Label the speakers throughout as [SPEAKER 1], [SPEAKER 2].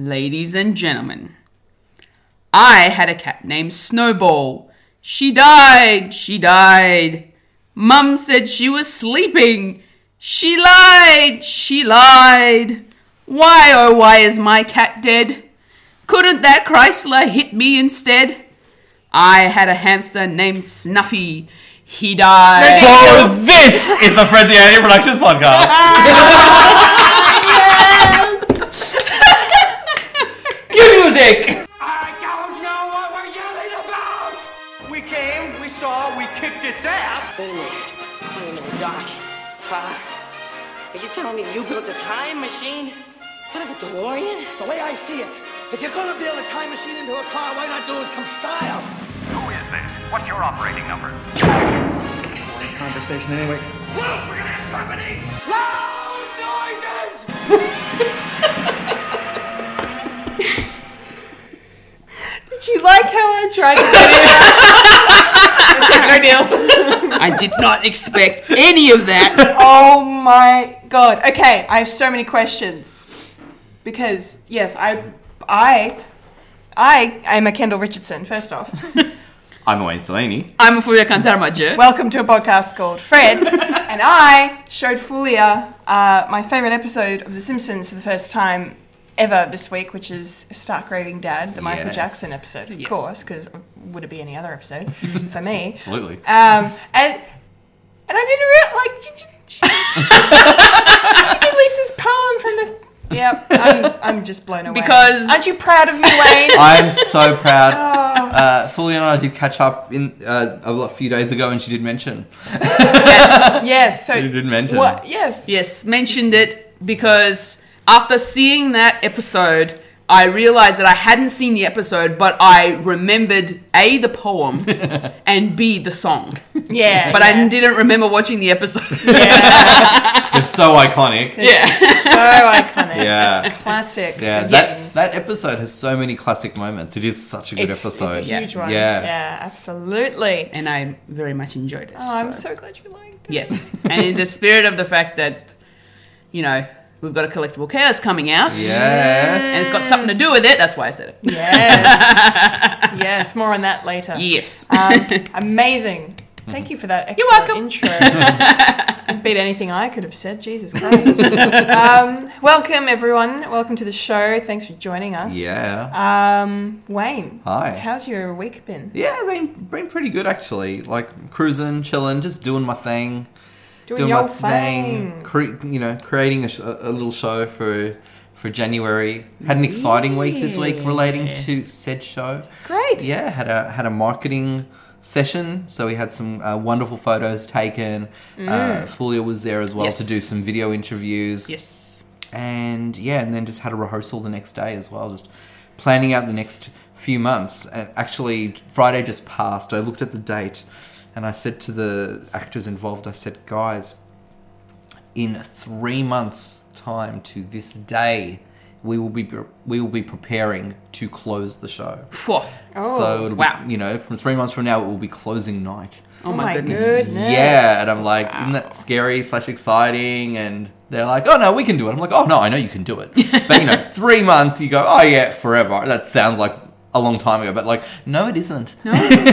[SPEAKER 1] Ladies and gentlemen, I had a cat named Snowball. She died, she died. Mum said she was sleeping. She lied, she lied. Why, oh, why is my cat dead? Couldn't that Chrysler hit me instead? I had a hamster named Snuffy. He died.
[SPEAKER 2] So this is the Friendly Alien Productions podcast. Cue music.
[SPEAKER 3] I don't know what we're yelling about! We came, we saw, we kicked its ass!
[SPEAKER 4] Wait a minute. Wait a minute, Doc. Bob, are you telling me you built a time machine? Out of a DeLorean?
[SPEAKER 5] The way I see it, if you're gonna build a time machine into a car, why not do it some style?
[SPEAKER 3] Who is this? What's your operating number?
[SPEAKER 5] Conversation anyway.
[SPEAKER 3] Look, we're gonna have company! Loud noises!
[SPEAKER 6] Did you like how I tried to get it out? It's no deal.
[SPEAKER 1] I did not expect any of that.
[SPEAKER 6] Oh my god. Okay, I have so many questions. Because yes, I I I am a Kendall Richardson, first off.
[SPEAKER 2] I'm Wayne Stellini.
[SPEAKER 1] I'm a Furia Kantaramaja.
[SPEAKER 6] Welcome to a podcast called Fred. and I showed Fulia uh, my favourite episode of The Simpsons for the first time ever this week, which is Stark Raving Dad, the Michael
[SPEAKER 2] Yes.
[SPEAKER 6] Jackson episode, of course, 'cause course, because would it be any other episode for me?
[SPEAKER 2] Absolutely.
[SPEAKER 6] Um, and and I didn't real like she, she, she did Lisa's poem from this. Yep, I'm, I'm just blown away.
[SPEAKER 1] Because-
[SPEAKER 6] aren't you proud of me, Wayne?
[SPEAKER 2] I am so proud. Uh, Fully and I did catch up in uh, a lot- few days ago, and she did mention.
[SPEAKER 6] yes. So
[SPEAKER 2] You did mention.
[SPEAKER 6] What? Yes.
[SPEAKER 1] yes, mentioned it because after seeing that episode, I realized that I hadn't seen the episode, but I remembered A, the poem, and B, the song.
[SPEAKER 6] Yeah.
[SPEAKER 1] But
[SPEAKER 6] yeah.
[SPEAKER 1] I didn't remember watching the episode.
[SPEAKER 2] It's so iconic.
[SPEAKER 1] yeah.
[SPEAKER 6] So iconic.
[SPEAKER 2] Yeah.
[SPEAKER 6] Classics.
[SPEAKER 2] Yeah,
[SPEAKER 6] again.
[SPEAKER 2] that, that episode has so many classic moments. It is such a good
[SPEAKER 6] it's, it's
[SPEAKER 2] episode.
[SPEAKER 6] a huge one.
[SPEAKER 2] Yeah.
[SPEAKER 6] Yeah. Absolutely.
[SPEAKER 1] And I very much enjoyed it.
[SPEAKER 6] Oh, I'm so glad you liked it.
[SPEAKER 1] Yes. And in the spirit of the fact that, you know, we've got a collectible chaos coming out.
[SPEAKER 2] Yes.
[SPEAKER 1] And it's got something to do with it. That's why I said
[SPEAKER 6] Um,
[SPEAKER 1] it.
[SPEAKER 6] Yes. yes. More on that later.
[SPEAKER 1] Yes.
[SPEAKER 6] Um, Amazing. Thank you for that excellent
[SPEAKER 1] welcome.
[SPEAKER 6] intro. It beat anything I could have said. Jesus Christ. um, welcome, everyone. Welcome to the show. Thanks for joining us.
[SPEAKER 2] Yeah.
[SPEAKER 6] Um, Wayne.
[SPEAKER 2] Hi.
[SPEAKER 6] How's your week been?
[SPEAKER 2] Yeah, been been pretty good actually. Like cruising, chilling, just doing my thing,
[SPEAKER 6] Doing,
[SPEAKER 2] doing
[SPEAKER 6] your
[SPEAKER 2] my thing.
[SPEAKER 6] thing.
[SPEAKER 2] Cre- you know, creating a, sh- a a little show for for January. Had an exciting week this week relating to said show.
[SPEAKER 6] Great.
[SPEAKER 2] Yeah, had a had a marketing session. So we had some uh, wonderful photos taken.
[SPEAKER 6] Mm.
[SPEAKER 2] Uh, Fulia was there as well to
[SPEAKER 1] Yes.
[SPEAKER 2] do some video interviews.
[SPEAKER 1] yes.
[SPEAKER 2] And yeah, and then just had a rehearsal the next day as well, just planning out the next few months. And actually, Friday just passed. I looked at the date and I said to the actors involved, I said, guys, in three months' time to this day, we will be we will be preparing to close the show.
[SPEAKER 1] Phew. Oh
[SPEAKER 2] so it'll
[SPEAKER 1] wow.
[SPEAKER 2] be, you know, from three months from now, it will be closing night.
[SPEAKER 1] Oh, my, goodness.
[SPEAKER 2] Yeah, and I'm like, isn't that scary slash exciting? And they're like, oh no, we can do it. I'm like, oh no, I know you can do it. But you know, three months, you go, oh yeah, forever. That sounds like a long time ago, but like, no, it isn't.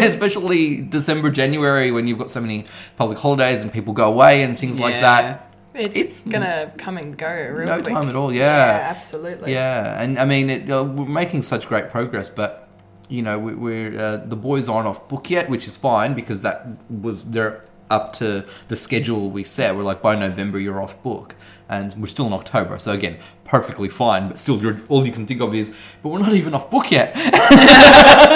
[SPEAKER 2] Especially December, January, when you've got so many public holidays and people go away and things like
[SPEAKER 1] Yeah.
[SPEAKER 2] that.
[SPEAKER 6] It's,
[SPEAKER 2] It's-
[SPEAKER 6] gonna come and go real
[SPEAKER 2] No
[SPEAKER 6] quick.
[SPEAKER 2] time at all.
[SPEAKER 6] Yeah, absolutely.
[SPEAKER 2] Yeah, and I mean, it, uh, we're making such great progress, but you know, we, we're uh, the boys aren't off book yet, which is fine because that was they're up to the schedule we set. We're like by November you're off book, and we're still in October, so again, perfectly fine. But still, you're, all you can think of is, but we're not even off book yet.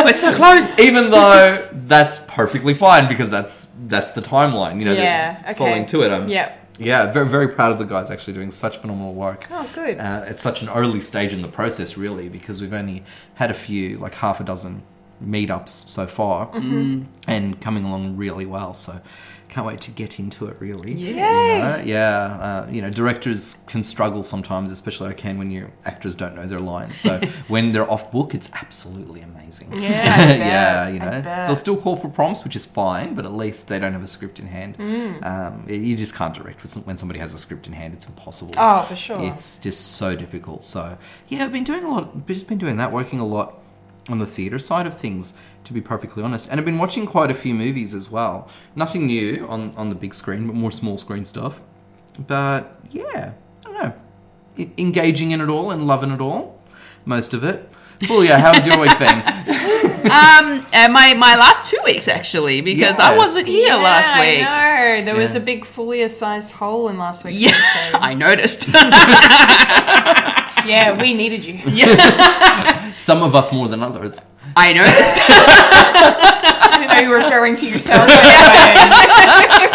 [SPEAKER 1] We're so close.
[SPEAKER 2] even though that's perfectly fine because that's that's the timeline. You know,
[SPEAKER 6] Yeah,
[SPEAKER 2] they're
[SPEAKER 6] okay.
[SPEAKER 2] following to it. Um,
[SPEAKER 6] Yep.
[SPEAKER 2] yeah, very very proud of the guys actually doing such phenomenal work.
[SPEAKER 6] Oh, good.
[SPEAKER 2] Uh, at such an early stage in the process, really, because we've only had a few, like half a dozen meetups so far
[SPEAKER 6] Mm-hmm.
[SPEAKER 2] and coming along really well. So can't wait to get into it really.
[SPEAKER 6] Yes.
[SPEAKER 2] You know? Yeah. Uh, you know, directors can struggle sometimes, especially I can when you actors don't know their lines. So when they're off book, it's absolutely amazing.
[SPEAKER 6] Yeah, I bet,
[SPEAKER 2] yeah, you
[SPEAKER 6] I
[SPEAKER 2] know,
[SPEAKER 6] bet.
[SPEAKER 2] they'll still call for prompts, which is fine, but at least they don't have a script in hand.
[SPEAKER 6] Mm.
[SPEAKER 2] Um, y- you just can't direct with- when somebody has a script in hand; it's impossible.
[SPEAKER 6] Oh, for sure.
[SPEAKER 2] It's just so difficult. So yeah, I've been doing a lot. I've just been doing that, working a lot on the theatre side of things, to be perfectly honest. And I've been watching quite a few movies as well. Nothing new on on the big screen, but more small screen stuff. But yeah, I don't know. E- engaging in it all and loving it all, most of it. Well, yeah. How's your week been?
[SPEAKER 1] Um, and my my last two weeks actually because I
[SPEAKER 2] Yes.
[SPEAKER 1] wasn't here last week.
[SPEAKER 6] I know. There was
[SPEAKER 2] Yeah.
[SPEAKER 6] a big Fulia sized hole in last week's
[SPEAKER 1] Yeah,
[SPEAKER 6] episode.
[SPEAKER 1] I noticed.
[SPEAKER 6] yeah, we needed you.
[SPEAKER 2] Some of us more than others.
[SPEAKER 1] I noticed.
[SPEAKER 6] I didn't know you were referring to yourself.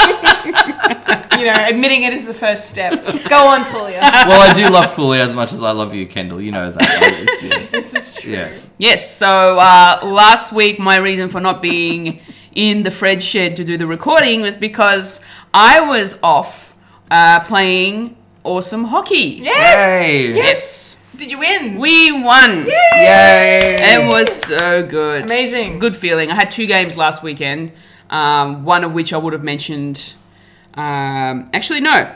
[SPEAKER 6] but- you know, admitting it is the first step. Go on, Fulia.
[SPEAKER 2] Well, I do love Fully as much as I love you, Kendall. You know that. It's- yes.
[SPEAKER 6] This is true.
[SPEAKER 2] Yes.
[SPEAKER 1] Yes, so uh, last week my reason for not being in the Fred shed to do the recording was because I was off uh, playing awesome hockey.
[SPEAKER 6] Yes.
[SPEAKER 2] Yay.
[SPEAKER 1] Yes,
[SPEAKER 6] Did you win?
[SPEAKER 1] we won.
[SPEAKER 2] Yay.
[SPEAKER 1] It was so good.
[SPEAKER 6] Amazing.
[SPEAKER 1] Good feeling. I had two games last weekend, um, one of which I would have mentioned. Um, actually, no.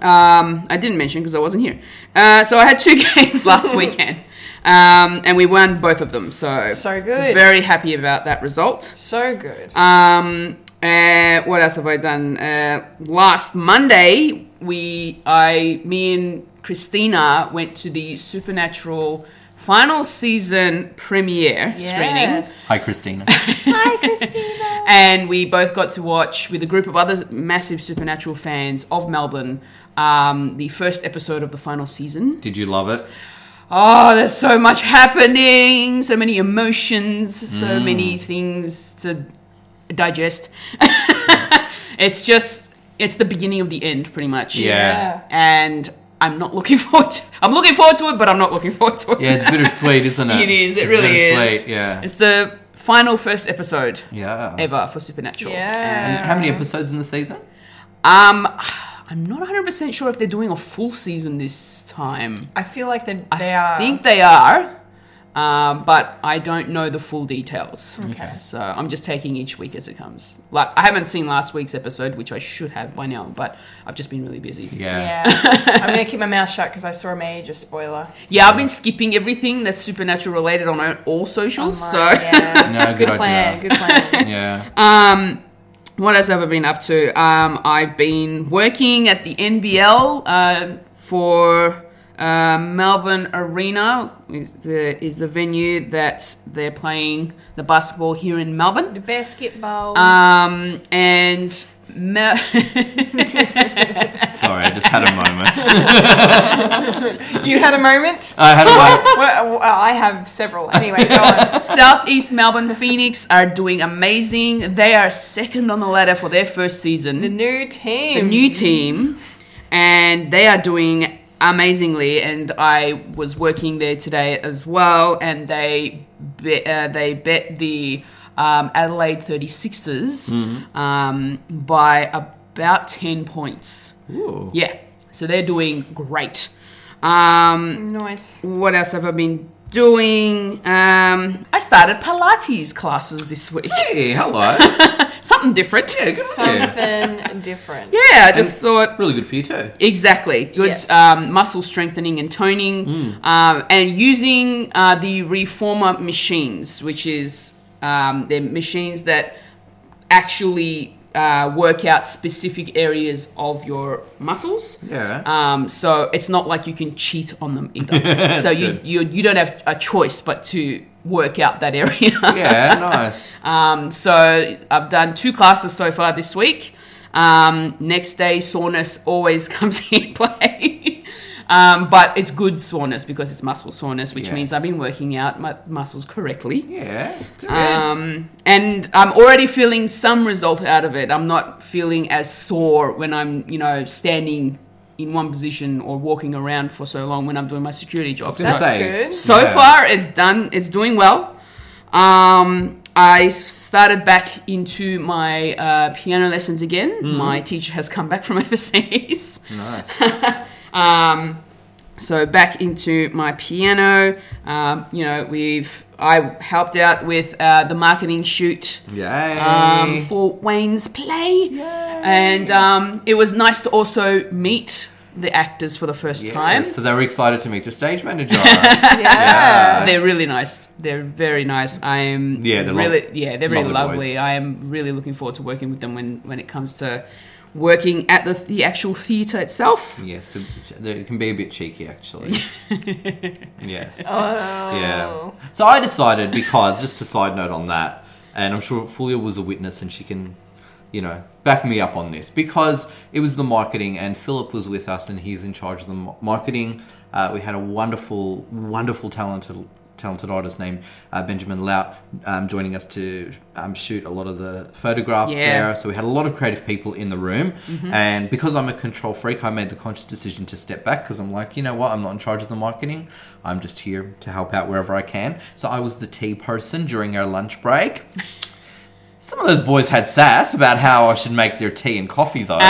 [SPEAKER 1] Um, I didn't mention because I wasn't here. Uh, so I had two games last weekend, um, and we won both of them. So
[SPEAKER 6] So good.
[SPEAKER 1] Very happy about that result.
[SPEAKER 6] so good.
[SPEAKER 1] Um, uh, what else have I done? Uh, last Monday, we, I, me and Christina went to the Supernatural final season premiere screening,
[SPEAKER 6] Yes.
[SPEAKER 2] Hi, Christina.
[SPEAKER 1] and we both got to watch with a group of other massive Supernatural fans of Melbourne. Um, the first episode of the final season.
[SPEAKER 2] Did you love it?
[SPEAKER 1] Oh, there's so much happening, so many emotions,
[SPEAKER 2] Hmm.
[SPEAKER 1] so many things to digest. it's just, it's the beginning of the end, pretty much.
[SPEAKER 2] Yeah.
[SPEAKER 1] And I'm not looking forward to, I'm looking forward to it, but I'm not looking forward to it.
[SPEAKER 2] Yeah, it's bittersweet, isn't it?
[SPEAKER 1] it is, it
[SPEAKER 2] It's
[SPEAKER 1] really
[SPEAKER 2] bittersweet,
[SPEAKER 1] is.
[SPEAKER 2] Yeah.
[SPEAKER 1] It's the final first episode
[SPEAKER 2] yeah.
[SPEAKER 1] ever for Supernatural.
[SPEAKER 6] Yeah.
[SPEAKER 2] And how many episodes in the season?
[SPEAKER 1] Um, I'm not 100% sure if they're doing a full season this time.
[SPEAKER 6] I feel like they,
[SPEAKER 1] I
[SPEAKER 6] they are.
[SPEAKER 1] think they are, um, but I don't know the full details.
[SPEAKER 6] Okay.
[SPEAKER 1] So I'm just taking each week as it comes. Like I haven't seen last week's episode, which I should have by now, but I've just been really busy.
[SPEAKER 2] Yeah.
[SPEAKER 6] yeah. I'm going to keep my mouth shut because I saw a major spoiler.
[SPEAKER 1] Yeah, I've been skipping everything that's supernatural related on all- all socials.
[SPEAKER 6] Online,
[SPEAKER 1] so
[SPEAKER 6] Oh yeah.
[SPEAKER 2] No, good, idea.
[SPEAKER 6] plan. Good plan.
[SPEAKER 2] Yeah.
[SPEAKER 1] um, what else have I been up to? Um, I've been working at the NBL uh, for uh, Melbourne Arena. Is the, is the venue that they're playing the basketball here in Melbourne.
[SPEAKER 6] Basketball.
[SPEAKER 1] Um, and Mel-
[SPEAKER 2] Sorry, I just had a moment.
[SPEAKER 6] you had a moment?
[SPEAKER 1] Uh,
[SPEAKER 2] I had a moment.
[SPEAKER 6] Well, well, I have several. Anyway, go on.
[SPEAKER 1] Southeast Melbourne Phoenix are doing amazing. They are second on the ladder for their first season.
[SPEAKER 6] The new team.
[SPEAKER 1] a new team and they are doing amazingly and i was working there today as well and they bet, uh, they bet the um, adelaide 36ers um, by about 10 points
[SPEAKER 2] Ooh.
[SPEAKER 1] yeah so they're doing great um,
[SPEAKER 6] Nice.
[SPEAKER 1] what else have i been doing um, i started pilates classes this week
[SPEAKER 2] Hey, hello. Yeah,
[SPEAKER 1] something different
[SPEAKER 2] good on you.
[SPEAKER 6] Something different.
[SPEAKER 1] yeah i just thought
[SPEAKER 2] Really good for you too.
[SPEAKER 1] Exactly. Good
[SPEAKER 6] Yes.
[SPEAKER 1] um, muscle strengthening and toning,
[SPEAKER 2] Hmm.
[SPEAKER 1] um, and using uh, the reformer machines, which is um, they're machines that actually uh, work out specific areas of your muscles.
[SPEAKER 2] Yeah.
[SPEAKER 1] Um, so it's not like you can cheat on them either. so you,
[SPEAKER 2] good.
[SPEAKER 1] you you don't have a choice but to work out that area.
[SPEAKER 2] Yeah, nice.
[SPEAKER 1] Um, so I've done two classes so far this week. Um, next day, soreness always comes in play. Um, but it's good soreness because it's muscle soreness, which
[SPEAKER 2] Yeah.
[SPEAKER 1] means I've been working out my muscles correctly.
[SPEAKER 2] Yeah. Good.
[SPEAKER 1] Um, and I'm already feeling some result out of it. I'm not feeling as sore when I'm, you know, standing in one position or walking around for so long when I'm doing my security job.
[SPEAKER 2] I was gonna
[SPEAKER 1] So-
[SPEAKER 2] say,
[SPEAKER 6] good.
[SPEAKER 1] so
[SPEAKER 2] yeah.
[SPEAKER 1] far, it's done. It's doing well. Um, I s- started back into my uh, piano lessons again.
[SPEAKER 2] Mm-hmm.
[SPEAKER 1] My teacher has come back from overseas.
[SPEAKER 2] Nice.
[SPEAKER 1] So back into my piano. Um, you know, we've I helped out with uh, the marketing shoot
[SPEAKER 2] Yay.
[SPEAKER 1] um, for Wayne's play, and um, it was nice to also meet the actors for the first
[SPEAKER 2] Yeah,
[SPEAKER 1] time.
[SPEAKER 2] So they were excited to meet the stage manager. Uh,
[SPEAKER 6] Yeah.
[SPEAKER 1] They're really nice. They're very nice. I'm
[SPEAKER 2] Yeah, they're
[SPEAKER 1] really
[SPEAKER 2] lo-
[SPEAKER 1] yeah, they're really
[SPEAKER 2] lovely boys.
[SPEAKER 1] lovely. I am really looking forward to working with them when when it comes to working at the the actual theater itself.
[SPEAKER 2] yes, it, it can be a bit cheeky actually. yes.
[SPEAKER 1] Oh.
[SPEAKER 2] Yeah. So I decided because just a side note on that, and I'm sure Fulia was a witness and she can, you know, back me up on this because it was the marketing and Philip was with us and he's in charge of the mar- marketing. Uh, we had a wonderful, wonderful talented talented artist named uh, Benjamin Lout um, joining us to um, shoot a lot of the photographs
[SPEAKER 1] Yeah.
[SPEAKER 2] there. So we had a lot of creative people in the room. And because I'm a control freak, I made the conscious decision to step back because I'm like, you know what? I'm not in charge of the marketing. I'm just here to help out wherever I can. So I was the tea person during our lunch break. Some of those boys had sass about how I should make their tea and coffee, though.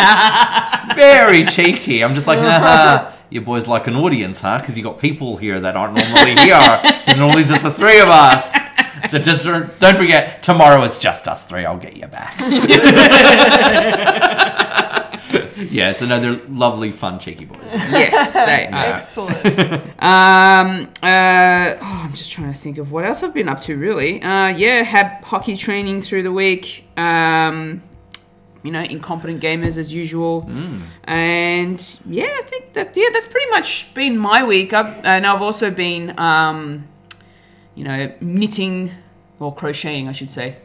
[SPEAKER 2] Very cheeky. I'm just like, nah, your boys like an audience, huh? Because you got people here that aren't normally here. There's normally just the three of us. So just don't don't forget, tomorrow it's just us three. I'll get you back. yeah, so no, they're lovely, fun, cheeky boys.
[SPEAKER 1] Yes, they are.
[SPEAKER 6] Excellent.
[SPEAKER 1] Um, uh, oh, I'm just trying to think of what else I've been up to, really. Uh, yeah, had hockey training through the week. Um, you know, incompetent gamers as usual. And yeah, I think that, yeah, that's pretty much been my week. I've, and I've also been, um, you know, knitting or crocheting, I should say.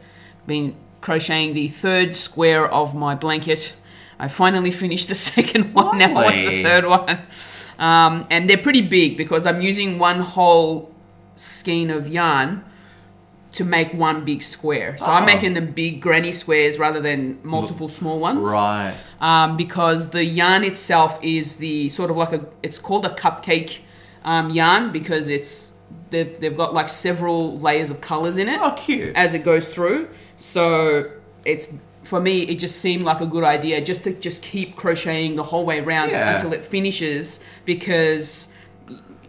[SPEAKER 1] Been crocheting the third square of my blanket. I finally finished the second one. Now I want the
[SPEAKER 2] Lovely.
[SPEAKER 1] third one. Um, and they're pretty big because I'm using one whole skein of yarn to make one big square. So I'm
[SPEAKER 2] Oh.
[SPEAKER 1] making them big granny squares rather than multiple small ones.
[SPEAKER 2] Right.
[SPEAKER 1] Um, because the yarn itself is the sort of like a, it's called a cupcake um, yarn because it's, they've, they've got like several layers of colors in it
[SPEAKER 2] Oh, cute.
[SPEAKER 1] as it goes through. So it's for me, it just seemed like a good idea just to just keep crocheting the whole way around
[SPEAKER 2] Yeah.
[SPEAKER 1] until it finishes because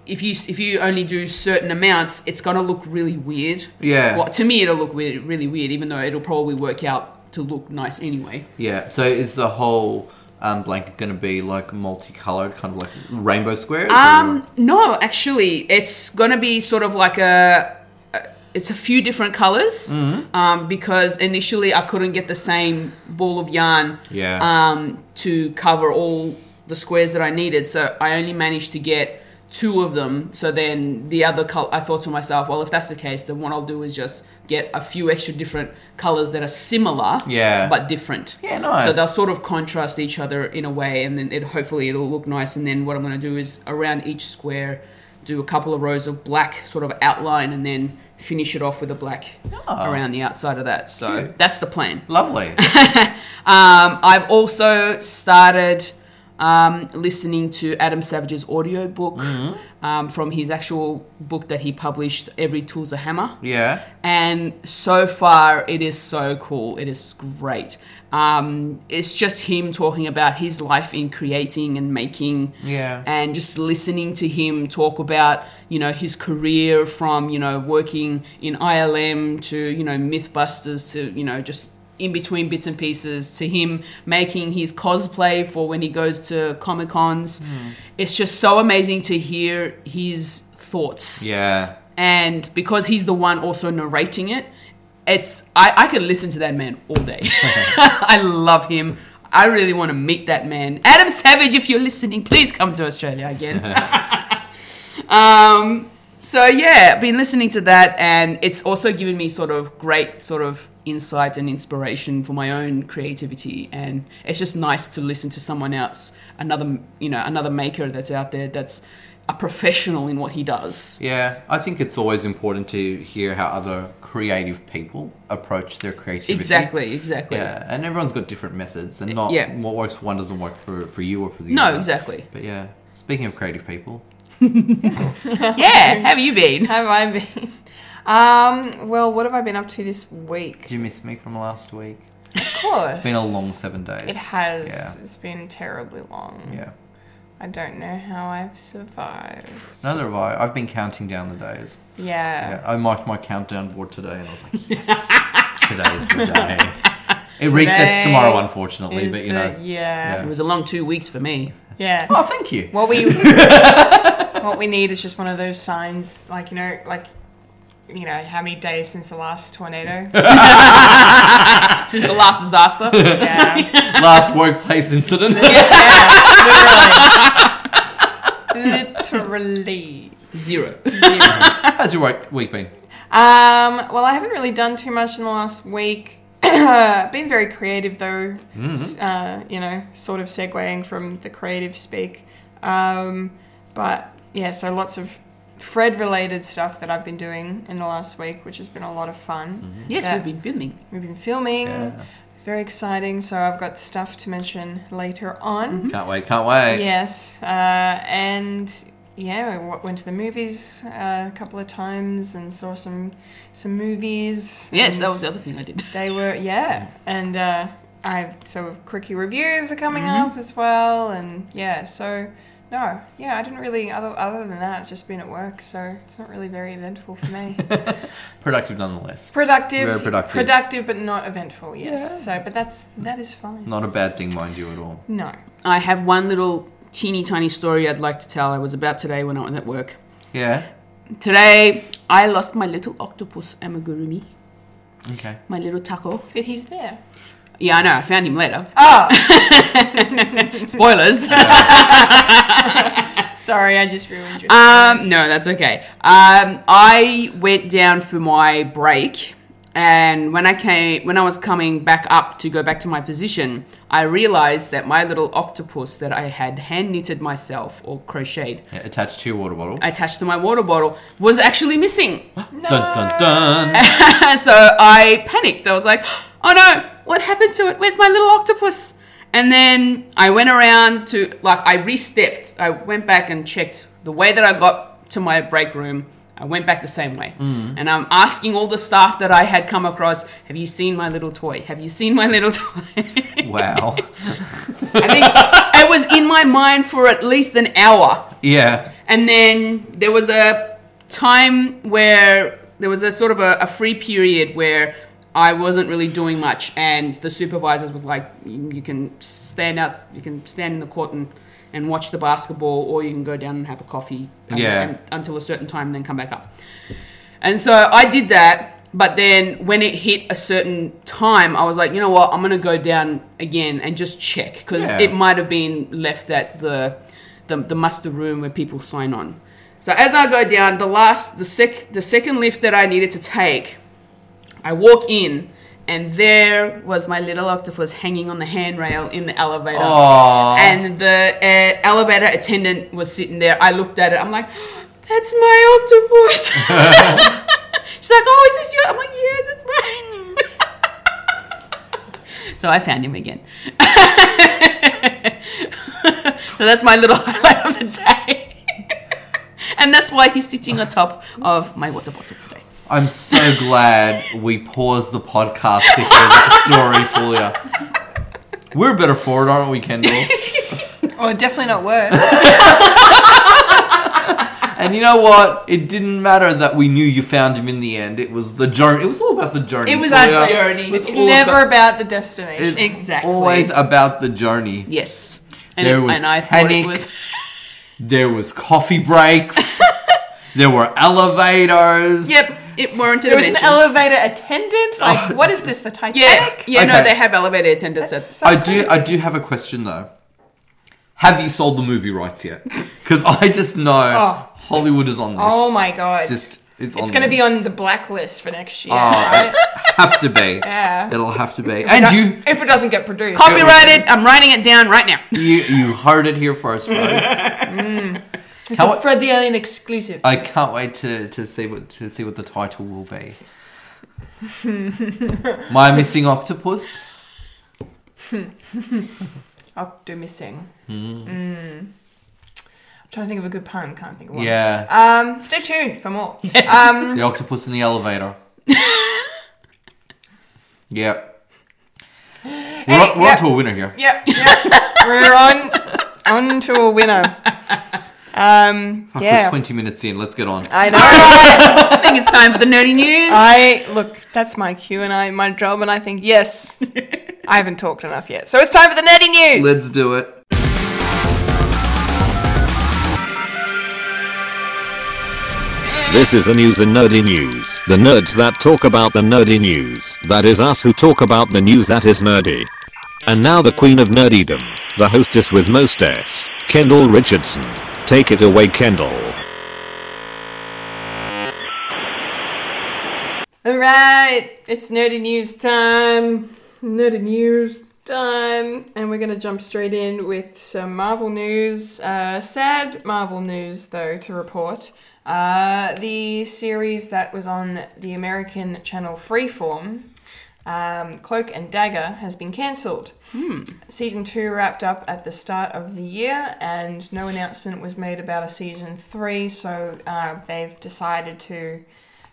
[SPEAKER 1] if you if you only do certain amounts, it's gonna look really weird.
[SPEAKER 2] Yeah.
[SPEAKER 1] Well, to me, it'll look weird, really weird, even though it'll probably work out to look nice anyway.
[SPEAKER 2] Yeah. So is the whole um, blanket going to be like multicolored, kind of like rainbow squares? or-
[SPEAKER 1] Um, no, actually, it's gonna be sort of like a. a- It's a few different colors um, because initially I couldn't get the same ball of yarn
[SPEAKER 2] Yeah.
[SPEAKER 1] um, to cover all the squares that I needed. So I only managed to get two of them. So then the other color, I thought to myself, well, if that's the case, then what I'll do is just get a few extra different colors that are similar,
[SPEAKER 2] Yeah.
[SPEAKER 1] but different.
[SPEAKER 2] Yeah, nice.
[SPEAKER 1] So they'll sort of contrast each other in a way, and then it hopefully it'll look nice. And then what I'm going to do is around each square, do a couple of rows of black sort of outline, and then finish it off with a black around the outside of that. So
[SPEAKER 2] Ah. Cute.
[SPEAKER 1] that's the plan.
[SPEAKER 2] Lovely.
[SPEAKER 1] Um, I've also started um, listening to Adam Savage's audiobook um, from his actual book that he published, Every Tool's a Hammer.
[SPEAKER 2] Yeah.
[SPEAKER 1] And so far, it is so cool. It is great. Um, it's just him talking about his life in creating and making.
[SPEAKER 2] Yeah.
[SPEAKER 1] And just listening to him talk about, you know, his career from, you know, working in ILM to, you know, Mythbusters to, you know, just in between bits and pieces to him making his cosplay for when he goes to Comic Cons. It's just so amazing to hear his thoughts
[SPEAKER 2] Yeah.
[SPEAKER 1] and because he's the one also narrating it it's i, I could listen to that man all day i love him i really want to meet that man adam savage if you're listening please come to australia again um so yeah i've been listening to that and it's also given me sort of great sort of insight and inspiration for my own creativity and it's just nice to listen to someone else another you know another maker that's out there that's a professional in what he does
[SPEAKER 2] Yeah, I think it's always important to hear how other creative people approach their creativity.
[SPEAKER 1] Exactly, exactly.
[SPEAKER 2] Yeah, and everyone's got different methods, and not
[SPEAKER 1] Yeah.
[SPEAKER 2] what works for one doesn't work for, for you or for the
[SPEAKER 1] No,
[SPEAKER 2] other.
[SPEAKER 1] exactly.
[SPEAKER 2] But yeah, speaking of creative people,
[SPEAKER 1] Yeah, have you been?
[SPEAKER 6] Have I been? Um, well, what have I been up to this week?
[SPEAKER 2] Did you miss me from last week?
[SPEAKER 6] Of course.
[SPEAKER 2] It's been a long seven days.
[SPEAKER 6] It has.
[SPEAKER 2] Yeah.
[SPEAKER 6] It's been terribly long.
[SPEAKER 2] Yeah.
[SPEAKER 6] I don't know how I've survived.
[SPEAKER 2] Neither have I. I've been counting down the days.
[SPEAKER 6] Yeah.
[SPEAKER 2] Yeah, I marked my countdown board today, and I was like, yes, today's the day. It resets
[SPEAKER 6] Today
[SPEAKER 2] tomorrow, unfortunately,
[SPEAKER 6] Is
[SPEAKER 2] but you
[SPEAKER 6] the-
[SPEAKER 2] know.
[SPEAKER 6] yeah.
[SPEAKER 1] It
[SPEAKER 2] Yeah.
[SPEAKER 1] was a long two weeks for me.
[SPEAKER 6] Yeah.
[SPEAKER 2] Oh, thank you.
[SPEAKER 6] What we what we need is just one of those signs, like you know, like you know, how many days since the last tornado?
[SPEAKER 1] Since the last disaster.
[SPEAKER 6] yeah.
[SPEAKER 2] Last workplace incident.
[SPEAKER 6] Literally.
[SPEAKER 1] Zero.
[SPEAKER 2] How's your work week been?
[SPEAKER 6] Um, well, I haven't really done too much in the last week. Been very creative though, s- uh, you know, sort of segueing from the creative speak. Um, but yeah, so lots of Fred related stuff that I've been doing in the last week, which has been a lot of fun.
[SPEAKER 1] Yes,
[SPEAKER 6] Yeah.
[SPEAKER 1] we've been filming.
[SPEAKER 6] We've been filming,
[SPEAKER 2] Yeah.
[SPEAKER 6] very exciting, so I've got stuff to mention later on.
[SPEAKER 2] Can't wait, can't wait.
[SPEAKER 6] Yes, uh, and yeah, we w- went to the movies uh, a couple of times and saw some some movies.
[SPEAKER 1] Yes,
[SPEAKER 6] and
[SPEAKER 1] that was the other thing I did.
[SPEAKER 6] They were yeah, and uh, I've so quickie reviews are coming
[SPEAKER 1] Mm-hmm.
[SPEAKER 6] up as well, and yeah, so. No, yeah, I didn't really. Other other than that, it's just been at work, so it's not really very eventful for me.
[SPEAKER 2] Productive nonetheless.
[SPEAKER 6] productive,
[SPEAKER 2] Very productive.
[SPEAKER 6] productive, but not eventful. Yes. So, but that's that is fine.
[SPEAKER 2] Not a bad thing, mind you, at all.
[SPEAKER 6] No.
[SPEAKER 1] I have one little teeny tiny story I'd like to tell. I was about today when I was at work.
[SPEAKER 2] Yeah.
[SPEAKER 1] Today, I lost my little octopus amigurumi,
[SPEAKER 2] Okay.
[SPEAKER 1] my little taco.
[SPEAKER 6] But he's there.
[SPEAKER 1] Yeah, I know. I found him later.
[SPEAKER 6] Oh,
[SPEAKER 1] Spoilers.
[SPEAKER 6] sorry, I just ruined your.
[SPEAKER 1] Um, no, that's okay. Um, I went down for my break, and when I came, when I was coming back up to go back to my position, I realized that my little octopus that I had hand knitted myself or crocheted,
[SPEAKER 2] Yeah, attached to your water bottle.
[SPEAKER 1] attached to my water bottle, was actually missing.
[SPEAKER 2] Dun dun dun.
[SPEAKER 1] so I panicked. I was like, oh no, what happened to it? Where's my little octopus? And then I went around to, like, I re stepped. I went back and checked the way that I got to my break room. I went back the same way. And I'm asking all the staff that I had come across, have you seen my little toy? Have you seen my little toy?
[SPEAKER 2] wow.
[SPEAKER 1] I think it was in my mind for at least an hour.
[SPEAKER 2] Yeah.
[SPEAKER 1] And then there was a time where there was a sort of a, a free period where I wasn't really doing much, and the supervisors was like, "You you can stand out, you can stand in the court and, and watch the basketball, or you can go down and have a coffee, um,
[SPEAKER 2] Yeah.
[SPEAKER 1] and- until a certain time, and then come back up." And so I did that, but then when it hit a certain time, I was like, you know what, I'm gonna go down again and just check because
[SPEAKER 2] Yeah.
[SPEAKER 1] it might have been left at the, the the muster room where people sign on. So as I go down, the last the sec the second lift that I needed to take, I walk in. And there was my little octopus hanging on the handrail in the elevator.
[SPEAKER 2] Oh, Aww.
[SPEAKER 1] And the uh, elevator attendant was sitting there. I looked at it. I'm like, that's my octopus. She's like, oh, is this you? I'm like, yes, it's mine. so I found him again. so that's my little highlight of the day. and that's why he's sitting atop of my water bottle today.
[SPEAKER 2] I'm so glad we paused the podcast to hear that story for you. We're better for it, aren't we, Kendall?
[SPEAKER 6] Oh, definitely not worse.
[SPEAKER 2] And you know what? It didn't matter that we knew you found him in the end. It was the journey. It was all about the journey.
[SPEAKER 1] It was
[SPEAKER 2] for
[SPEAKER 1] our
[SPEAKER 2] ya.
[SPEAKER 1] journey.
[SPEAKER 2] It was
[SPEAKER 6] It's
[SPEAKER 2] all
[SPEAKER 6] never
[SPEAKER 2] about-
[SPEAKER 6] about the destination.
[SPEAKER 2] it's
[SPEAKER 1] Exactly.
[SPEAKER 2] Always about the journey.
[SPEAKER 1] Yes. And,
[SPEAKER 2] There was
[SPEAKER 1] and I thought
[SPEAKER 2] panic.
[SPEAKER 1] it was
[SPEAKER 2] There was coffee breaks. there were elevators.
[SPEAKER 1] Yep, it warranted a
[SPEAKER 6] there was an
[SPEAKER 1] mention.
[SPEAKER 6] elevator attendant. Like,
[SPEAKER 2] Oh.
[SPEAKER 6] what is this? The
[SPEAKER 1] Yeah,
[SPEAKER 6] Titanic?
[SPEAKER 1] yeah, no,
[SPEAKER 2] Okay.
[SPEAKER 1] they have elevator attendants.
[SPEAKER 6] That's
[SPEAKER 1] That's
[SPEAKER 6] so
[SPEAKER 2] I do.
[SPEAKER 6] crazy.
[SPEAKER 2] I do have a question though. Have you sold the movie rights yet? Because I just know
[SPEAKER 6] Oh.
[SPEAKER 2] Hollywood is on this.
[SPEAKER 6] Oh my god!
[SPEAKER 2] Just it's,
[SPEAKER 6] it's
[SPEAKER 2] on
[SPEAKER 6] going to
[SPEAKER 2] there.
[SPEAKER 6] be on the blacklist for next year.
[SPEAKER 2] Oh,
[SPEAKER 6] right?
[SPEAKER 2] have to be.
[SPEAKER 6] Yeah.
[SPEAKER 2] It'll have to be. And you,
[SPEAKER 6] if it doesn't get produced,
[SPEAKER 1] copyrighted. I'm writing it down right now.
[SPEAKER 2] you, you heard it here first, folks.
[SPEAKER 6] it's
[SPEAKER 2] How- Uh,
[SPEAKER 6] a Fred the Alien exclusive.
[SPEAKER 2] I can't wait to, to see what to see what the title will be. My missing octopus.
[SPEAKER 6] Oh,
[SPEAKER 2] hmm.
[SPEAKER 6] Octomissing. Mm. Hmm. I'm Trying to think of a good pun, can't think of one.
[SPEAKER 2] Yeah.
[SPEAKER 6] Um, stay tuned for more. um,
[SPEAKER 2] The octopus in the elevator. yep. We're, on, we're
[SPEAKER 6] yeah.
[SPEAKER 2] on to a winner here.
[SPEAKER 6] Yep, yep. We're on on to a winner. Um,
[SPEAKER 2] Fuck, we're
[SPEAKER 6] yeah, Uh,
[SPEAKER 2] 20 minutes in. Let's get on.
[SPEAKER 6] I know.
[SPEAKER 1] I think it's time for the nerdy news.
[SPEAKER 6] I look. That's my cue and I my job, and I think yes, I haven't talked enough yet. So it's time for the nerdy news.
[SPEAKER 2] Let's do it.
[SPEAKER 7] This is the news, the nerdy news. The nerds that talk about the nerdy news. That is us who talk about the news that is nerdy. And now the queen of nerdydom, the hostess with most S, Kendall Richardson. Take it away, Kendall.
[SPEAKER 6] All right, it's nerdy news time. Nerdy news time, and we're gonna jump straight in with some Marvel news. Uh, sad Marvel news, though, to report. Uh, the series that was on the American channel Freeform, um, Cloak and Dagger, has been cancelled. Season two wrapped up at the start of the year, and no announcement was made about a season three. So uh, they've decided to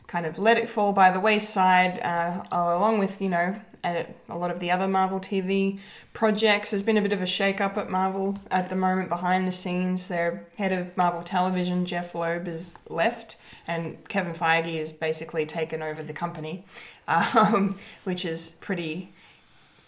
[SPEAKER 6] kind of let it fall by the wayside, uh, along with, you know, a, a lot of the other Marvel TV projects. There's been a bit of a shake up at Marvel at the moment behind the scenes. Their head of Marvel Television, Jeff Loeb, has left, and Kevin Feige has basically taken over the company, um, which is pretty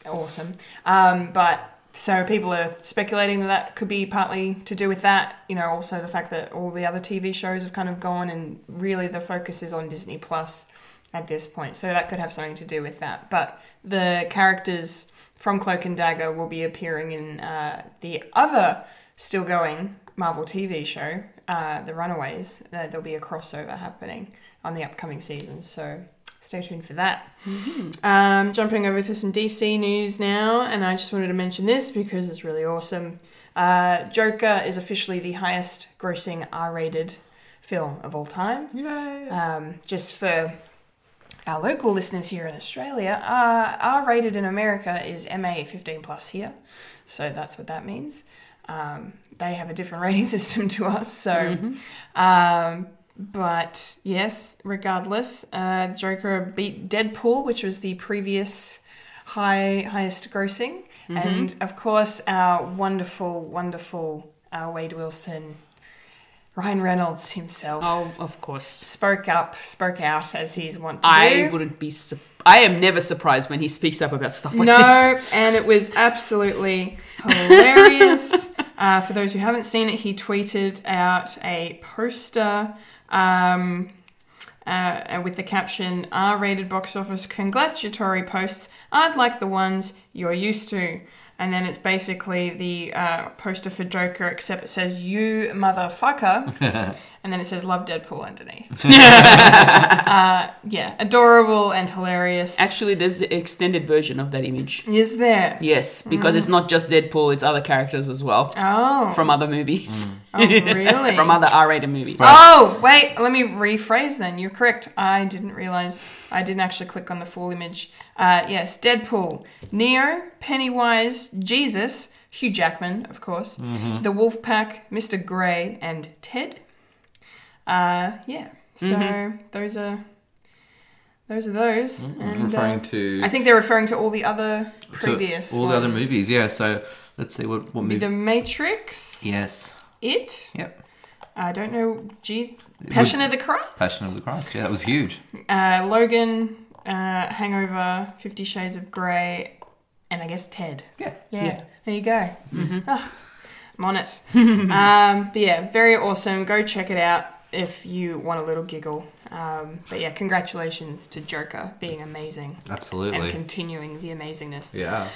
[SPEAKER 6] awesome. Um, but so people are speculating that that could be partly to do with that. You know, also the fact that all the other TV shows have kind of gone, and really the focus is on Disney Plus at this point. So that could have something to do with that. But the characters from Cloak and Dagger will be appearing in uh, the other still going Marvel TV show, uh, The Runaways. Uh, there'll be a crossover happening on the upcoming season. So stay tuned for that. Um, jumping over to some DC news now, and I just wanted to mention this because it's really awesome. Uh, Joker is officially the highest grossing R rated film of all time. Um, just for our local listeners here in Australia, uh, R rated in America is MA 15 plus here. So that's what that means. Um, they have a different rating system to us. So, um, but yes, regardless, uh, Joker beat Deadpool, which was the previous high highest grossing. And of course, our wonderful, wonderful uh, Wade Wilson, Ryan Reynolds himself
[SPEAKER 1] oh, of course.
[SPEAKER 6] spoke up, spoke out as he's wont to
[SPEAKER 1] I
[SPEAKER 6] do.
[SPEAKER 1] wouldn't be. Su- I am never surprised when he speaks up about stuff like
[SPEAKER 6] no, and it was absolutely hilarious. uh, for those who haven't seen it, he tweeted out a poster um, uh, with the caption R rated box office congratulatory posts aren't like the ones you're used to. And then it's basically the uh, poster for Joker, except it says "You motherfucker," and then it says "Love Deadpool" underneath. Uh,
[SPEAKER 1] this.
[SPEAKER 6] Yeah, adorable and hilarious.
[SPEAKER 1] Actually, there's the extended version of that image.
[SPEAKER 6] is there?
[SPEAKER 1] Yes, because it's not just Deadpool; it's other characters as well
[SPEAKER 6] Oh,
[SPEAKER 1] from other movies,
[SPEAKER 6] oh, really?
[SPEAKER 1] from other R-rated movies.
[SPEAKER 6] Oh, wait, let me rephrase then. You're correct. I didn't realize. I didn't actually click on the full image. Uh, yes, Deadpool, Neo, Pennywise, Jesus, Hugh Jackman, of course,
[SPEAKER 2] Mm-hmm.
[SPEAKER 6] the Wolf Pack, Mr. Grey, and Ted. Uh, yeah, so
[SPEAKER 2] Mm-hmm.
[SPEAKER 6] those are. Those are those. And,
[SPEAKER 2] Referring
[SPEAKER 6] uh,
[SPEAKER 2] to-
[SPEAKER 6] I think they're referring to all the other
[SPEAKER 2] To
[SPEAKER 6] previous.
[SPEAKER 2] all the other
[SPEAKER 6] ones.
[SPEAKER 2] movies, yeah. So let's see what, what movie.
[SPEAKER 6] The Matrix.
[SPEAKER 2] yes.
[SPEAKER 6] It.
[SPEAKER 2] Yep.
[SPEAKER 6] I don't know. Geez. Passion of the Christ.
[SPEAKER 2] Passion of the Christ. Yeah, that was huge.
[SPEAKER 6] uh, Logan, uh, Hangover, Fifty Shades of Grey, and I guess Ted.
[SPEAKER 2] Yeah. Mm-hmm.
[SPEAKER 6] Yeah, there you go. Ah, I'm on it. um, but yeah, very awesome. Go check it out if you want a little giggle. Um, but yeah, congratulations to Joker being amazing and
[SPEAKER 2] Absolutely.
[SPEAKER 6] continuing the amazingness.
[SPEAKER 2] Yeah.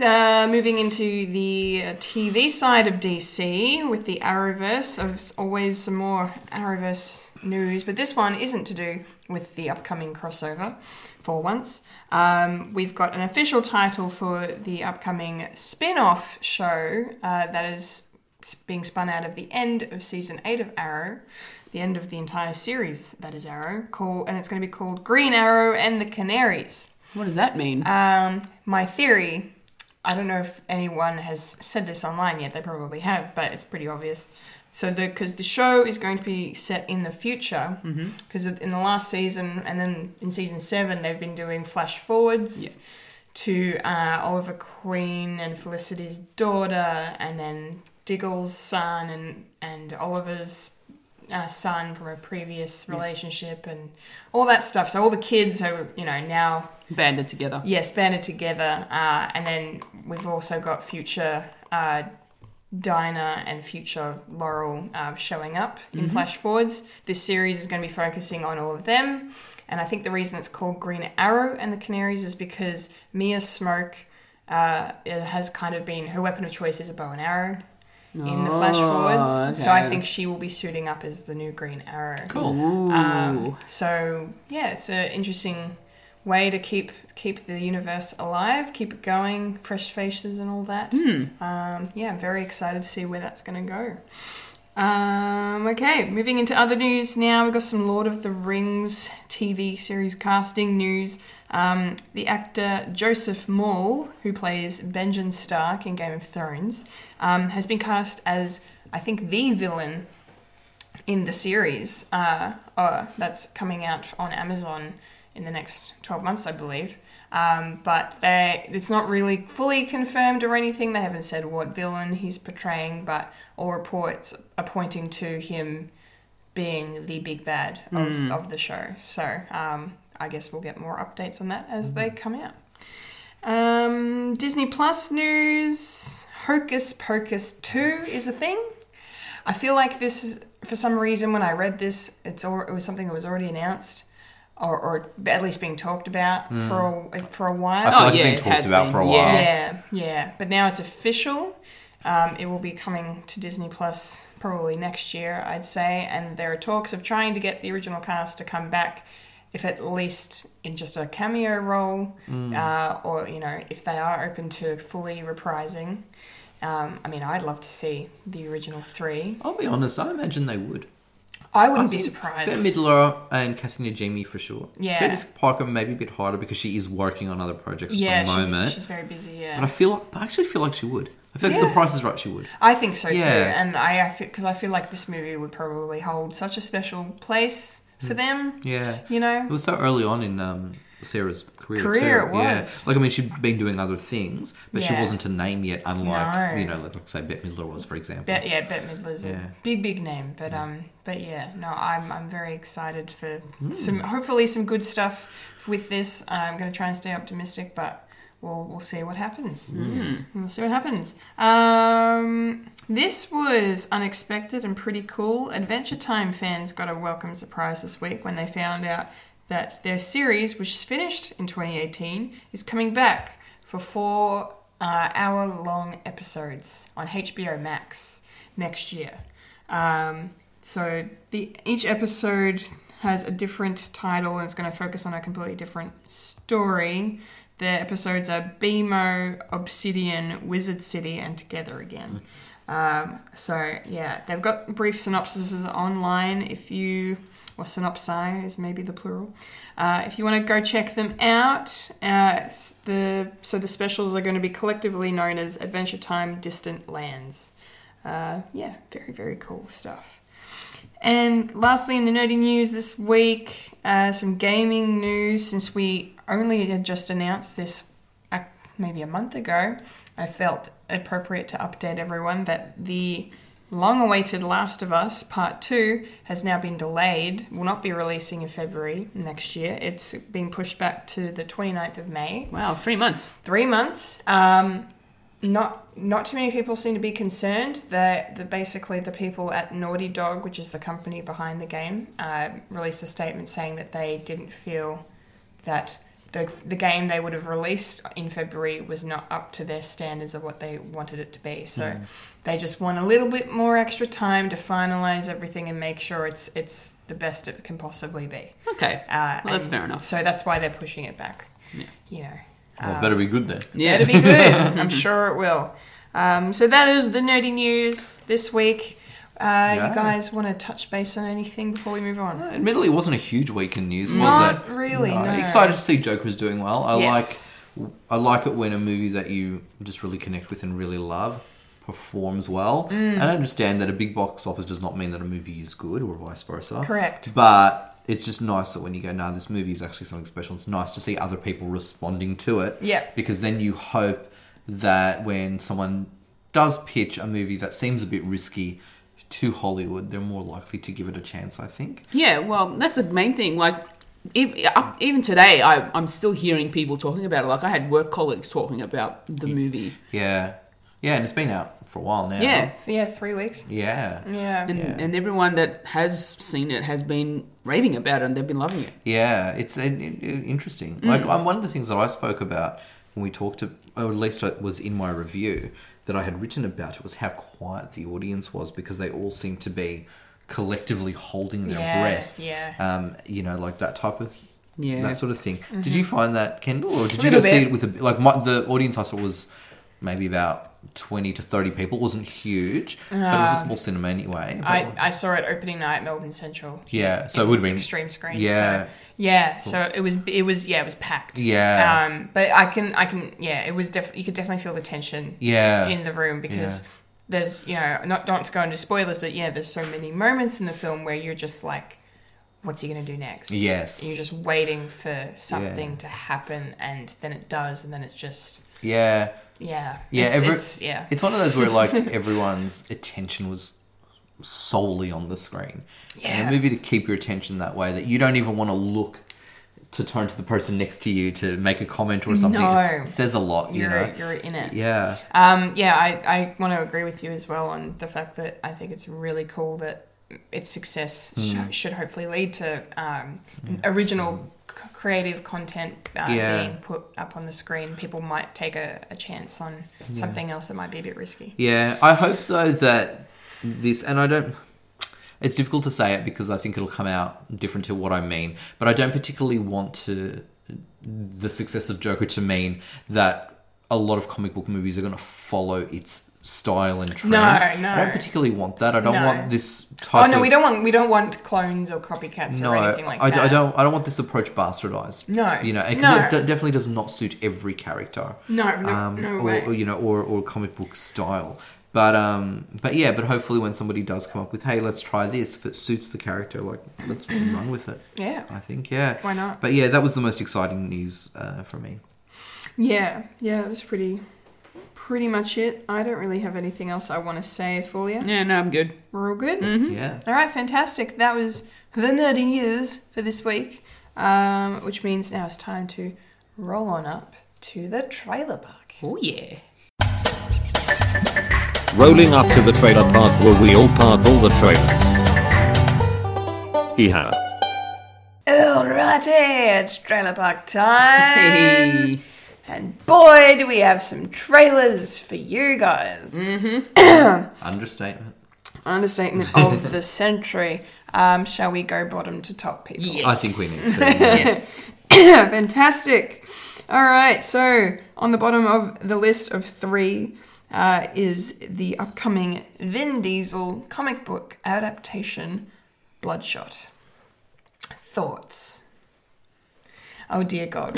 [SPEAKER 6] Uh, moving into the uh, TV side of DC with the Arrowverse, there's always some more Arrowverse news, but this one isn't to do with the upcoming crossover for once. Um, we've got an official title for the upcoming spin off show uh, that is being spun out of the end of season 8 of Arrow, the end of the entire series that is Arrow, call, and it's going to be called Green Arrow and the Canaries.
[SPEAKER 1] What does that mean?
[SPEAKER 6] Um, my theory, I don't know if anyone has said this online yet, they probably have, but it's pretty obvious So the because the show is going to be set in the future because in the last season and then in season seven they've been doing flash forwards
[SPEAKER 1] Yeah.
[SPEAKER 6] to uh, Oliver Queen and Felicity's daughter and then Diggle's son and and Oliver's uh, son from a previous relationship and all that stuff. So all the kids are you know now
[SPEAKER 1] Banded together.
[SPEAKER 6] Yes, banded together. Uh, and then we've also got future uh, Dinah and future Laurel uh, showing up in flash forwards. This series is going to be focusing on all of them. And I think the reason it's called Green Arrow and the Canaries is because Mia Smoke uh, it has kind of been her weapon of choice is a bow and arrow. In the flash forwards, so
[SPEAKER 1] Oh,
[SPEAKER 6] I
[SPEAKER 1] okay.
[SPEAKER 6] think she will be suiting up as the new Green Arrow. Cool.
[SPEAKER 1] Ooh.
[SPEAKER 6] So yeah, it's an interesting way to keep keep the universe alive, keep it going, fresh faces and all that.
[SPEAKER 1] Hmm.
[SPEAKER 6] Um, yeah, I'm very excited to see where that's going to go. Um, okay, moving into other news now. We've got some Lord of the Rings TV series casting news. Um, the actor Joseph Maul, who plays Benjen Stark in Game of Thrones, um, has been cast as, I think, the villain in the series uh, uh, that's coming out on Amazon in the next 12 months, I believe. Um, but they, it's not really fully confirmed or anything. They haven't said what villain he's portraying, but all reports are pointing to him being the big bad of, of the show. So um, I guess we'll get more updates on that as they come out. Um, Disney Plus news Hocus Pocus 2 is a thing. I feel like this is, for some reason, when I read this, it's all, it was something that was already announced. Or, or at least being talked about for a, for a while.
[SPEAKER 2] Hmm. I feel
[SPEAKER 1] Oh,
[SPEAKER 2] like
[SPEAKER 1] yeah,
[SPEAKER 2] it's
[SPEAKER 1] it
[SPEAKER 2] been talked
[SPEAKER 1] has
[SPEAKER 2] about
[SPEAKER 1] been,
[SPEAKER 2] for a while.
[SPEAKER 1] yeah.
[SPEAKER 6] Yeah, yeah. But now it's official. Um, it will be coming to Disney Plus probably next year, I'd say. And there are talks of trying to get the original cast to come back, if at least in just a cameo role, uh, or you know, if they are open to fully reprising. Um, I mean, I'd love to see the original three.
[SPEAKER 2] I'll be honest, I imagine they would.
[SPEAKER 6] I wouldn't be
[SPEAKER 2] think
[SPEAKER 6] surprised.
[SPEAKER 2] Bette Midler and Kathleen Jamie for sure.
[SPEAKER 6] Yeah.
[SPEAKER 2] Sarah Jessica Parker maybe a bit harder because she is working on other projects
[SPEAKER 6] yeah,
[SPEAKER 2] at the moment.
[SPEAKER 6] she's, she's very busy. Yeah,
[SPEAKER 2] But I feel, I actually feel like she would. I feel like if
[SPEAKER 6] Yeah.
[SPEAKER 2] the price is right, she would.
[SPEAKER 6] I think so too,
[SPEAKER 2] Yeah.
[SPEAKER 6] and I because I feel like this movie would probably hold such a special place for them.
[SPEAKER 2] Hmm. Yeah.
[SPEAKER 6] you
[SPEAKER 2] It
[SPEAKER 6] know.
[SPEAKER 2] was so early on in um, Sarah's career.
[SPEAKER 6] Career,
[SPEAKER 2] too.
[SPEAKER 6] it was.
[SPEAKER 2] Yeah. Like I mean, she'd been doing other things, but she
[SPEAKER 6] Yeah.
[SPEAKER 2] wasn't a name yet. Unlike
[SPEAKER 6] No.
[SPEAKER 2] you know, like, like say Bette Midler was, for example.
[SPEAKER 6] Bet, yeah, Bette Midler's
[SPEAKER 2] Yeah.
[SPEAKER 6] a big, big name, but um, but yeah, no, I'm I'm very excited for
[SPEAKER 2] Hmm.
[SPEAKER 6] some hopefully some good stuff with this. I'm gonna try and stay optimistic, but we'll we'll see what happens.
[SPEAKER 2] Hmm.
[SPEAKER 6] We'll see what happens. Um, this was unexpected and pretty cool. Adventure Time fans got a welcome surprise this week when they found out that their series, which is finished in 2018, is coming back for four uh, hour long episodes on HBO Max next year. Um, so the each episode has a different title and it's going to focus on a completely different story. The episodes are Bemo, Obsidian, Wizard City, and Together Again. Um, so yeah, they've got brief synopsises online if you, or synopsi is maybe the plural. Uh, if you want to go check them out, uh, s- the so the specials are going to be collectively known as Adventure Time Distant Lands. Uh, yeah, very very cool stuff. And lastly, in the nerdy news this week, uh, some gaming news. Since we only had just announced this uh, maybe a month ago, I felt appropriate to update everyone that the long awaited Last of Us Part 2 has now been delayed, will not be releasing in February next year. It's being pushed back to the 29th of May
[SPEAKER 1] Wow, three months.
[SPEAKER 6] three months. Um, not not too many people seem to be concerned. That the basically the people at Naughty Dog, which is the company behind the game, uh, released a statement saying that they didn't feel that the the game they would have released in February was not up to their standards of what they wanted it to be. So
[SPEAKER 1] Hmm.
[SPEAKER 6] they just want a little bit more extra time to finalize everything and make sure it's it's the best it can possibly be.
[SPEAKER 1] Okay.
[SPEAKER 6] Uh,
[SPEAKER 1] well, that's
[SPEAKER 6] and
[SPEAKER 1] fair enough.
[SPEAKER 6] So that's why they're pushing it back. You know.
[SPEAKER 2] Well, better be good then.
[SPEAKER 1] Yeah.
[SPEAKER 6] It'll be good. I'm sure it will. Um, so that is the nerdy news this week. Uh,
[SPEAKER 2] Yeah.
[SPEAKER 6] You guys want to touch base on anything before we move on?
[SPEAKER 2] Admittedly, it wasn't a huge week in news, was
[SPEAKER 6] Not
[SPEAKER 2] it?
[SPEAKER 6] really, no.
[SPEAKER 2] Excited to see Joker is doing well. I
[SPEAKER 6] Yes.
[SPEAKER 2] like, I like it when a movie that you just really connect with and really love performs well.
[SPEAKER 6] Mm.
[SPEAKER 2] And I understand that a big box office does not mean that a movie is good or vice versa.
[SPEAKER 6] Correct.
[SPEAKER 2] But it's just nice that when you go, nah, this movie is actually something special. It's nice to see other people responding to it.
[SPEAKER 6] Yeah.
[SPEAKER 2] Because then you hope that when someone does pitch a movie that seems a bit risky to Hollywood, they're more likely to give it a chance, I think.
[SPEAKER 1] Yeah, well, that's the main thing. Like, if, up- even today, I, I'm still hearing people talking about it. Like, I had work colleagues talking about the movie.
[SPEAKER 2] Yeah. Yeah, and it's been out for a while now.
[SPEAKER 1] Yeah.
[SPEAKER 6] Yeah, three weeks.
[SPEAKER 2] Yeah.
[SPEAKER 6] Yeah.
[SPEAKER 1] And, and everyone that has seen it has been raving about it and they've been loving it.
[SPEAKER 2] Yeah, it's an, in- in- interesting.
[SPEAKER 6] Mm.
[SPEAKER 2] Like um, one of the things that I spoke about when we talked, to, or at least it was in my review that I had written about it, was how quiet the audience was because they all seemed to be collectively holding their
[SPEAKER 6] Yeah,
[SPEAKER 2] breath.
[SPEAKER 6] yeah.
[SPEAKER 2] Um, you know, like that type of.
[SPEAKER 1] Yeah.
[SPEAKER 2] That sort of thing. Did you find that, Kendall, or did you go
[SPEAKER 6] Mm-hmm. Little
[SPEAKER 2] see
[SPEAKER 6] bit.
[SPEAKER 2] it with a like my, the audience? I saw was maybe about twenty to thirty people. It wasn't huge, but it was a small cinema anyway. But-
[SPEAKER 6] Uh, I, I saw it opening night at Melbourne Central.
[SPEAKER 2] yeah, so it would have been
[SPEAKER 6] Extreme screen.
[SPEAKER 2] Yeah,
[SPEAKER 6] So, yeah. So it was it was yeah, it was packed.
[SPEAKER 2] Yeah.
[SPEAKER 6] Um but I can I can yeah, it was def- you could definitely feel the tension
[SPEAKER 2] yeah,
[SPEAKER 6] in the room because
[SPEAKER 2] Yeah.
[SPEAKER 6] there's you know, not not to go into spoilers, but yeah, there's so many moments in the film where you're just like What's he gonna do next?
[SPEAKER 2] Yes.
[SPEAKER 6] And you're just waiting for something to happen, and then it does, and then it's just
[SPEAKER 2] yeah.
[SPEAKER 6] yeah,
[SPEAKER 2] Yeah,
[SPEAKER 6] it's,
[SPEAKER 2] every-
[SPEAKER 6] it's- yeah,
[SPEAKER 2] It's one of those where like everyone's attention was solely on the screen. And
[SPEAKER 6] Yeah.
[SPEAKER 2] a movie to keep your attention that way that you don't even want to look to turn to the person next to you to make a comment or something.
[SPEAKER 6] No.
[SPEAKER 2] It s- says a lot, you
[SPEAKER 6] you're
[SPEAKER 2] know.
[SPEAKER 6] you're in it.
[SPEAKER 2] yeah.
[SPEAKER 6] Um, yeah, I, I want to agree with you as well on the fact that I think it's really cool that its success
[SPEAKER 2] Hmm.
[SPEAKER 6] sh- should hopefully lead to um, original c- creative content uh,
[SPEAKER 2] Yeah.
[SPEAKER 6] being put up on the screen. People might take a, a chance on something else that might be a bit risky.
[SPEAKER 2] Yeah, I hope though that this, and I don't. It's difficult to say it because I think it'll come out different to what I mean. But I don't particularly want to the success of Joker to mean that a lot of comic book movies are going to follow its style and trend.
[SPEAKER 6] No,
[SPEAKER 2] I
[SPEAKER 6] no.
[SPEAKER 2] don't particularly want that. I don't
[SPEAKER 6] No.
[SPEAKER 2] want this type.
[SPEAKER 6] Oh no,
[SPEAKER 2] of,
[SPEAKER 6] we don't want we don't want clones or copycats
[SPEAKER 2] No,
[SPEAKER 6] or anything like
[SPEAKER 2] I, d-
[SPEAKER 6] that.
[SPEAKER 2] I don't. I don't want this approach bastardized.
[SPEAKER 6] No,
[SPEAKER 2] you know, because
[SPEAKER 6] no.
[SPEAKER 2] it d- definitely does not suit every character. Um,
[SPEAKER 6] No, no- no
[SPEAKER 2] or,
[SPEAKER 6] way.
[SPEAKER 2] or, you know, or, or comic book style. But um, but yeah, but hopefully when somebody does come up with, hey, let's try this. If it suits the character, like let's run with it.
[SPEAKER 6] Yeah.
[SPEAKER 2] I think yeah.
[SPEAKER 6] Why not?
[SPEAKER 2] But yeah, that was the most exciting news uh, for me.
[SPEAKER 6] Yeah, yeah, that was pretty pretty much it. I don't really have anything else I want to say for you.
[SPEAKER 1] Yeah, no, I'm good.
[SPEAKER 6] We're all good.
[SPEAKER 2] Yeah.
[SPEAKER 6] All right, fantastic. That was the nerdy news for this week, um, which means now it's time to roll on up to the trailer park.
[SPEAKER 1] Oh, yeah.
[SPEAKER 7] Rolling up to the trailer park where we all park all the trailers. Hee ha.
[SPEAKER 6] Alrighty, it's trailer park Um, time.
[SPEAKER 1] Hey.
[SPEAKER 6] And boy, do we have some trailers for you guys.
[SPEAKER 2] Understatement.
[SPEAKER 6] Understatement of the century. Um, shall we go bottom to top, people?
[SPEAKER 1] Yes.
[SPEAKER 2] I think we need to.
[SPEAKER 1] Yes.
[SPEAKER 6] Fantastic. All right, so on the bottom of the list of three uh, is the upcoming Vin Diesel comic book adaptation, Bloodshot. Thoughts? Oh dear God.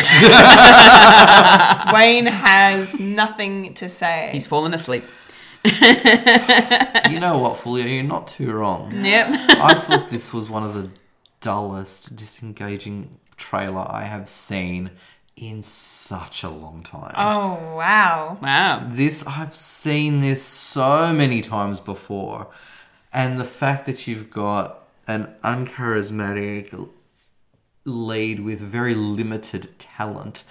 [SPEAKER 6] Wayne has nothing to say.
[SPEAKER 1] He's fallen asleep.
[SPEAKER 2] you know what, Fulia, you're not too wrong.
[SPEAKER 1] Yep.
[SPEAKER 2] I thought this was one of the dullest, disengaging trailer I have seen in such a long time.
[SPEAKER 6] oh wow.
[SPEAKER 1] Wow.
[SPEAKER 2] This I've seen this so many times before, and the fact that you've got an uncharismatic l- lead with very limited talent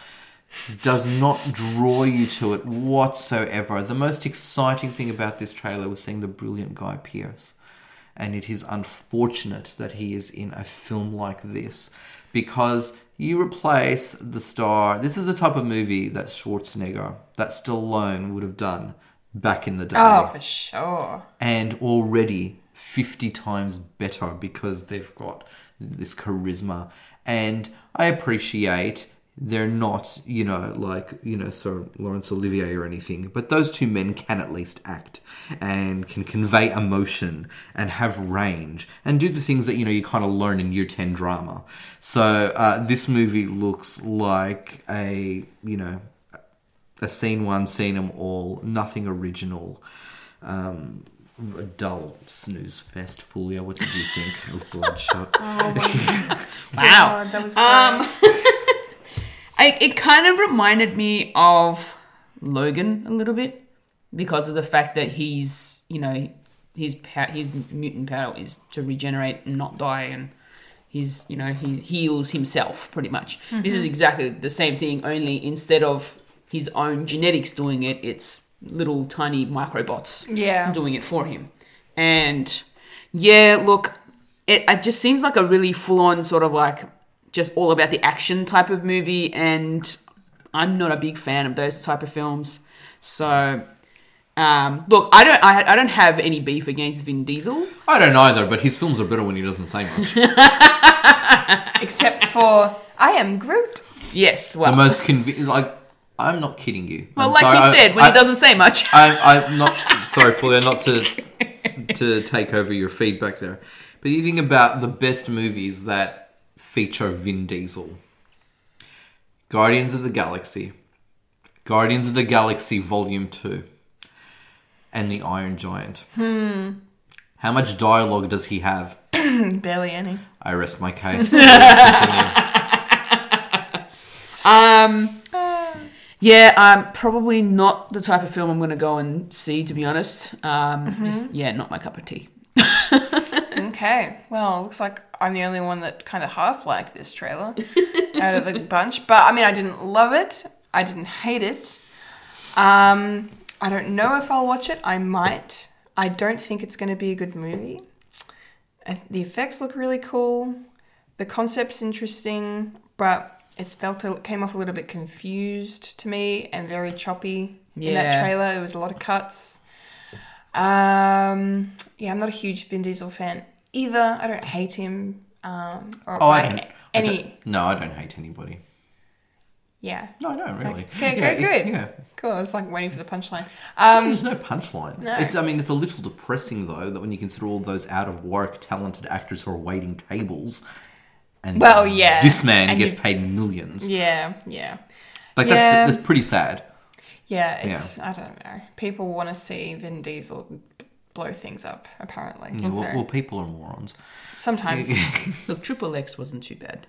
[SPEAKER 2] does not draw you to it whatsoever. The most exciting thing about this trailer was seeing the brilliant Guy Pearce and it is unfortunate that he is in a film like this because you replace the star. This is the type of movie that Schwarzenegger, that Stallone would have done back in the day,
[SPEAKER 6] Oh, for sure.
[SPEAKER 2] and already 50 times better because they've got this charisma. And I appreciate they're not, you know, like, you know, Sir Laurence Olivier or anything, but those two men can at least act and can convey emotion and have range and do the things that, you know, you kind of learn in year 10 drama. So uh, this movie looks like a, you know, a scene one, scene them all, nothing original. Um, a dull snooze fest. Fulia, what did you think of Bloodshot?
[SPEAKER 1] Wow.
[SPEAKER 6] God, Oh, that was
[SPEAKER 1] Um, I, it kind of reminded me of Logan a little bit because of the fact that he's, you know, his pow- his mutant power is to regenerate and not die, and he's, you know, he heals himself pretty much. This is exactly the same thing, only instead of his own genetics doing it, it's little tiny microbots
[SPEAKER 6] Yeah.
[SPEAKER 1] doing it for him. And yeah, look, it, it just seems like a really full on sort of like just all about the action type of movie, and I'm not a big fan of those type of films. So, um, look, I don't, I, I don't have any beef against Vin Diesel.
[SPEAKER 2] I don't either, but his films are better when he doesn't say much. the
[SPEAKER 6] except for I am Groot.
[SPEAKER 1] Yes, well,
[SPEAKER 2] most conv- like I'm not kidding you.
[SPEAKER 1] well,
[SPEAKER 2] I'm
[SPEAKER 1] like
[SPEAKER 2] sorry,
[SPEAKER 1] you
[SPEAKER 2] I-
[SPEAKER 1] said, when
[SPEAKER 2] I,
[SPEAKER 1] he doesn't say much.
[SPEAKER 2] I, I'm not sorry, Fulia, not to to take over your feedback there, but you think about the best movies that feature Vin Diesel: Guardians of the Galaxy, Guardians of the Galaxy Volume Two, and The Iron Giant. Hmm. How much dialogue does he have?
[SPEAKER 6] Barely any.
[SPEAKER 2] I rest my case. Continue.
[SPEAKER 1] Yeah, um, probably not the type of film I'm going to go and see, to be honest. Um, Just yeah, not my cup of tea.
[SPEAKER 6] Okay. Well, looks like I'm the only one that kind of half liked this trailer out of the bunch. But I mean, I didn't love it. I didn't hate it. Um, I don't know if I'll watch it. I might. I don't think it's going to be a good movie. Uh, The effects look really cool. The concept's interesting, but it's felt it came off a little bit confused to me and very choppy in that
[SPEAKER 1] Yeah.
[SPEAKER 6] trailer. It was a lot of cuts. Um, yeah, I'm not a huge Vin Diesel fan either. I don't hate him. Um, or
[SPEAKER 2] Oh,
[SPEAKER 6] by
[SPEAKER 2] I don't. I
[SPEAKER 6] any.
[SPEAKER 2] don't- no, I don't hate anybody.
[SPEAKER 6] Yeah.
[SPEAKER 2] No, I don't really.
[SPEAKER 6] Okay,
[SPEAKER 2] Yeah,
[SPEAKER 6] good,
[SPEAKER 2] it-
[SPEAKER 6] good.
[SPEAKER 2] Yeah.
[SPEAKER 6] Cool. I was like waiting for the punchline. Um,
[SPEAKER 2] There's no punchline. It's. I mean, it's a little depressing though that when you consider all those out of work, talented actors who are waiting tables, and
[SPEAKER 6] Well, yeah.
[SPEAKER 2] this man
[SPEAKER 6] And
[SPEAKER 2] gets
[SPEAKER 6] you-
[SPEAKER 2] paid millions.
[SPEAKER 6] yeah, yeah.
[SPEAKER 2] Like
[SPEAKER 6] Yeah.
[SPEAKER 2] that's that's pretty sad.
[SPEAKER 6] Yeah, it's I don't know. People want to see Vin Diesel blow things up. Apparently,
[SPEAKER 2] Yeah, well,
[SPEAKER 6] So,
[SPEAKER 2] well, people are morons.
[SPEAKER 6] sometimes
[SPEAKER 1] Look, Triple X wasn't too bad.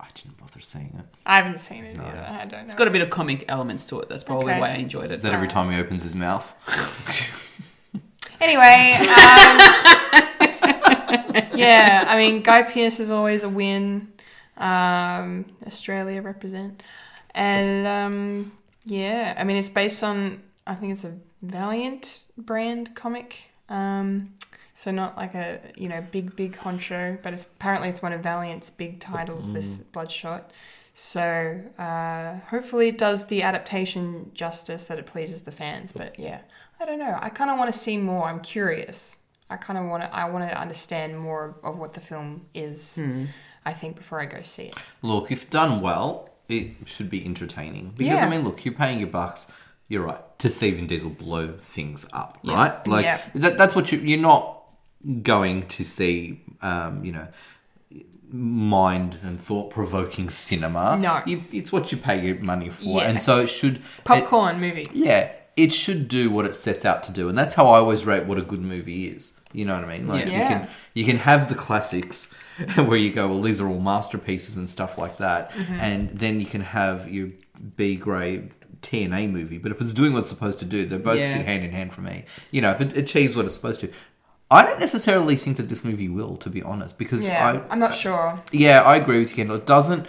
[SPEAKER 2] I didn't bother seeing it.
[SPEAKER 6] I haven't seen it either. I don't know.
[SPEAKER 1] It's got a bit of comic elements to it. That's probably
[SPEAKER 6] Okay.
[SPEAKER 1] why I enjoyed it.
[SPEAKER 2] Is that every time he opens his mouth?
[SPEAKER 6] Anyway, um, yeah, I mean, Guy Pearce is always a win. Um, Australia represent, and um, yeah, I mean, it's based on I think it's a Valiant brand comic. Um, so not like a you know big big honcho, but it's apparently it's one of Valiant's big titles. This Bloodshot. So uh, hopefully it does the adaptation justice that it pleases the fans. But yeah, I don't know. I kind of want to see more. I'm curious. I kind of want to. I want to understand more of what the film is. I think before I go see it.
[SPEAKER 2] Look, if done well, it should be entertaining. Because
[SPEAKER 6] Yeah.
[SPEAKER 2] I mean, look, you're paying your bucks. You're right to see Vin Diesel blow things up, right? Like
[SPEAKER 6] Yeah.
[SPEAKER 2] that, that's what you, you're not going to see. Um, you know, mind and thought provoking cinema.
[SPEAKER 6] No.
[SPEAKER 2] You- it's what you pay your money for,
[SPEAKER 6] Yeah.
[SPEAKER 2] and so it should. it-
[SPEAKER 6] Popcorn movie.
[SPEAKER 2] yeah, it should do what it sets out to do, and that's how I always rate what a good movie is. You know what I mean? Like
[SPEAKER 6] Yeah.
[SPEAKER 2] you can you can have the classics where you go, well, these are all masterpieces and stuff like that,
[SPEAKER 6] Mm-hmm.
[SPEAKER 2] and then you can have your B grade TNA movie. But if it's doing what it's supposed to do, they both
[SPEAKER 1] Yeah.
[SPEAKER 2] sit hand in hand for me. You know, if it achieves what it's supposed to. I don't necessarily think that this movie will, to be honest, because
[SPEAKER 6] Yeah,
[SPEAKER 2] I
[SPEAKER 6] I, am not sure.
[SPEAKER 2] yeah, I agree with you, Kendall. It doesn't,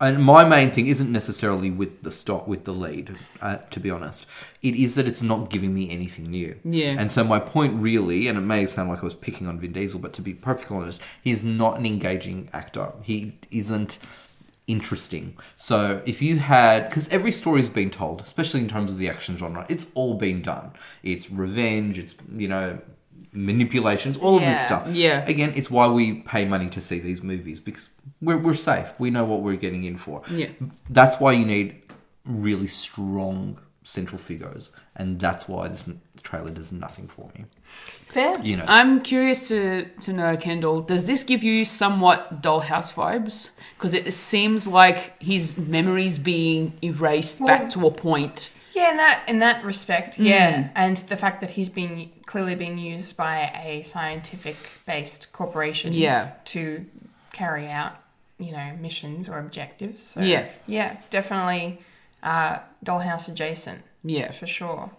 [SPEAKER 2] and my main thing isn't necessarily with the stock, with the lead, uh, to be honest. It is that it's not giving me anything new.
[SPEAKER 1] Yeah.
[SPEAKER 2] And so my point really, and it may sound like I was picking on Vin Diesel, but to be perfectly honest, he is not an engaging actor. He isn't interesting. So if you had, because every story's been told, especially in terms of the action genre, it's all been done. It's revenge. It's you know. Manipulations, all of this
[SPEAKER 6] Yeah.
[SPEAKER 2] stuff
[SPEAKER 1] Yeah.
[SPEAKER 2] again, it's why we pay money to see these movies because we're, we're safe. We know what we're getting in for.
[SPEAKER 1] Yeah.
[SPEAKER 2] That's why you need really strong central figures. And that's why this m- trailer does nothing for me.
[SPEAKER 6] Fair.
[SPEAKER 2] You know,
[SPEAKER 1] I'm curious to, to know, Kendall, does this give you somewhat dollhouse vibes? Because it seems like his memories being erased back to a point
[SPEAKER 6] Yeah, in that in that respect, yeah, and the fact that he's been clearly being used by a scientific-based corporation,
[SPEAKER 1] Yeah.
[SPEAKER 6] to carry out you know missions or objectives. So,
[SPEAKER 1] Yeah.
[SPEAKER 6] yeah, definitely uh, dollhouse adjacent
[SPEAKER 1] Yeah.
[SPEAKER 6] for sure.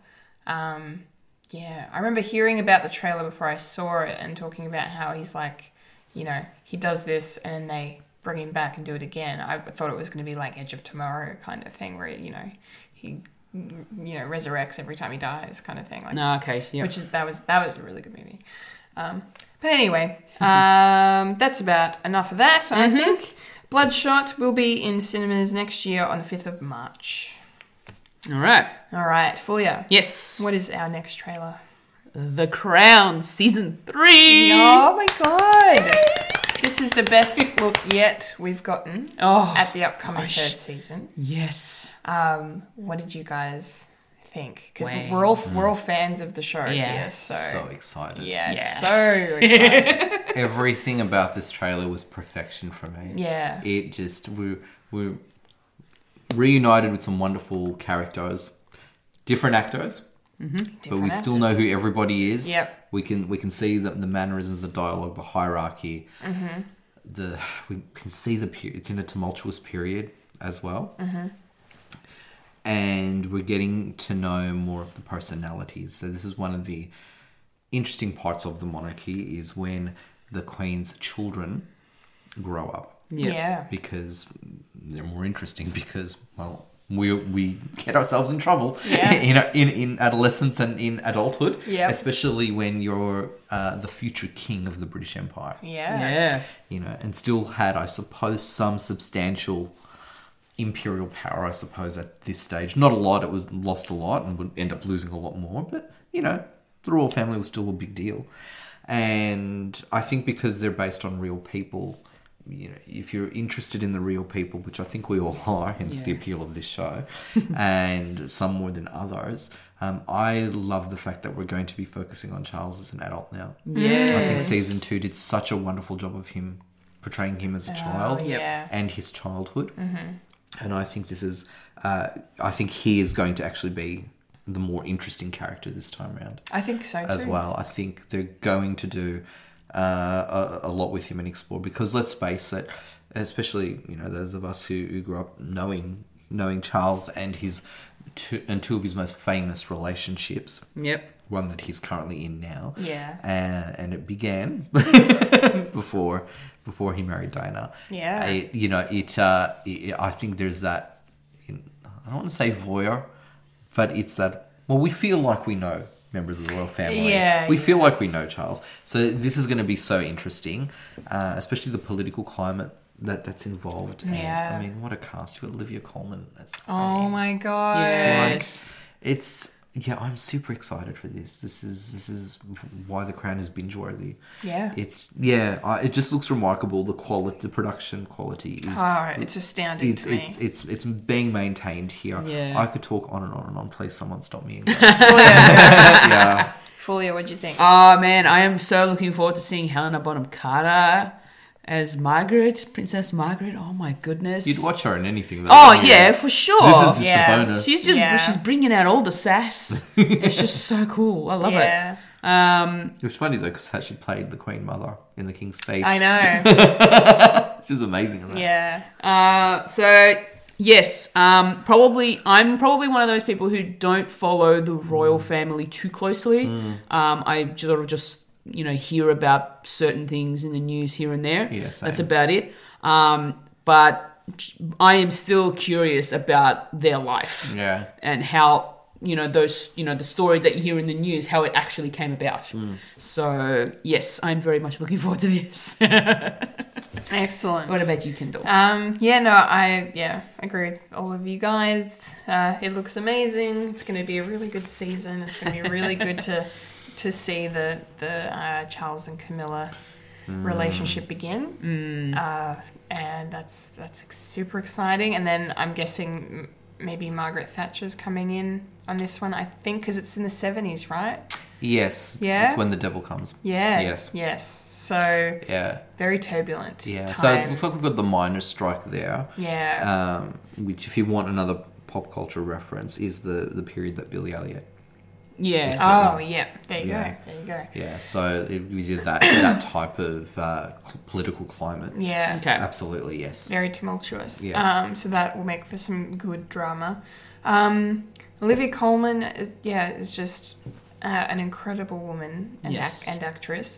[SPEAKER 6] Um, yeah, I remember hearing about the trailer before I saw it and talking about how he's like, you know, he does this and they bring him back and do it again. I thought it was going to be like Edge of Tomorrow kind of thing where, you know, he, you know, resurrects every time he dies kind of thing. Like,
[SPEAKER 1] No, okay. Yeah.
[SPEAKER 6] Which is, that was, that was a really good movie. Um, but anyway, um, that's about enough of that,
[SPEAKER 1] Mm-hmm.
[SPEAKER 6] I think. Bloodshot will be in cinemas next year on the 5th of March.
[SPEAKER 1] All right.
[SPEAKER 6] All right, Fulia.
[SPEAKER 1] Yes.
[SPEAKER 6] What is our next trailer?
[SPEAKER 1] The Crown season 3.
[SPEAKER 6] Oh my god! This is the best look yet we've gotten
[SPEAKER 1] Oh,
[SPEAKER 6] at the upcoming third season.
[SPEAKER 1] yes.
[SPEAKER 6] Um, what did you guys think? Because
[SPEAKER 1] Wait.
[SPEAKER 6] we're all we're all fans of the show.
[SPEAKER 1] Mm. Yeah.
[SPEAKER 6] here, so.
[SPEAKER 2] So excited.
[SPEAKER 6] yeah,
[SPEAKER 1] Yeah.
[SPEAKER 6] so excited.
[SPEAKER 2] Everything about this trailer was perfection for me.
[SPEAKER 6] Yeah.
[SPEAKER 2] It just we we reunited with some wonderful characters, different actors, but we
[SPEAKER 6] Different
[SPEAKER 2] still know
[SPEAKER 6] actors.
[SPEAKER 2] who everybody is.
[SPEAKER 6] Yep.
[SPEAKER 2] We can we can see the, the mannerisms, the dialogue, the hierarchy.
[SPEAKER 6] Mm-hmm.
[SPEAKER 2] The we can see the pe- it's in a tumultuous period as well.
[SPEAKER 6] Mm-hmm.
[SPEAKER 2] And we're getting to know more of the personalities. So this is one of the interesting parts of the monarchy is when the queen's children grow up
[SPEAKER 6] Yeah.
[SPEAKER 2] because they're more interesting because well we we get ourselves in trouble
[SPEAKER 6] Yeah.
[SPEAKER 2] in, in in adolescence and in adulthood
[SPEAKER 6] Yep.
[SPEAKER 2] especially when you're uh, the future king of the british empire
[SPEAKER 6] Yeah.
[SPEAKER 1] Yeah.
[SPEAKER 2] you know and still had i suppose some substantial imperial power i suppose at this stage not a lot it was lost a lot and would end up losing a lot more but you know the royal family was still a big deal and i think because they're based on real people you know if you're interested in the real people which i think we all are hence the appeal of this show and some more than others um, i love the fact that we're going to be focusing on charles as an adult now
[SPEAKER 6] Mm.
[SPEAKER 2] I think season two did such a wonderful job of him portraying him as a child
[SPEAKER 6] yeah.
[SPEAKER 2] and his childhood. And I think this is, uh, I think he is going to actually be the more interesting character this time around
[SPEAKER 6] I think so too.
[SPEAKER 2] as well. I think they're going to do uh, a, a lot with him and explore because let's face it, especially you know those of us who, who grew up knowing knowing Charles and his two, and two of his most famous relationships
[SPEAKER 1] Yep.
[SPEAKER 2] one that he's currently in now.
[SPEAKER 6] Yeah.
[SPEAKER 2] Uh, and it began before before he married Diana.
[SPEAKER 6] Yeah.
[SPEAKER 2] It- you know, it, uh, it. I think there's that. I don't want to say voyeur, but it's that. Well, we feel like we know members of the royal family.
[SPEAKER 6] Yeah,
[SPEAKER 2] We feel like we know Charles. So this is going to be so interesting, uh, especially the political climate. That, that's involved. And,
[SPEAKER 6] Yeah.
[SPEAKER 2] I mean, what a cast. You've got Olivia Colman as
[SPEAKER 6] Oh
[SPEAKER 2] Queen.
[SPEAKER 6] my god.
[SPEAKER 1] Yes.
[SPEAKER 2] It's yeah, I'm super excited for this. This is this is why the crown is binge worthy.
[SPEAKER 6] Yeah.
[SPEAKER 2] It's yeah, I, it just looks remarkable. The quality, the production quality is.
[SPEAKER 6] Oh, it's astounding
[SPEAKER 2] It's,
[SPEAKER 6] to me.
[SPEAKER 2] it's it's it's being maintained here.
[SPEAKER 1] Yeah.
[SPEAKER 2] I could talk on and on and on. Please, someone stop me. and go. yeah,
[SPEAKER 6] Fulia, what'd you think?
[SPEAKER 1] Oh man, I am so looking forward to seeing Helena Bonham Carter as Margaret, Princess Margaret. Oh my goodness.
[SPEAKER 2] you'd watch her in anything. Though,
[SPEAKER 1] Oh
[SPEAKER 2] wouldn't you?
[SPEAKER 1] yeah, for sure.
[SPEAKER 2] This is just
[SPEAKER 6] yeah.
[SPEAKER 2] a bonus.
[SPEAKER 1] she's just
[SPEAKER 6] Yeah.
[SPEAKER 1] she's bringing out all the sass. it's just so cool. I love
[SPEAKER 6] yeah.
[SPEAKER 1] it. Um
[SPEAKER 2] It was funny though because how she played the Queen Mother in the King's Speech.
[SPEAKER 6] I know.
[SPEAKER 2] she was amazing in that.
[SPEAKER 6] yeah.
[SPEAKER 1] Uh, so yes, um, probably I'm probably one of those people who don't follow the
[SPEAKER 2] Mm.
[SPEAKER 1] royal family too closely. Um, I sort of just you know hear about certain things in the news here and there.
[SPEAKER 2] Yeah, same.
[SPEAKER 1] that's about it. Um, but I am still curious about their life
[SPEAKER 2] Yeah.
[SPEAKER 1] and how you know those you know the stories that you hear in the news how it actually came about
[SPEAKER 2] Hmm.
[SPEAKER 1] so yes i'm very much looking forward to this
[SPEAKER 6] Excellent.
[SPEAKER 1] what about you kindle
[SPEAKER 2] Uh,
[SPEAKER 6] Um, yeah, no, I yeah agree with all of you guys. Uh, it looks amazing. It's going to be a really good season. It's going to be really good to to see the the uh, Charles and Camilla
[SPEAKER 2] Mm.
[SPEAKER 6] relationship begin. Uh, and that's that's ex- super exciting. And then I'm guessing m- maybe Margaret Thatcher's coming in on this one. I think because it's in the seventies, right?
[SPEAKER 2] Yes. It's,
[SPEAKER 6] Yeah.
[SPEAKER 2] It's when the devil comes.
[SPEAKER 6] Yeah.
[SPEAKER 2] Yes.
[SPEAKER 6] Yes. So
[SPEAKER 2] Yeah.
[SPEAKER 6] very turbulent.
[SPEAKER 2] Yeah. So
[SPEAKER 6] Time.
[SPEAKER 2] it looks like we've got the miners' strike there.
[SPEAKER 6] yeah.
[SPEAKER 2] um, which if you want another pop culture reference is the the period that Billy Elliot.
[SPEAKER 1] Yeah. Uh,
[SPEAKER 2] is set in.
[SPEAKER 6] Oh yeah, there you
[SPEAKER 2] Uh, Yeah.
[SPEAKER 6] go. There you go.
[SPEAKER 2] Yeah, so it was either that that type of uh, cl- political climate.
[SPEAKER 6] Yeah.
[SPEAKER 1] okay.
[SPEAKER 2] Absolutely, yes.
[SPEAKER 6] Very tumultuous.
[SPEAKER 2] Yes.
[SPEAKER 6] Um, so that will make for some good drama. Um, Olivia Colman, uh, yeah, is just uh, an incredible woman and, ac-
[SPEAKER 1] Yes.
[SPEAKER 6] and actress.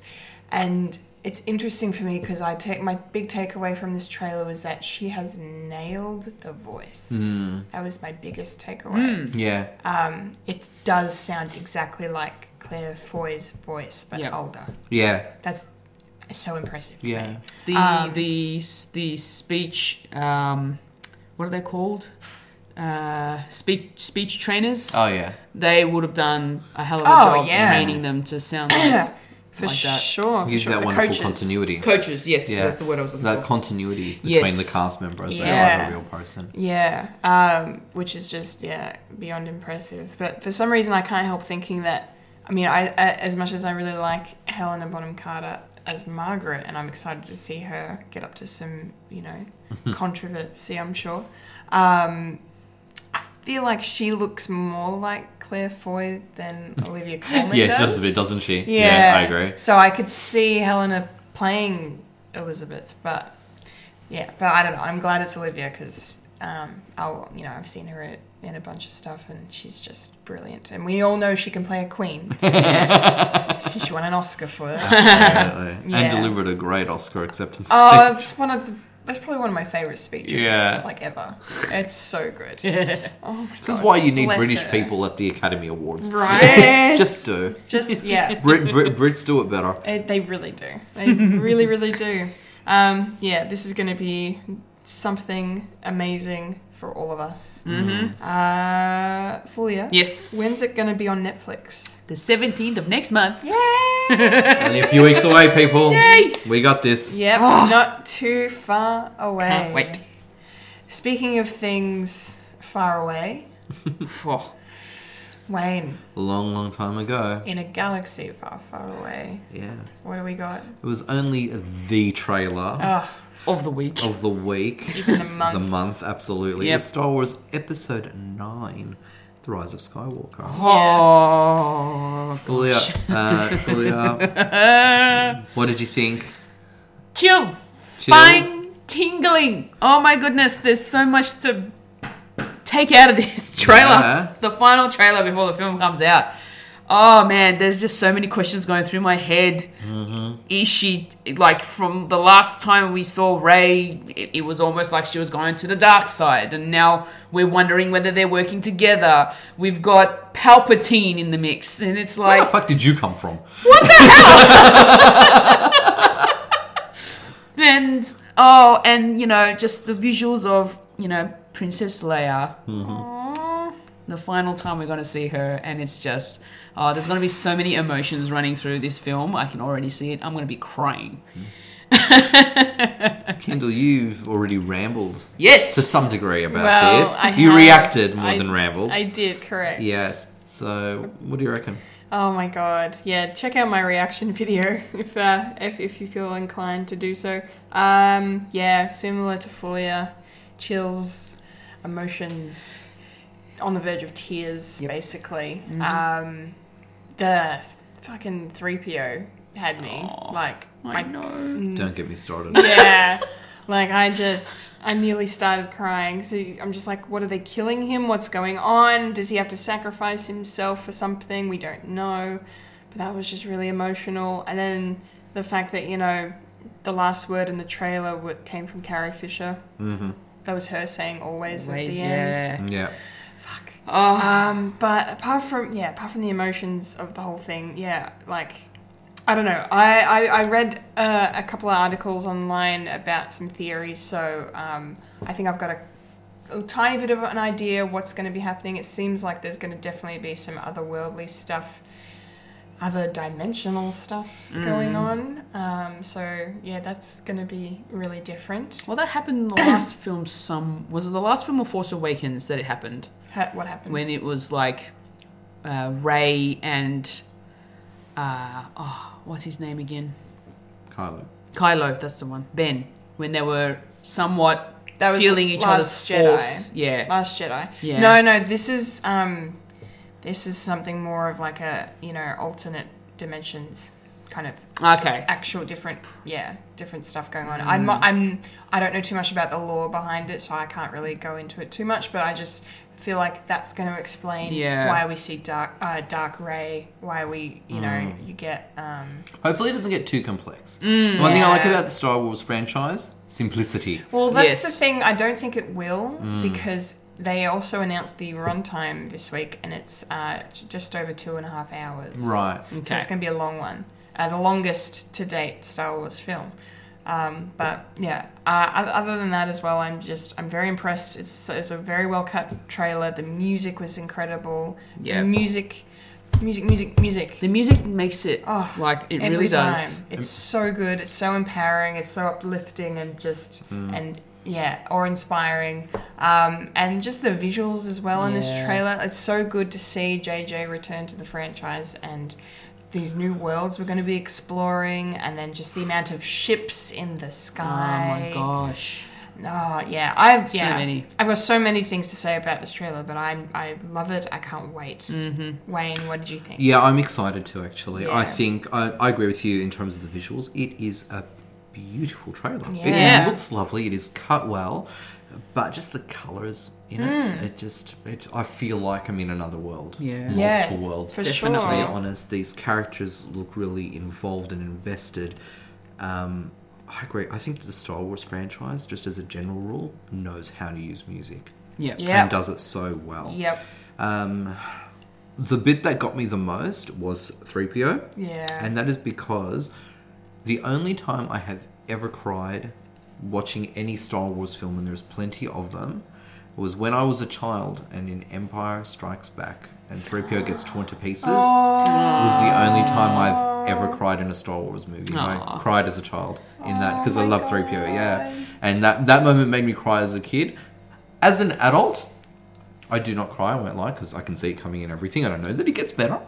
[SPEAKER 6] And it's interesting for me because I take my big takeaway from this trailer was that she has nailed the voice. That was my biggest takeaway.
[SPEAKER 2] Yeah,
[SPEAKER 6] Uh, It does sound exactly like Claire Foy's voice, but
[SPEAKER 1] Yeah.
[SPEAKER 6] older.
[SPEAKER 2] yeah,
[SPEAKER 6] That's so impressive. To
[SPEAKER 2] yeah.
[SPEAKER 6] Me.
[SPEAKER 1] The
[SPEAKER 2] Um,
[SPEAKER 1] the s- the speech. Um, what are they called? Uh, speech speech trainers.
[SPEAKER 2] Oh yeah,
[SPEAKER 1] they would have done a hell of a
[SPEAKER 6] Oh,
[SPEAKER 1] job
[SPEAKER 6] yeah.
[SPEAKER 1] training them to sound like
[SPEAKER 6] For
[SPEAKER 1] Like that.
[SPEAKER 6] sure. for
[SPEAKER 2] use
[SPEAKER 6] sure.
[SPEAKER 2] that
[SPEAKER 6] The
[SPEAKER 2] wonderful
[SPEAKER 6] coaches.
[SPEAKER 2] continuity.
[SPEAKER 1] coaches. Yes,
[SPEAKER 2] yeah,
[SPEAKER 1] that's the word I was looking
[SPEAKER 2] That
[SPEAKER 1] for.
[SPEAKER 2] continuity between the
[SPEAKER 1] Yes.
[SPEAKER 2] cast member as they are
[SPEAKER 6] Yeah.
[SPEAKER 2] a real person.
[SPEAKER 6] Yeah, um, which is just yeah beyond impressive. But for some reason, I can't help thinking that. I mean, I, I as much as I really like Helena Bonham Carter as Margaret, and I'm excited to see her get up to some you know controversy. I'm sure. Um, I feel like she looks more like Claire Foy than Olivia Colman.
[SPEAKER 2] Yeah,
[SPEAKER 6] does.
[SPEAKER 2] she does a bit, doesn't she?
[SPEAKER 6] Yeah,
[SPEAKER 2] I agree.
[SPEAKER 6] So I could see Helena playing Elizabeth, but yeah, but I don't know. I'm glad it's Olivia because um, I'll you know I've seen her in- in a bunch of stuff and she's just brilliant, and we all know she can play a queen. she won an Oscar for it.
[SPEAKER 2] Absolutely.
[SPEAKER 6] Yeah.
[SPEAKER 2] And delivered a great Oscar acceptance
[SPEAKER 6] Oh,
[SPEAKER 2] speech.
[SPEAKER 6] that's one of the. That's probably one of my favorite speeches,
[SPEAKER 2] Yeah.
[SPEAKER 6] like ever. It's so good,
[SPEAKER 2] This is why you need
[SPEAKER 6] Bless
[SPEAKER 2] British
[SPEAKER 6] her.
[SPEAKER 2] people at the Academy Awards.
[SPEAKER 6] right?
[SPEAKER 2] Just do.
[SPEAKER 6] just yeah.
[SPEAKER 2] Brit, Brit, Brits do it better.
[SPEAKER 6] It, Uh, they really do. They really, really do. Um, yeah, this is going to be something amazing for all of us. Mm-hmm. Uh, Fulia.
[SPEAKER 1] Yes.
[SPEAKER 6] When's it going to be on Netflix?
[SPEAKER 1] the seventeenth of next month.
[SPEAKER 2] Only a few weeks away, people. We got this.
[SPEAKER 6] Yep, not too far away.
[SPEAKER 1] Oh. Can't wait.
[SPEAKER 6] Speaking of things far away,
[SPEAKER 1] Oh,
[SPEAKER 6] Wayne,
[SPEAKER 2] A long, long time ago.
[SPEAKER 6] in a galaxy far, far away,
[SPEAKER 2] Yeah.
[SPEAKER 6] what do we got?
[SPEAKER 2] It was only the trailer
[SPEAKER 1] of the week.
[SPEAKER 2] of the week.
[SPEAKER 6] Oh. Even the month.
[SPEAKER 2] The month, absolutely.
[SPEAKER 1] Yep.
[SPEAKER 2] It's Star Wars Episode 9 The Rise of Skywalker.
[SPEAKER 1] Oh,
[SPEAKER 2] Fulia, uh, Fulia, what did you think?
[SPEAKER 1] chills, spine tingling. Oh my goodness, there's so much to take out of this trailer.
[SPEAKER 2] Yeah.
[SPEAKER 1] The final trailer before the film comes out. Oh man, there's just so many questions going through my head. Is she like from the last time we saw Ray? It, it was almost like she was going to the dark side, and now we're wondering whether they're working together. We've got Palpatine in the mix, and it's
[SPEAKER 2] Where
[SPEAKER 1] like
[SPEAKER 2] the fuck did you come from?
[SPEAKER 1] And oh, and you know, just the visuals of you know Princess Leia.
[SPEAKER 6] Mm-hmm.
[SPEAKER 1] Aw. The final time we're gonna see her, and it's just oh, there's gonna be so many emotions running through this film. I can already see it. I'm gonna be crying.
[SPEAKER 2] Kendall, you've already rambled to
[SPEAKER 1] Yes.
[SPEAKER 2] some degree about
[SPEAKER 6] Well,
[SPEAKER 2] this.
[SPEAKER 6] I
[SPEAKER 2] you
[SPEAKER 6] have-
[SPEAKER 2] reacted more
[SPEAKER 6] I-
[SPEAKER 2] than rambled.
[SPEAKER 6] I did, correct.
[SPEAKER 2] yes. So, what do you reckon?
[SPEAKER 6] Oh my god! Yeah, check out my reaction video if uh, if, if you feel inclined to do so. Um, yeah, similar to Fulia, chills, emotions, on the verge of tears, basically.
[SPEAKER 1] Mm-hmm.
[SPEAKER 6] Um, the fucking three PO had me like
[SPEAKER 1] I
[SPEAKER 6] my
[SPEAKER 1] know.
[SPEAKER 2] Don't get me started.
[SPEAKER 6] yeah. Like I just, I nearly started crying. So I'm just like, what are they killing him? What's going on? Does he have to sacrifice himself for something? We don't know. But that was just really emotional. And then the fact that you know, the last word in the trailer wa- came from Carrie Fisher. Mm-hmm. That was her saying always, at
[SPEAKER 1] Ways,
[SPEAKER 6] the end.
[SPEAKER 1] yeah.
[SPEAKER 2] Yeah.
[SPEAKER 6] Um, but apart from yeah, apart from the emotions of the whole thing, yeah, like I don't know. I I, I read uh, a couple of articles online about some theories, so um, I think I've got a, a tiny bit of an idea what's going to be happening. It seems like there's going to definitely be some otherworldly stuff. Other dimensional stuff going on, um, so yeah, that's going to be really different.
[SPEAKER 1] Well, that happened in the last film. Some was it the last film of Force Awakens that it happened
[SPEAKER 6] Ha- What happened?
[SPEAKER 1] when it was like uh, Ray and uh, oh, what's his name again?
[SPEAKER 2] Kylo.
[SPEAKER 1] Kylo, that's the one. Ben, when they were somewhat
[SPEAKER 6] That was
[SPEAKER 1] feeling each
[SPEAKER 6] Last
[SPEAKER 1] other's
[SPEAKER 6] Jedi.
[SPEAKER 1] force. Yeah.
[SPEAKER 6] Last Jedi.
[SPEAKER 1] Yeah.
[SPEAKER 6] No, no, this is um this is something more of like a, you know, alternate dimensions kind of
[SPEAKER 1] Okay.
[SPEAKER 6] actual different yeah, different stuff going on.
[SPEAKER 1] Mm.
[SPEAKER 6] I'm not- I'm I don't know too much about the lore behind it, so I can't really go into it too much, but I just feel like that's going to explain
[SPEAKER 1] Yeah.
[SPEAKER 6] why we see dark uh, dark ray, why we, you know,
[SPEAKER 1] Mm.
[SPEAKER 6] you get um
[SPEAKER 2] Hopefully, it doesn't get too complex. One thing I like
[SPEAKER 6] Yeah.
[SPEAKER 2] about the Star Wars franchise simplicity.
[SPEAKER 6] Well, that's the
[SPEAKER 1] Yes. Mm.
[SPEAKER 6] thing. I don't think it will because they also announced the runtime this week, and it's uh, j- just over two and a half hours.
[SPEAKER 2] Right.
[SPEAKER 6] So it's
[SPEAKER 1] Okay.
[SPEAKER 6] going to be a long one, uh, the longest to date Star Wars film. Um, but yeah, uh, oth- other than that as well, I'm just I'm very impressed. It's, it's a very well cut trailer. The music was incredible.
[SPEAKER 1] Yeah.
[SPEAKER 6] The music, music, music, music.
[SPEAKER 1] The music makes it
[SPEAKER 6] Oh,
[SPEAKER 1] like it
[SPEAKER 6] Every
[SPEAKER 1] really
[SPEAKER 6] time.
[SPEAKER 1] does.
[SPEAKER 6] It's so good. It's so empowering. It's so uplifting and just and yeah, or inspiring. Um, and just the visuals as well in this
[SPEAKER 1] Yeah.
[SPEAKER 6] trailer. It's so good to see JJ return to the franchise and these new worlds we're going to be exploring, and then just the amount of ships in the
[SPEAKER 1] Oh my
[SPEAKER 6] sky.
[SPEAKER 1] gosh.
[SPEAKER 6] Oh yeah, I've
[SPEAKER 1] So
[SPEAKER 6] yeah,
[SPEAKER 1] many.
[SPEAKER 6] I've got so many things to say about this trailer, but I I love it. I can't wait.
[SPEAKER 1] Mm-hmm.
[SPEAKER 6] Wayne, what did you think?
[SPEAKER 2] Yeah, I'm excited too. Actually, I
[SPEAKER 6] Yeah.
[SPEAKER 2] think I, I agree with you in terms of the visuals. It is a beautiful trailer.
[SPEAKER 6] Yeah.
[SPEAKER 2] It looks lovely. It is cut well, but just the colours in it,
[SPEAKER 6] Hmm.
[SPEAKER 2] it just it. I feel like I'm in another world.
[SPEAKER 1] Yeah.
[SPEAKER 2] multiple
[SPEAKER 6] Yeah,
[SPEAKER 2] worlds.
[SPEAKER 6] for
[SPEAKER 2] To be
[SPEAKER 6] sure.
[SPEAKER 2] honest, these characters look really involved and invested. Um, I agree. I think the Star Wars franchise, just as a general rule, knows how to use music
[SPEAKER 1] Yeah.
[SPEAKER 6] Yeah.
[SPEAKER 2] and does it so well.
[SPEAKER 6] Yep.
[SPEAKER 2] Um, the bit that got me the most was 3PO.
[SPEAKER 6] Yeah.
[SPEAKER 2] And that is because the only time I have ever cried watching any Star Wars film, and there's plenty of them, was when I was a child and in Empire Strikes Back and 3PO gets torn to pieces. was the only time I've ever cried in a Star Wars movie. And I
[SPEAKER 1] Aw.
[SPEAKER 2] cried as a child in that because I love 3PO, yeah. And that, that moment made me cry as a kid. As an adult, I do not cry, I won't lie, because I can see it coming in everything, and I know that it gets better.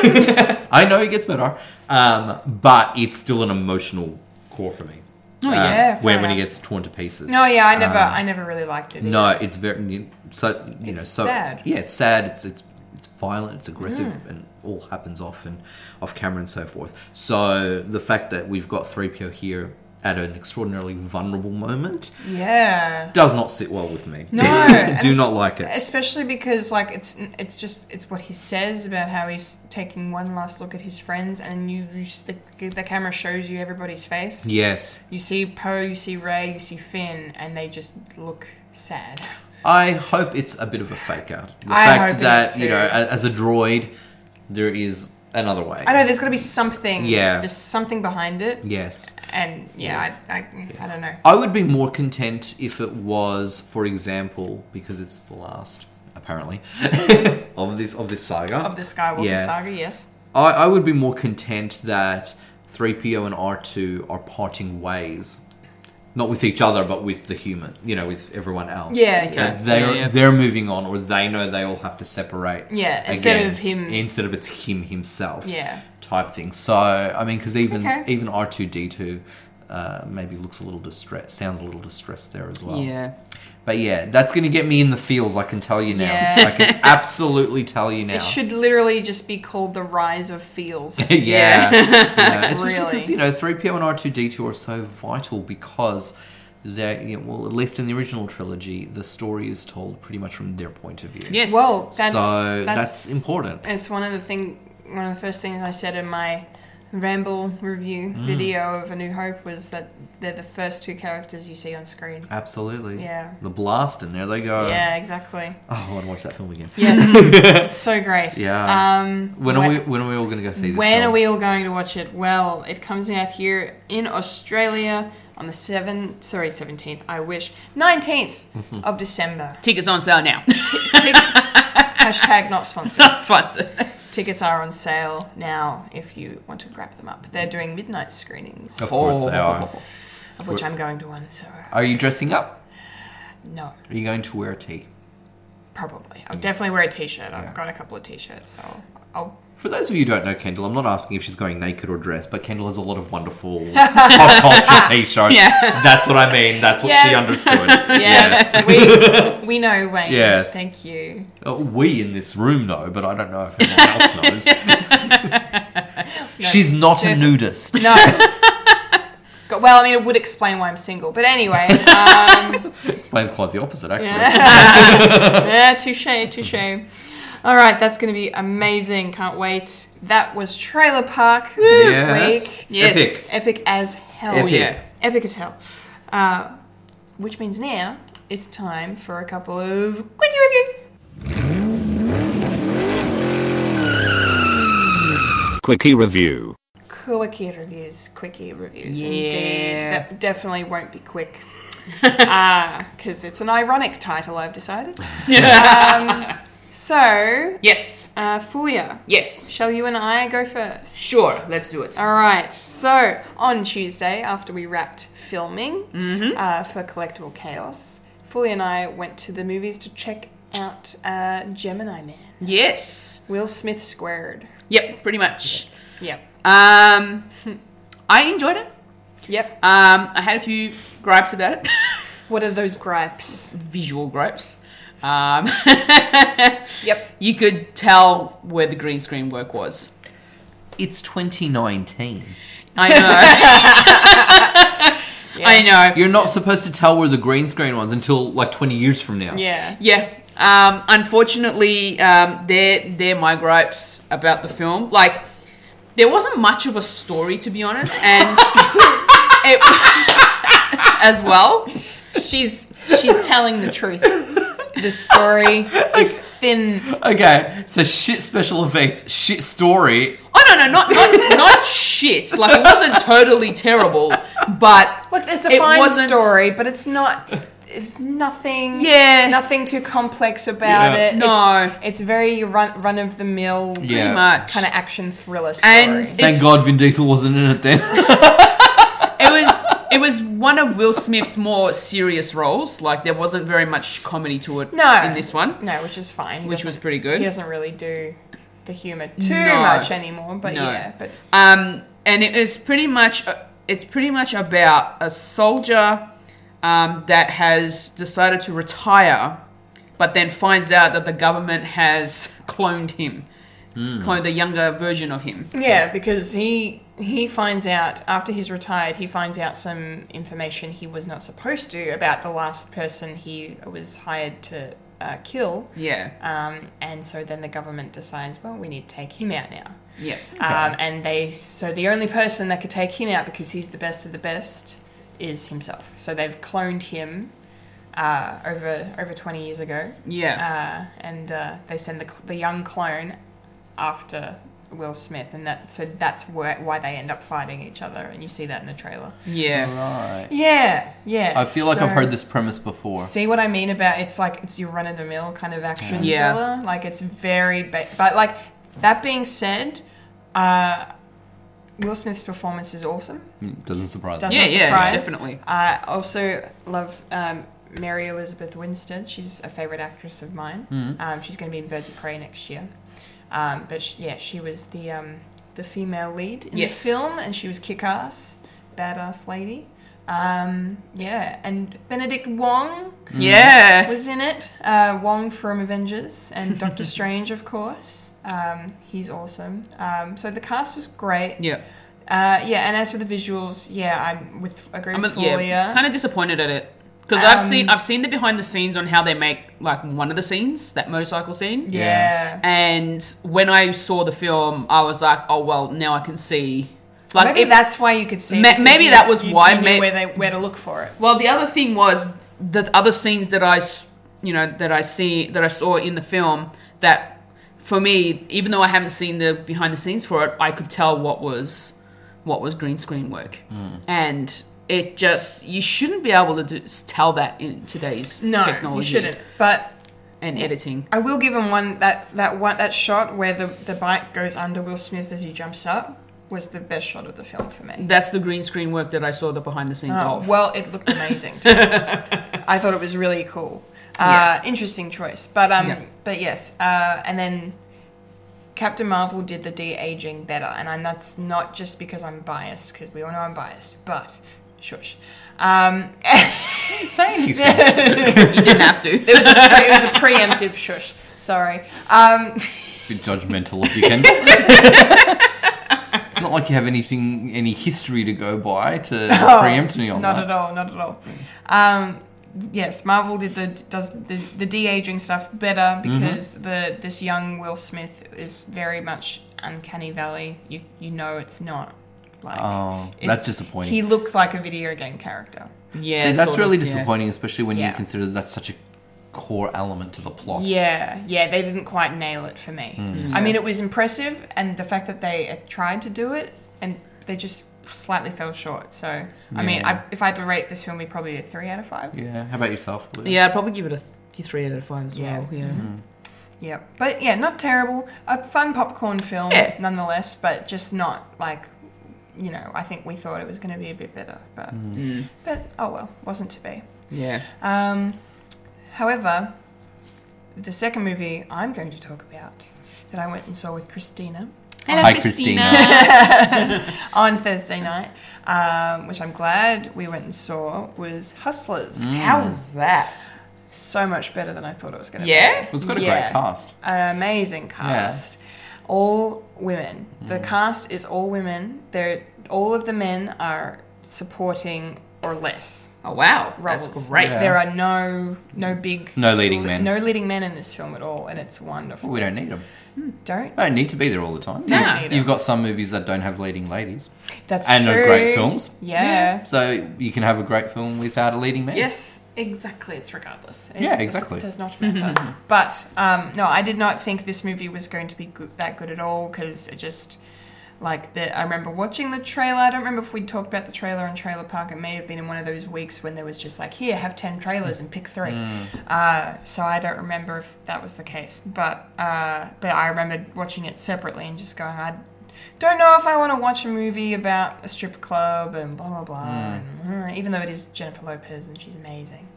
[SPEAKER 2] I know it gets better, um, but it's still an emotional core for me. Oh
[SPEAKER 6] yeah, fair
[SPEAKER 2] when when he
[SPEAKER 6] enough.
[SPEAKER 2] gets torn to pieces.
[SPEAKER 6] No, Oh, yeah, I never, I never really liked it.
[SPEAKER 2] No, it's very so you know
[SPEAKER 6] It's
[SPEAKER 2] so
[SPEAKER 6] sad. Mm.
[SPEAKER 2] yeah, it's sad. It's it's it's violent. It's aggressive, and all happens off and off camera and so forth. So the fact that we've got three PO here at an extraordinarily vulnerable moment
[SPEAKER 6] Yeah.
[SPEAKER 2] does not sit well with me.
[SPEAKER 6] No,
[SPEAKER 2] do
[SPEAKER 6] and
[SPEAKER 2] not like it.
[SPEAKER 6] Especially because like it's it's just it's what he says about how he's taking one last look at his friends, and you, you s- the, the camera shows you everybody's face.
[SPEAKER 2] Yes,
[SPEAKER 6] You see Poe, you see Ray, you see Finn, and they just look sad.
[SPEAKER 2] I hope it's a bit of a fake out. The
[SPEAKER 6] I
[SPEAKER 2] fact
[SPEAKER 6] hope it
[SPEAKER 2] that
[SPEAKER 6] is
[SPEAKER 2] you know,
[SPEAKER 6] too.
[SPEAKER 2] a- as a droid, there is another way.
[SPEAKER 6] I know there's got to be something.
[SPEAKER 2] Yeah.
[SPEAKER 6] There's something behind it,
[SPEAKER 2] Yes.
[SPEAKER 6] and yeah, I, I, I don't know.
[SPEAKER 2] I would be more content if it was, for example, because it's the last, apparently, of this of this saga.
[SPEAKER 6] Of the Skywalker
[SPEAKER 2] Yeah.
[SPEAKER 6] saga, yes.
[SPEAKER 2] I, I would be more content that 3PO and R2 are parting ways. Not with each other, but with the human, you know, with everyone else.
[SPEAKER 6] Yeah, yeah.
[SPEAKER 2] That they're,
[SPEAKER 1] Yeah, yeah.
[SPEAKER 2] they're moving on, or they know they all have to separate.
[SPEAKER 6] Yeah, instead of him-
[SPEAKER 2] Instead of it's him himself.
[SPEAKER 6] Yeah.
[SPEAKER 2] Type thing. So, I mean, because even,
[SPEAKER 6] Okay.
[SPEAKER 2] even R2D2 uh, maybe looks a little distressed, sounds a little distressed there as well.
[SPEAKER 1] Yeah.
[SPEAKER 2] But yeah, that's going to get me in the feels, I can tell you now.
[SPEAKER 6] Yeah.
[SPEAKER 2] I can absolutely tell you now.
[SPEAKER 6] It should literally just be called the Rise of Feels.
[SPEAKER 2] yeah. yeah. Especially
[SPEAKER 6] Really.
[SPEAKER 2] because, you know, 3PO and R2D2 are so vital because they're, you know, well, at least in the original trilogy, the story is told pretty much from their point of view.
[SPEAKER 1] Yes.
[SPEAKER 6] Well, that's,
[SPEAKER 2] so that's, important.
[SPEAKER 6] It's one of the thing, one of the first things I said in my ramble review
[SPEAKER 2] Mm.
[SPEAKER 6] video of A New Hope was that they're the first two characters you see on screen.
[SPEAKER 2] Absolutely.
[SPEAKER 6] Yeah.
[SPEAKER 2] The blast, and there they go.
[SPEAKER 6] Yeah, exactly.
[SPEAKER 2] Oh, I want to watch that film again.
[SPEAKER 6] Yes, it's so great.
[SPEAKER 2] Yeah.
[SPEAKER 6] Um,
[SPEAKER 2] When are
[SPEAKER 6] wh-
[SPEAKER 2] we? When are we all going to go see this?
[SPEAKER 6] When
[SPEAKER 2] film?
[SPEAKER 6] are we all going to watch it? Well, it comes out here in Australia on the seven, sorry, seventeenth. I wish nineteenth of December.
[SPEAKER 1] Tickets on sale now.
[SPEAKER 6] Tick- hashtag not sponsored.
[SPEAKER 1] Sponsor.
[SPEAKER 6] Tickets are on sale now if you want to grab them up. They're doing midnight screenings,
[SPEAKER 2] Of course they are.
[SPEAKER 6] of which I'm going to one, so uh,
[SPEAKER 2] Are you dressing up?
[SPEAKER 6] no,
[SPEAKER 2] Are you going to wear a tee?
[SPEAKER 6] probably. I'll definitely wear a t shirt. I've
[SPEAKER 2] Yeah.
[SPEAKER 6] got a couple of t shirts, so I'll
[SPEAKER 2] For those of you who don't know Kendall, I'm not asking if she's going naked or dressed, but Kendall has a lot of wonderful pop culture t-shirts.
[SPEAKER 1] Yeah.
[SPEAKER 2] That's what I mean. That's what she
[SPEAKER 6] Yes.
[SPEAKER 2] understood.
[SPEAKER 6] Yes, we, we know Wayne.
[SPEAKER 2] Yes.
[SPEAKER 6] Thank you.
[SPEAKER 2] Uh, We in this room know, but I don't know if anyone else knows. She's not a
[SPEAKER 6] Jeff-
[SPEAKER 2] nudist.
[SPEAKER 6] No. God, well, I mean, it would explain why I'm single. But anyway, um,
[SPEAKER 2] Explains quite the opposite, actually.
[SPEAKER 6] yeah, touche, touche. All right, that's going to be amazing. Can't wait. That was Trailer Park this
[SPEAKER 2] Yes.
[SPEAKER 6] week.
[SPEAKER 1] Yes.
[SPEAKER 2] Epic.
[SPEAKER 6] Epic as hell.
[SPEAKER 2] Epic.
[SPEAKER 1] yeah.
[SPEAKER 6] Epic as hell. Uh, which means now it's time for a couple of quickie reviews.
[SPEAKER 7] Quickie review.
[SPEAKER 6] Quickie reviews, quickie reviews,
[SPEAKER 1] Yeah.
[SPEAKER 6] indeed. That definitely won't be quick because it's an ironic title. I've decided. um, so,
[SPEAKER 1] Yes.
[SPEAKER 6] uh, Fulia,
[SPEAKER 1] Yes.
[SPEAKER 6] shall you and I go first?
[SPEAKER 1] Sure. Let's do it.
[SPEAKER 6] All right. So on Tuesday, after we wrapped filming
[SPEAKER 1] Mm-hmm.
[SPEAKER 6] uh, for Collectible Chaos, Fulia and I went to the movies to check out uh, Gemini Man,
[SPEAKER 1] Yes.
[SPEAKER 6] Will Smith squared.
[SPEAKER 1] Yep. Pretty much.
[SPEAKER 6] Yep.
[SPEAKER 1] Um, I enjoyed it.
[SPEAKER 6] Yep.
[SPEAKER 1] Um, I had a few gripes about it.
[SPEAKER 6] What are those gripes?
[SPEAKER 1] Visual gripes. Um,
[SPEAKER 6] Yep.
[SPEAKER 1] you could tell where the green screen work was.
[SPEAKER 2] It's 2019.
[SPEAKER 1] I know. I know.
[SPEAKER 2] You're not supposed to tell where the green screen was until like 20 years from now.
[SPEAKER 6] Yeah.
[SPEAKER 1] Yeah. Um, unfortunately, um, they're, they're my gripes about the film. Like, there wasn't much of a story, to be honest, and it, as well.
[SPEAKER 6] She's she's telling the truth. The story is thin.
[SPEAKER 2] Okay, so shit special effects, shit story.
[SPEAKER 1] Oh no, no, not not, not shit. Like it wasn't totally terrible, but
[SPEAKER 6] Look, it's a
[SPEAKER 1] It
[SPEAKER 6] fine
[SPEAKER 1] wasn't-
[SPEAKER 6] story, but it's not. It's nothing.
[SPEAKER 1] Yeah.
[SPEAKER 6] Nothing too complex about
[SPEAKER 2] Yeah.
[SPEAKER 6] it.
[SPEAKER 1] No.
[SPEAKER 6] It's, it's very run run of the mill
[SPEAKER 1] pretty
[SPEAKER 2] Yeah.
[SPEAKER 1] much
[SPEAKER 6] kind of action thriller story.
[SPEAKER 1] And
[SPEAKER 2] Thank
[SPEAKER 1] It's-
[SPEAKER 2] God Vin Diesel wasn't in it then.
[SPEAKER 1] it was it was one of Will Smith's more serious roles. Like there wasn't very much comedy to it
[SPEAKER 6] No.
[SPEAKER 1] in this one,
[SPEAKER 6] no, which is fine. He
[SPEAKER 1] which was
[SPEAKER 6] doesn't-
[SPEAKER 1] pretty
[SPEAKER 6] He
[SPEAKER 1] good.
[SPEAKER 6] doesn't really do the humor too
[SPEAKER 1] No.
[SPEAKER 6] much anymore. But
[SPEAKER 1] No.
[SPEAKER 6] yeah, but
[SPEAKER 1] Um, and it is pretty much uh, it's pretty much about a soldier um, that has decided to retire, but then finds out that the government has cloned him, cloned a younger version of him.
[SPEAKER 6] yeah, because he he finds out after he's retired, he finds out some information he was not supposed to about the last person he was hired to uh, kill.
[SPEAKER 1] Yeah.
[SPEAKER 6] Um, and so then the government decides, well, we need to take him out now.
[SPEAKER 1] Yeah.
[SPEAKER 6] Um, and they so the only person that could take him out because he's the best of the best is himself. So they've cloned him uh, over over twenty years ago,
[SPEAKER 1] Yeah.
[SPEAKER 6] uh, and uh, they send the, cl- the young clone after Will Smith, and that so that's where, why they end up fighting each other, and you see that in the trailer.
[SPEAKER 1] yeah.
[SPEAKER 2] Hmm.
[SPEAKER 6] Yeah, yeah.
[SPEAKER 2] I feel like I've
[SPEAKER 6] so-
[SPEAKER 2] heard this premise before.
[SPEAKER 6] See what I mean about it's like it's your run of the mill kind of action
[SPEAKER 1] Yeah.
[SPEAKER 6] thriller. Like it's very, ba- but like that being said, uh, Will Smith's performance is awesome.
[SPEAKER 2] Doesn't surprise me.
[SPEAKER 6] Doesn't
[SPEAKER 1] Yeah, yeah,
[SPEAKER 6] surprise.
[SPEAKER 1] definitely.
[SPEAKER 6] I also love um, Mary Elizabeth Winstead. She's a favorite actress of mine.
[SPEAKER 1] Hmm.
[SPEAKER 6] Um, she's going to be in Birds of Prey next year. Um, but sh yeah, she was the um, the female lead in
[SPEAKER 1] Yes.
[SPEAKER 6] the film, and she was kick ass, badass lady. Um, yeah, and Benedict Wong
[SPEAKER 1] Yeah.
[SPEAKER 6] was in it. Uh, Wong from Avengers and Doctor Strange, of course. Um, he's awesome. Um, so the cast was great.
[SPEAKER 1] Yeah.
[SPEAKER 6] Uh, yeah, and as for the visuals, yeah, I'm with agree
[SPEAKER 1] I'm
[SPEAKER 6] with Um,
[SPEAKER 1] a,
[SPEAKER 6] Fulia.
[SPEAKER 1] yeah, kind of disappointed at it because I've seen I've seen the behind the scenes on how they make like one of the scenes that motorcycle scene.
[SPEAKER 6] yeah.
[SPEAKER 1] And when I saw the film, I was like, oh well, now I can see. Like
[SPEAKER 6] Maybe
[SPEAKER 1] it-
[SPEAKER 6] that's why you could see.
[SPEAKER 1] Ma-
[SPEAKER 6] because
[SPEAKER 1] maybe
[SPEAKER 6] you-
[SPEAKER 1] that was
[SPEAKER 6] you-
[SPEAKER 1] why,
[SPEAKER 6] you knew
[SPEAKER 1] may-
[SPEAKER 6] where they where to look for it.
[SPEAKER 1] Well, the other thing was the other scenes that I, s- you know, that I see that I saw in the film that for me, even though I haven't seen the behind the scenes for it, I could tell what was what was green screen work,
[SPEAKER 2] Hmm.
[SPEAKER 1] and it just you shouldn't be able to do, s- tell that in today's
[SPEAKER 6] No,
[SPEAKER 1] technology
[SPEAKER 6] you shouldn't. But
[SPEAKER 1] and editing.
[SPEAKER 6] I will give him one that that one that shot where the the bike goes under Will Smith as he jumps up was the best shot of the film for me.
[SPEAKER 1] That's the green screen work that I saw the behind the scenes
[SPEAKER 6] Oh,
[SPEAKER 1] of.
[SPEAKER 6] well, it looked amazing. to me. I thought it was really cool. Uh, Interesting choice, but um,
[SPEAKER 1] Yeah.
[SPEAKER 6] but yes, uh, and then Captain Marvel did the de aging better, and I'm, that's not just because I'm biased, because we all know I'm biased, but shush. Um,
[SPEAKER 2] Say anything.
[SPEAKER 1] You didn't have to.
[SPEAKER 6] it, was a, it was a preemptive shush. Sorry. Um,
[SPEAKER 2] Be judgmental if you can. it's not like you have anything, any history to go by to preempt me on
[SPEAKER 6] Oh, not
[SPEAKER 2] that.
[SPEAKER 6] at all. Not at all. Um, yes, Marvel did the does the, the de aging stuff better
[SPEAKER 2] Mm-hmm.
[SPEAKER 6] because the this young Will Smith is very much uncanny valley. You you know it's not like
[SPEAKER 2] Oh,
[SPEAKER 6] it-
[SPEAKER 2] that's disappointing.
[SPEAKER 6] He looks like a video game character.
[SPEAKER 1] Yeah,
[SPEAKER 2] See, that's
[SPEAKER 1] sort of,
[SPEAKER 2] really
[SPEAKER 1] yeah.
[SPEAKER 2] disappointing, especially when
[SPEAKER 6] Yeah.
[SPEAKER 2] you consider that's such a core element to the plot.
[SPEAKER 6] Yeah, yeah, they didn't quite nail it for me.
[SPEAKER 2] Hmm.
[SPEAKER 6] I mean, it was impressive, and the fact that they uh, tried to do it and they just slightly fell short. So, I mean, I, if I had to rate this film, it'd probably a three out of five.
[SPEAKER 2] Yeah. How about yourself? Lou?
[SPEAKER 1] Yeah, I'd probably give it a th- three out of five as
[SPEAKER 6] Yeah.
[SPEAKER 1] well. Yeah.
[SPEAKER 2] Mm-hmm.
[SPEAKER 6] Yeah, but yeah, not terrible. A fun popcorn film,
[SPEAKER 1] Yeah.
[SPEAKER 6] nonetheless, but just not like, you know, I think we thought it was going to be a bit better, but
[SPEAKER 1] Mm.
[SPEAKER 6] but oh well, wasn't to be.
[SPEAKER 1] Yeah.
[SPEAKER 6] Um, however, the second movie I'm going to talk about that I went and saw with Christina
[SPEAKER 2] Hi, Christina.
[SPEAKER 6] on Thursday night, um, which I'm glad we went and saw, was Hustlers.
[SPEAKER 2] Mm.
[SPEAKER 1] How was that?
[SPEAKER 6] So much better than I thought it was
[SPEAKER 2] Mm.
[SPEAKER 6] going to be.
[SPEAKER 1] Yeah?
[SPEAKER 2] Well, it's got a
[SPEAKER 6] Yeah.
[SPEAKER 2] great cast.
[SPEAKER 6] an amazing cast. All women.
[SPEAKER 2] Mm.
[SPEAKER 6] The cast is all women. They're all of the men are supporting or less
[SPEAKER 1] Oh, wow.
[SPEAKER 6] roles.
[SPEAKER 1] That's great.
[SPEAKER 2] Yeah.
[SPEAKER 6] There are no no big
[SPEAKER 2] No leading men.
[SPEAKER 6] No leading men in this film at all, and it's wonderful.
[SPEAKER 2] Well, we don't need them.
[SPEAKER 6] Don't.
[SPEAKER 2] They don't need to be there all the time.
[SPEAKER 1] Don't
[SPEAKER 2] You-
[SPEAKER 6] need 'em.
[SPEAKER 2] You've got some movies that don't have leading ladies,
[SPEAKER 6] That's
[SPEAKER 2] and
[SPEAKER 6] true.
[SPEAKER 2] are great films.
[SPEAKER 6] Yeah.
[SPEAKER 2] So you can have a great film without a leading man.
[SPEAKER 6] Yes, exactly. It's regardless. It
[SPEAKER 2] Yeah,
[SPEAKER 6] does-
[SPEAKER 2] exactly.
[SPEAKER 6] does not matter. but um, no, I did not think this movie was going to be good, that good at all because it just like the, I remember watching the trailer. I don't remember if we talked about the trailer in Trailer Park. It may have been in one of those weeks when there was just like here, have ten trailers and pick three.
[SPEAKER 2] Mm.
[SPEAKER 6] Uh, so I don't remember if that was the case. But uh, but I remember watching it separately and just going, I don't know if I want to watch a movie about a strip club and blah blah blah.
[SPEAKER 2] Mm.
[SPEAKER 6] And, uh, even though it is Jennifer Lopez and she's amazing.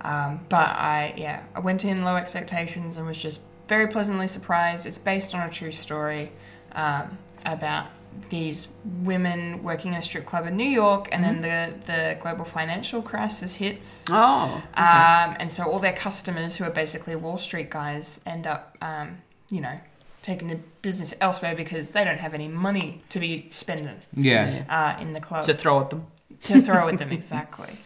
[SPEAKER 6] Um, but I, yeah, I went in low expectations and was just very pleasantly surprised. It's based on a true story um, about these women working in a strip club in New York, and then the, the global financial crisis hits.
[SPEAKER 1] Oh.
[SPEAKER 6] Um, and so all their customers, who are basically Wall Street guys, end up, um, you know, taking the business elsewhere because they don't have any money to be spending
[SPEAKER 2] Yeah.
[SPEAKER 6] uh, in the club
[SPEAKER 1] To throw at them.
[SPEAKER 6] to throw at them exactly.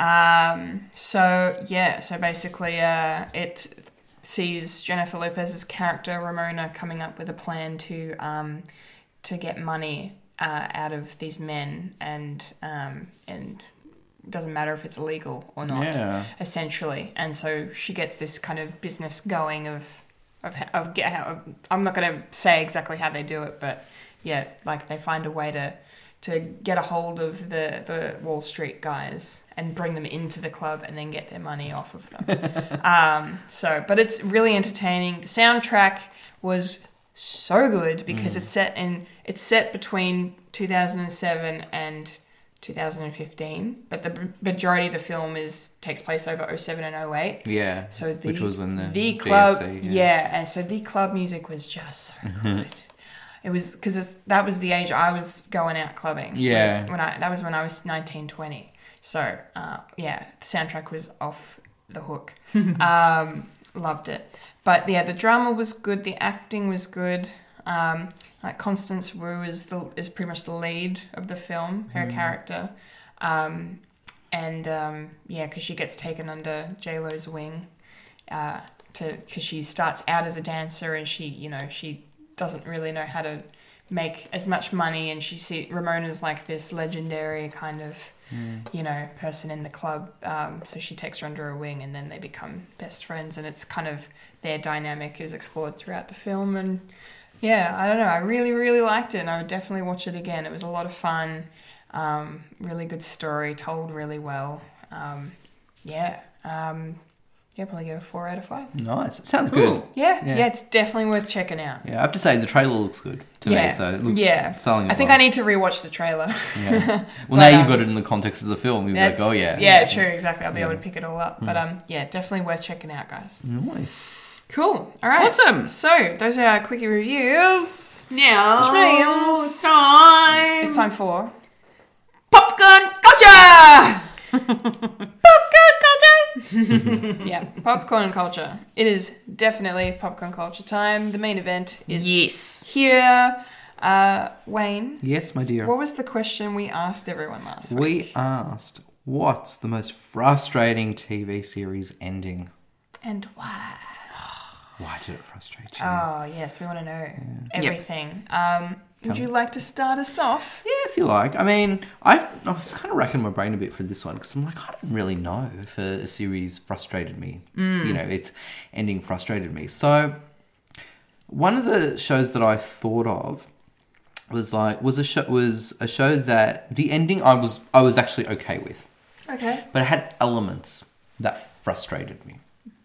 [SPEAKER 6] Um, so yeah, so basically, uh, it sees Jennifer Lopez's character Ramona coming up with a plan to um, to get money uh, out of these men, and um, and doesn't matter if it's illegal or not,
[SPEAKER 2] Yeah.
[SPEAKER 6] essentially. And so she gets this kind of business going of of, h- of, get how I'm not going to say exactly how they do it, but yeah, like they find a way to to get a hold of the the Wall Street guys and bring them into the club and then get their money off of them. um, so, but it's really entertaining. The soundtrack was so good because it's set in it's set between 2007 and 2015, but the b- majority of the film is takes place over 07 and 08.
[SPEAKER 2] Yeah.
[SPEAKER 6] So the,
[SPEAKER 2] which was when the
[SPEAKER 6] club,
[SPEAKER 2] DLC,
[SPEAKER 6] yeah. and so the club music was just so good. it was because that was the age I was going out clubbing.
[SPEAKER 2] Yeah.
[SPEAKER 6] was when I that was when I was nineteen twenty. So uh, yeah, the soundtrack was off the hook. um, loved it, but yeah, the drama was good. The acting was good. Um, like Constance Wu is the is pretty much the lead of the
[SPEAKER 2] Mm.
[SPEAKER 6] film. Her character. Um, and um, yeah, because she gets taken under J Lo's wing uh, to because she starts out as a dancer and she you know she doesn't really know how to make as much money and she see Ramona's like this legendary kind of you know person in the club um, so she takes her under her wing and then they become best friends and it's kind of their dynamic is explored throughout the film and yeah I don't know I really really liked it and I would definitely watch it again it was a lot of fun um, really good story told really well um, yeah um, yeah, probably get a four out of five.
[SPEAKER 2] Nice. It sounds good.
[SPEAKER 6] Yeah,
[SPEAKER 2] Mm. Yeah.
[SPEAKER 6] yeah, it's definitely worth checking out.
[SPEAKER 2] Yeah. I have to say the trailer looks good to me. So it looks
[SPEAKER 6] yeah.
[SPEAKER 2] selling. It
[SPEAKER 6] I think
[SPEAKER 2] well.
[SPEAKER 6] I need to rewatch the trailer.
[SPEAKER 2] Yeah. Well, now
[SPEAKER 6] But,
[SPEAKER 2] you've
[SPEAKER 6] um,
[SPEAKER 2] got it in the context of the film. You're like,
[SPEAKER 6] That's-
[SPEAKER 2] oh yeah. Mm.
[SPEAKER 6] yeah, true, exactly. I'll be able to pick it all up. But um, yeah, definitely worth checking out, guys.
[SPEAKER 2] Nice.
[SPEAKER 6] Cool. All right.
[SPEAKER 1] Awesome.
[SPEAKER 6] So those are our quickie reviews.
[SPEAKER 1] Now
[SPEAKER 6] means-
[SPEAKER 1] it's time.
[SPEAKER 6] It's time for
[SPEAKER 1] Popcorn culture.
[SPEAKER 6] yeah popcorn culture. It is definitely popcorn culture time. The main event is
[SPEAKER 1] Yes.
[SPEAKER 6] here. Uh, Wayne,
[SPEAKER 2] Yes, my dear.
[SPEAKER 6] what was the question we asked everyone last
[SPEAKER 2] We
[SPEAKER 6] week?
[SPEAKER 2] asked, what's the most frustrating TV series ending?
[SPEAKER 6] And why?
[SPEAKER 2] Why did it frustrate you?
[SPEAKER 6] Oh yes, we want to know everything. Um, would you like to start us off?
[SPEAKER 2] yeah, if you like. I mean, I, I was kind of racking my brain a bit for this one because I'm like, I don't really know if a, a series frustrated me. You know, its ending frustrated me. So, one of the shows that I thought of was like was a show was a show that the ending I was I was actually okay with.
[SPEAKER 6] Okay.
[SPEAKER 2] but it had elements that frustrated me.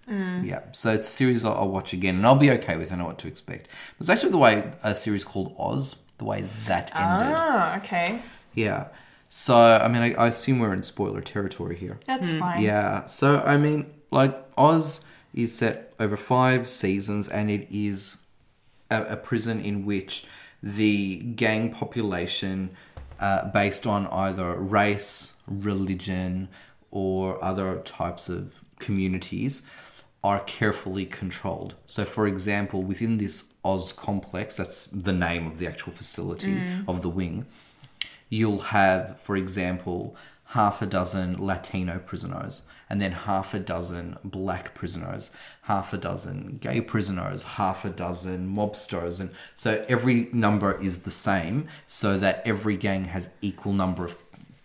[SPEAKER 2] Yeah, so it's a series I'll, I'll watch again, and I'll be okay with. I know what to expect. It was actually the way a series called Oz, the way that ended.
[SPEAKER 6] Ah, okay.
[SPEAKER 2] Yeah, so I mean, I, I assume we're in spoiler territory here.
[SPEAKER 6] That's fine.
[SPEAKER 2] Yeah, so I mean, like Oz is set over five seasons, and it is a, a prison in which the gang population, uh, based on either race, religion, or other types of communities, are carefully controlled. So, for example, within this Oz complex, that's the name of the actual facility of the wing, you'll have, for example, half a dozen Latino prisoners, and then half a dozen black prisoners, half a dozen gay prisoners, half a dozen mobsters, and so every number is the same, so that every gang has equal number of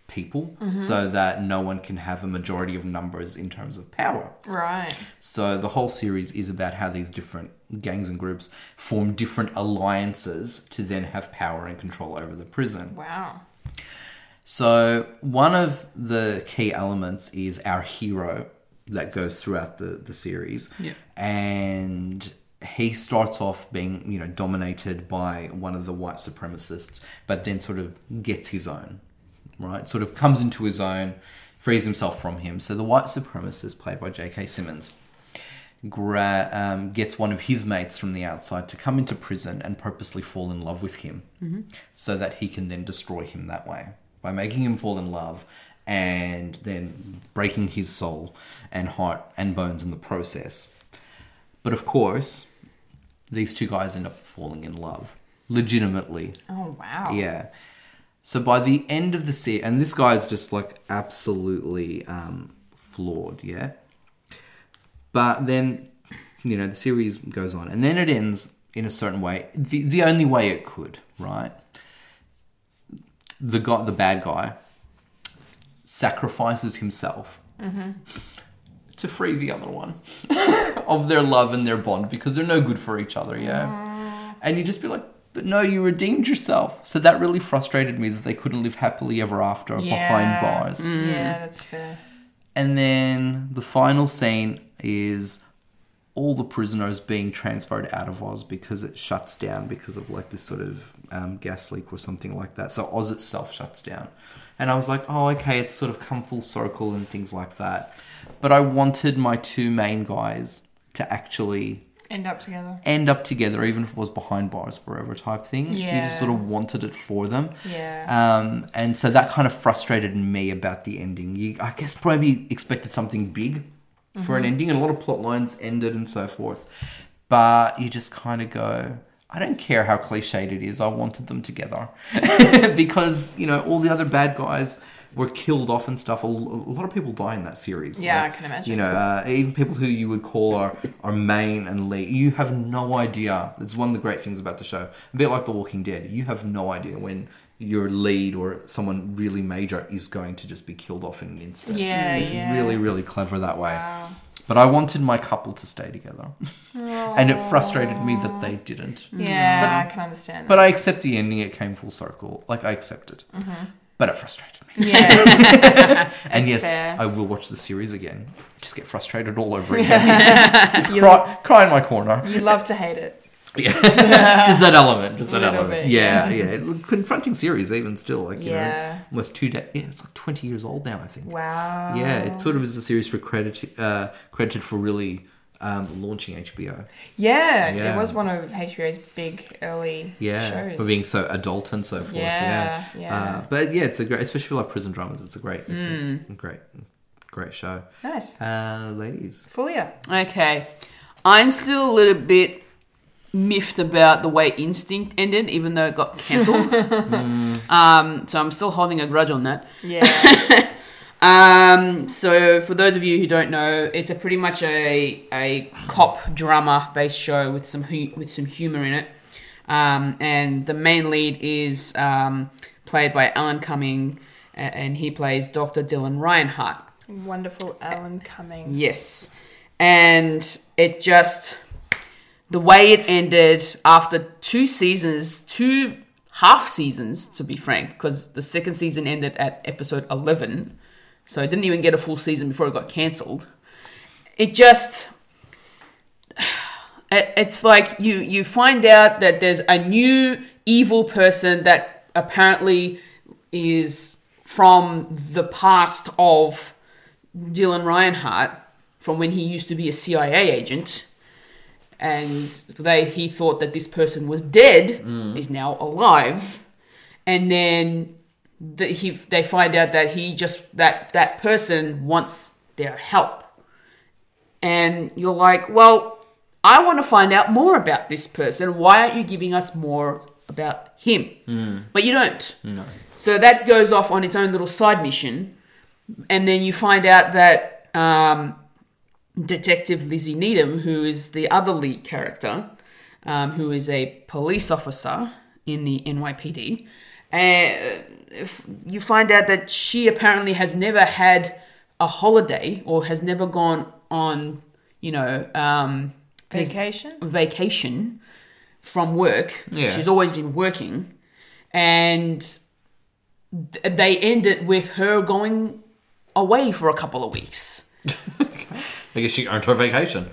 [SPEAKER 2] people, so that no one can have a majority of numbers in terms of power.
[SPEAKER 6] Right.
[SPEAKER 2] So the whole series is about how these different gangs and groups form different alliances to then have power and control over the prison.
[SPEAKER 6] Wow.
[SPEAKER 2] So one of the key elements is our hero that goes throughout the the series,
[SPEAKER 1] Yeah.
[SPEAKER 2] and he starts off being you know dominated by one of the white supremacists, but then sort of gets his own, right? Sort of comes into his own, frees himself from him. So the white supremacist, played by J.K. Simmons, gra- um, gets one of his mates from the outside to come into prison and purposely fall in love with him so that he can then destroy him that way by making him fall in love and then breaking his soul and heart and bones in the process. But of course, these two guys end up falling in love legitimately.
[SPEAKER 6] Oh wow.
[SPEAKER 2] Yeah. So by the end of the series, and this guy's just like absolutely um, flawed, yeah. But then, you know, the series goes on, and then it ends in a certain way, the the only way it could, right? The guy, the bad guy, sacrifices himself to free the other one of their love and their bond because they're no good for each other, yeah and you just be like, but no, you redeemed yourself. So that really frustrated me that they couldn't live happily ever after behind
[SPEAKER 6] Yeah.
[SPEAKER 2] bars.
[SPEAKER 6] Yeah, that's fair.
[SPEAKER 2] And then the final scene is all the prisoners being transferred out of Oz because it shuts down because of like this sort of um, gas leak or something like that. So Oz itself shuts down. And I was like, oh, okay, it's sort of come full circle and things like that. But I wanted my two main guys to actually
[SPEAKER 6] End up together.
[SPEAKER 2] end up together, even if it was behind bars forever type thing. You just
[SPEAKER 6] Yeah.
[SPEAKER 2] sort of wanted it for them.
[SPEAKER 6] Yeah.
[SPEAKER 2] Um, and so that kind of frustrated me about the ending. You, I guess, probably expected something big for
[SPEAKER 6] Mm-hmm.
[SPEAKER 2] an ending, and a lot of plot lines ended and so forth. But you just kind of go, I don't care how cliched it is, I wanted them together. because, you know, all the other bad guys were killed off and stuff. A l- a lot of people die in that series.
[SPEAKER 6] Yeah, I can imagine.
[SPEAKER 2] You know, uh, even people who you would call are, are main and lead. You have no idea. It's one of the great things about the show. A bit like The Walking Dead, you have no idea when your lead or someone really major is going to just be killed off in an instant. Mm.
[SPEAKER 6] Yeah,
[SPEAKER 2] it's
[SPEAKER 6] yeah.
[SPEAKER 2] really, really clever that way. But I wanted my couple to stay together, and it frustrated me that they didn't.
[SPEAKER 6] Yeah, I can understand.
[SPEAKER 2] But I accept the ending; it came full circle. Like I accepted,
[SPEAKER 6] Mm-hmm.
[SPEAKER 2] but it frustrated me.
[SPEAKER 6] that. yeah.
[SPEAKER 2] And yes,
[SPEAKER 6] fair.
[SPEAKER 2] I will watch the series again. Just get frustrated all over again. just cry, cry in my corner.
[SPEAKER 6] you love to hate it.
[SPEAKER 2] Yeah. just that element. Just that
[SPEAKER 6] Little
[SPEAKER 2] element.
[SPEAKER 6] bit,
[SPEAKER 2] yeah, yeah. Confronting series, even still. Like, you
[SPEAKER 6] Yeah.
[SPEAKER 2] know, almost two days. Yeah, it's like 20 years old now, I think.
[SPEAKER 6] Wow.
[SPEAKER 2] Yeah, it sort of is a series for credit, uh, credited for really um, launching HBO.
[SPEAKER 6] Yeah,
[SPEAKER 2] Yeah.
[SPEAKER 6] it was one of HBO's big early
[SPEAKER 2] Yeah,
[SPEAKER 6] shows.
[SPEAKER 2] for being so adult and so forth. Yeah,
[SPEAKER 6] Yeah, yeah. Hmm.
[SPEAKER 2] Uh, but yeah, it's a great, especially if you like prison dramas. It's a great, it's a great, great show.
[SPEAKER 6] nice.
[SPEAKER 2] Uh, ladies,
[SPEAKER 6] Fulia.
[SPEAKER 1] Okay. I'm still a little bit miffed about the way Instinct ended, even though it got cancelled. um, so I'm still holding a grudge on that.
[SPEAKER 6] Yeah.
[SPEAKER 1] Um, so for those of you who don't know, it's a pretty much a a cop drama based show with some hu- with some humor in it. Um, and the main lead is um, played by Alan Cumming, a- and he plays Dr. Dylan Reinhardt.
[SPEAKER 6] Wonderful Alan Cumming.
[SPEAKER 1] Yes. And it just the way it ended after two seasons, two half seasons to be frank, because the second season ended at episode 11. So it didn't even get a full season before it got cancelled. It just it- it's like you you find out that there's a new evil person that apparently is from the past of Dylan Reinhardt from when he used to be a CIA agent, and they he thought that this person was dead is now alive, and then the, he they find out that he just that that person wants their help, and you're like, well, I want to find out more about this person. Why aren't you giving us more about him? But you don't. No. So that goes off on its own little side mission and then you find out that um, Detective Lizzie Needham, who is the other lead character, um, who is a police officer in the NYPD, and eh, you find out that she apparently has never had a holiday or has never gone on, you know, um, has-
[SPEAKER 6] Vacation?
[SPEAKER 1] vacation from work.
[SPEAKER 2] Yeah.
[SPEAKER 1] She's always been working, and th- they end it with her going away for a couple of weeks.
[SPEAKER 2] I guess she earned her vacation.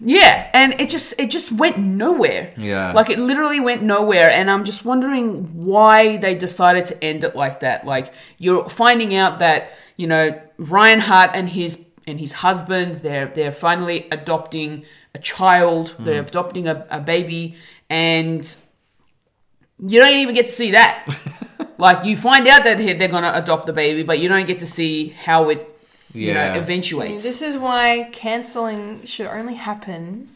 [SPEAKER 1] Yeah, and it just it just went nowhere.
[SPEAKER 2] Yeah.
[SPEAKER 1] Like it literally went nowhere and I'm just wondering why they decided to end it like that. Like you're finding out that, you know, Ryan Hart and his and his husband, they're they're finally adopting a child,
[SPEAKER 2] Hmm.
[SPEAKER 1] they're adopting a, a baby and you don't even get to see that. like you find out that they're going to adopt the baby, but you don't get to see how it
[SPEAKER 2] Yeah.
[SPEAKER 1] you know eventuates.
[SPEAKER 6] This is why cancelling should only happen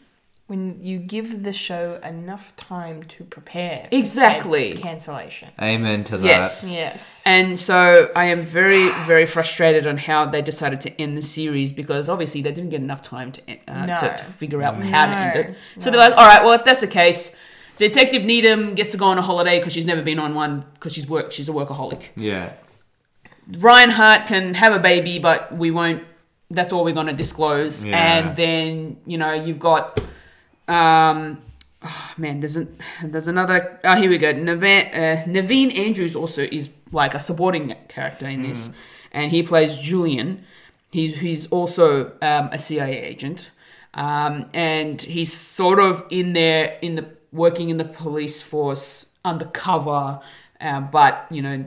[SPEAKER 6] when you give the show enough time to prepare. for said
[SPEAKER 1] Exactly.
[SPEAKER 6] Cancellation.
[SPEAKER 2] Amen to that.
[SPEAKER 1] Yes.
[SPEAKER 6] Yes.
[SPEAKER 1] And so I am very, very frustrated on how they decided to end the series because obviously they didn't get enough time to, en- uh,
[SPEAKER 6] No.
[SPEAKER 1] to, to figure out how to end
[SPEAKER 6] No,
[SPEAKER 1] it. So they're like, all right, well, if that's the case, Detective Needham gets to go on a holiday because she's never been on one because she's work, she's a workaholic.
[SPEAKER 2] Yeah.
[SPEAKER 1] Ryan Hart can have a baby, but we won't. That's all we're going to disclose.
[SPEAKER 2] Yeah.
[SPEAKER 1] And then you know you've got, um, oh, man, there's an, there's another. Oh, here we go. Naveen, uh, Naveen Andrews also is like a supporting character in this, and he plays Julian. He's he's also um, a CIA agent, um, and he's sort of in there in the working in the police force undercover, um, but you know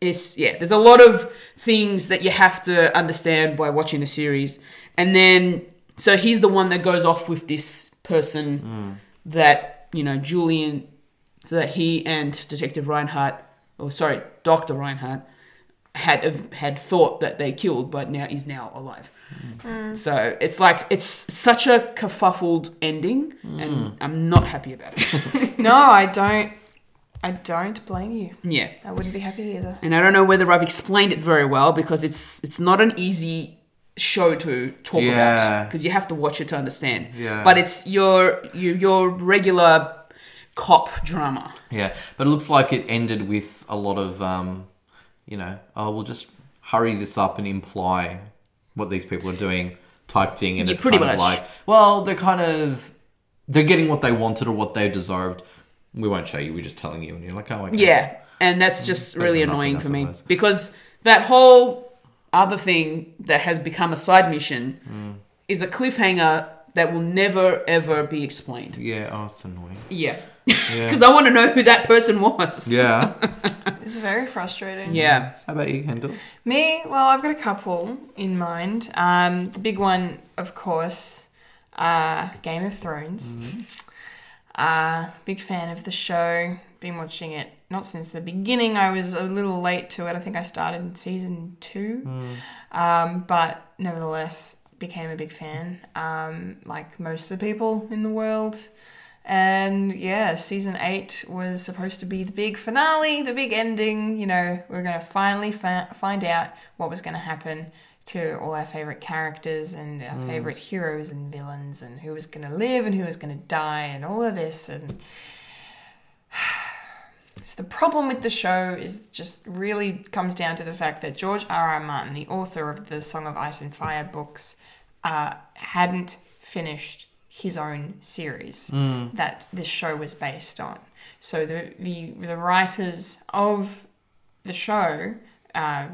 [SPEAKER 1] it's yeah there's a lot of things that you have to understand by watching the series and then so he's the one that goes off with this person that you know julian so that he and detective reinhardt or sorry dr reinhardt had of- had thought that they killed but now is now alive so it's like it's such a kerfuffled ending and i'm not happy about it
[SPEAKER 6] no, I don't. I don't blame you.
[SPEAKER 1] yeah
[SPEAKER 6] I wouldn't be happy either.
[SPEAKER 1] and I don't know whether I've explained it very well because it's it's not an easy show to talk
[SPEAKER 2] Yeah.
[SPEAKER 1] about because you have to watch it to understand.
[SPEAKER 2] Yeah.
[SPEAKER 1] But it's your your, your regular cop drama.
[SPEAKER 2] Yeah, but it looks like it ended with a lot of, um, you know, oh, we'll just hurry this up and imply what these people are doing type thing. And
[SPEAKER 1] Yeah,
[SPEAKER 2] it's
[SPEAKER 1] pretty
[SPEAKER 2] kind
[SPEAKER 1] much.
[SPEAKER 2] of like, well, they're kind of, they're getting what they wanted or what they deserved. We won't show you, we're just telling you. And you're like, oh, okay.
[SPEAKER 1] Yeah. And that's just
[SPEAKER 2] better
[SPEAKER 1] really
[SPEAKER 2] than nothing,
[SPEAKER 1] annoying
[SPEAKER 2] I
[SPEAKER 1] for me
[SPEAKER 2] suppose.
[SPEAKER 1] because that whole other thing that has become a side mission
[SPEAKER 2] Hmm.
[SPEAKER 1] is a cliffhanger that will never ever be explained.
[SPEAKER 2] Yeah, oh, it's annoying.
[SPEAKER 1] Yeah. Because I want to know who that person was.
[SPEAKER 2] Yeah.
[SPEAKER 6] It's very frustrating.
[SPEAKER 1] Yeah.
[SPEAKER 2] How about you, Kendall?
[SPEAKER 6] Me, well, I've got a couple in mind. Um, the big one, of course, uh, Game of Thrones. Uh, big fan of the show. Been watching it not since the beginning. I was a little late to it. I think I started in season two, um, but nevertheless became a big fan. Um, like most of the people in the world. And yeah, season eight was supposed to be the big finale, the big ending. You know, we are going to finally fi- find out what was going to happen to all our favorite characters and our favorite heroes and villains, and who was going to live and who was going to die, and all of this. And so the problem with the show is just really comes down to the fact that George R. R. Martin, the author of the Song of Ice and Fire books, uh, hadn't finished his own series that this show was based on. So the the, the writers of the show, uh,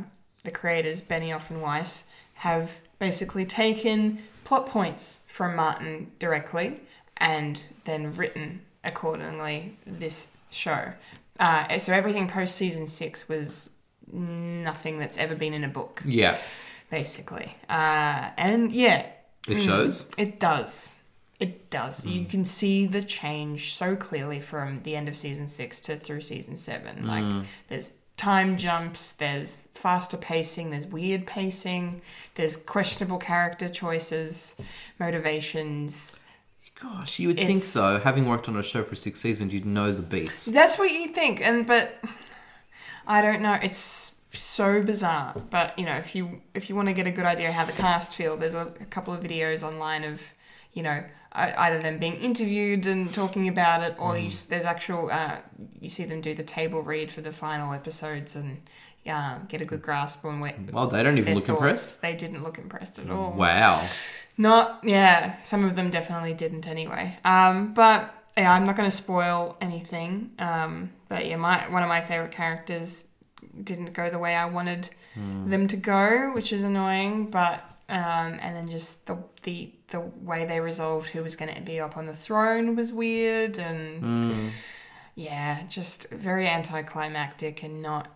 [SPEAKER 6] the creators Benioff and Weiss, have basically taken plot points from Martin directly and then written accordingly this show. Uh, so everything post season six was nothing that's ever been in a book,
[SPEAKER 2] Yeah.
[SPEAKER 6] basically. Uh, and yeah,
[SPEAKER 1] Mm.
[SPEAKER 2] It shows.
[SPEAKER 6] it does. It does. You can see the change so clearly from the end of season six to through season seven. Like there's time jumps, there's faster pacing, there's weird pacing, there's questionable character choices, motivations.
[SPEAKER 2] Gosh, you would think
[SPEAKER 6] It's-
[SPEAKER 2] so. Having worked on a show for six seasons, you'd know the beats.
[SPEAKER 6] That's what you'd think, and but I don't know. It's so bizarre. But you know, if you if you want to get a good idea of how the cast feel, there's a, a couple of videos online of you know ei- either them being interviewed and talking about it, or you
[SPEAKER 2] Mm.
[SPEAKER 6] s there's actual uh, you see them do the table read for the final episodes and uh, get a good grasp on where.
[SPEAKER 2] Well, they don't even
[SPEAKER 6] their
[SPEAKER 2] look
[SPEAKER 6] thoughts.
[SPEAKER 2] impressed.
[SPEAKER 6] They didn't look impressed at all.
[SPEAKER 2] Wow.
[SPEAKER 6] Not yeah, some of them definitely didn't anyway. Um, but yeah, I'm not going to spoil anything. Um, but yeah, my one of my favorite characters didn't go the way I wanted them to go, which is annoying. But um, and then just the the the way they resolved who was going to be up on the throne was weird and yeah, just very anticlimactic and not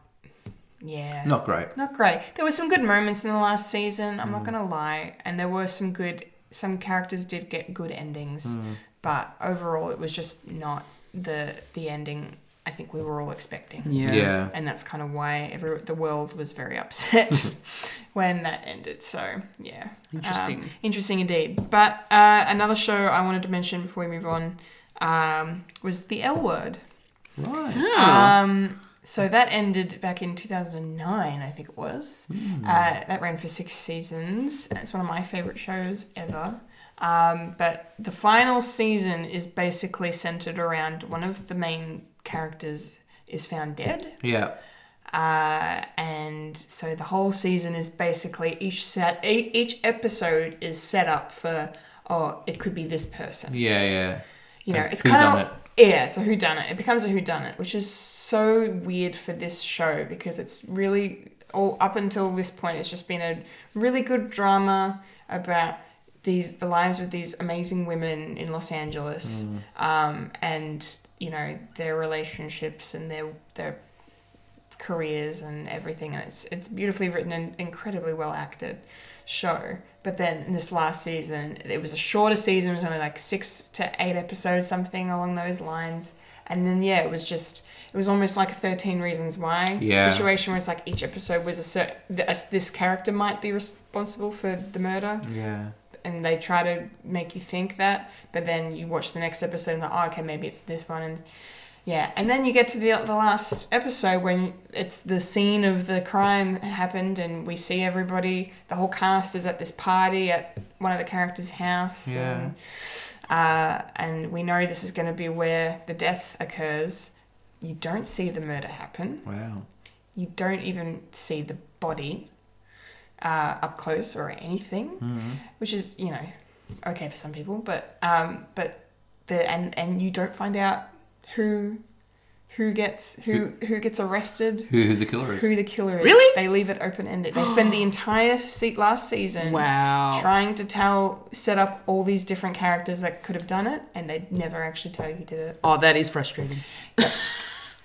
[SPEAKER 6] yeah
[SPEAKER 2] Not great.
[SPEAKER 6] not great. There were some good moments in the last season. I'm
[SPEAKER 1] Mm.
[SPEAKER 6] not gonna lie, and there were some good. Some characters did get good endings,
[SPEAKER 1] Mm.
[SPEAKER 6] but overall, it was just not the the ending I think we were all expecting.
[SPEAKER 1] Yeah.
[SPEAKER 2] Yeah.
[SPEAKER 6] And that's kind of why every the world was very upset when that ended. So yeah,
[SPEAKER 1] Interesting.
[SPEAKER 6] Um, interesting indeed. But uh, another show I wanted to mention before we move on um, was the L Word.
[SPEAKER 2] Right.
[SPEAKER 6] Um, so that ended back in 2009, I think it was. Uh, that ran for six seasons. It's one of my favorite shows ever. Um, but the final season is basically centered around one of the main characters is found dead.
[SPEAKER 2] Yeah.
[SPEAKER 6] Uh, and so the whole season is basically each set, e- each episode is set up for, oh, it could be this person
[SPEAKER 2] Yeah, yeah.
[SPEAKER 6] you know,
[SPEAKER 2] Like,
[SPEAKER 6] it's kind
[SPEAKER 2] whodunit.
[SPEAKER 6] of yeah, it's a who done it. It becomes a who done it, which is so weird for this show because it's really all up until this point, it's just been a really good drama about these the lives of these amazing women in Los Angeles, um, and you know their relationships and their their careers and everything and it's it's beautifully written and incredibly well acted show but then in this last season it was a shorter season it was only like six to eight episodes something along those lines and then yeah it was just it was almost like a 13 reasons why
[SPEAKER 2] Yeah.
[SPEAKER 6] situation where it's like each episode was a certain this character might be responsible for the murder
[SPEAKER 2] Yeah.
[SPEAKER 6] and they try to make you think that, but then you watch the next episode and like, oh, okay, maybe it's this one, and yeah, and then you get to the the last episode when it's the scene of the crime happened, and we see everybody, the whole cast is at this party at one of the characters' house,
[SPEAKER 2] Yeah.
[SPEAKER 6] and uh, and we know this is going to be where the death occurs. You don't see the murder happen
[SPEAKER 2] Wow.
[SPEAKER 6] you don't even see the body uh, up close or anything, which is you know okay for some people, but um, but the and and you don't find out who who gets who who gets arrested,
[SPEAKER 2] Who, who the killer is?
[SPEAKER 6] who the killer is.
[SPEAKER 1] Really?
[SPEAKER 6] they leave it open ended. They spend the entire se- last season
[SPEAKER 1] Wow.
[SPEAKER 6] trying to tell set up all these different characters that could have done it, and they never actually tell you who did it.
[SPEAKER 1] Oh, that is frustrating.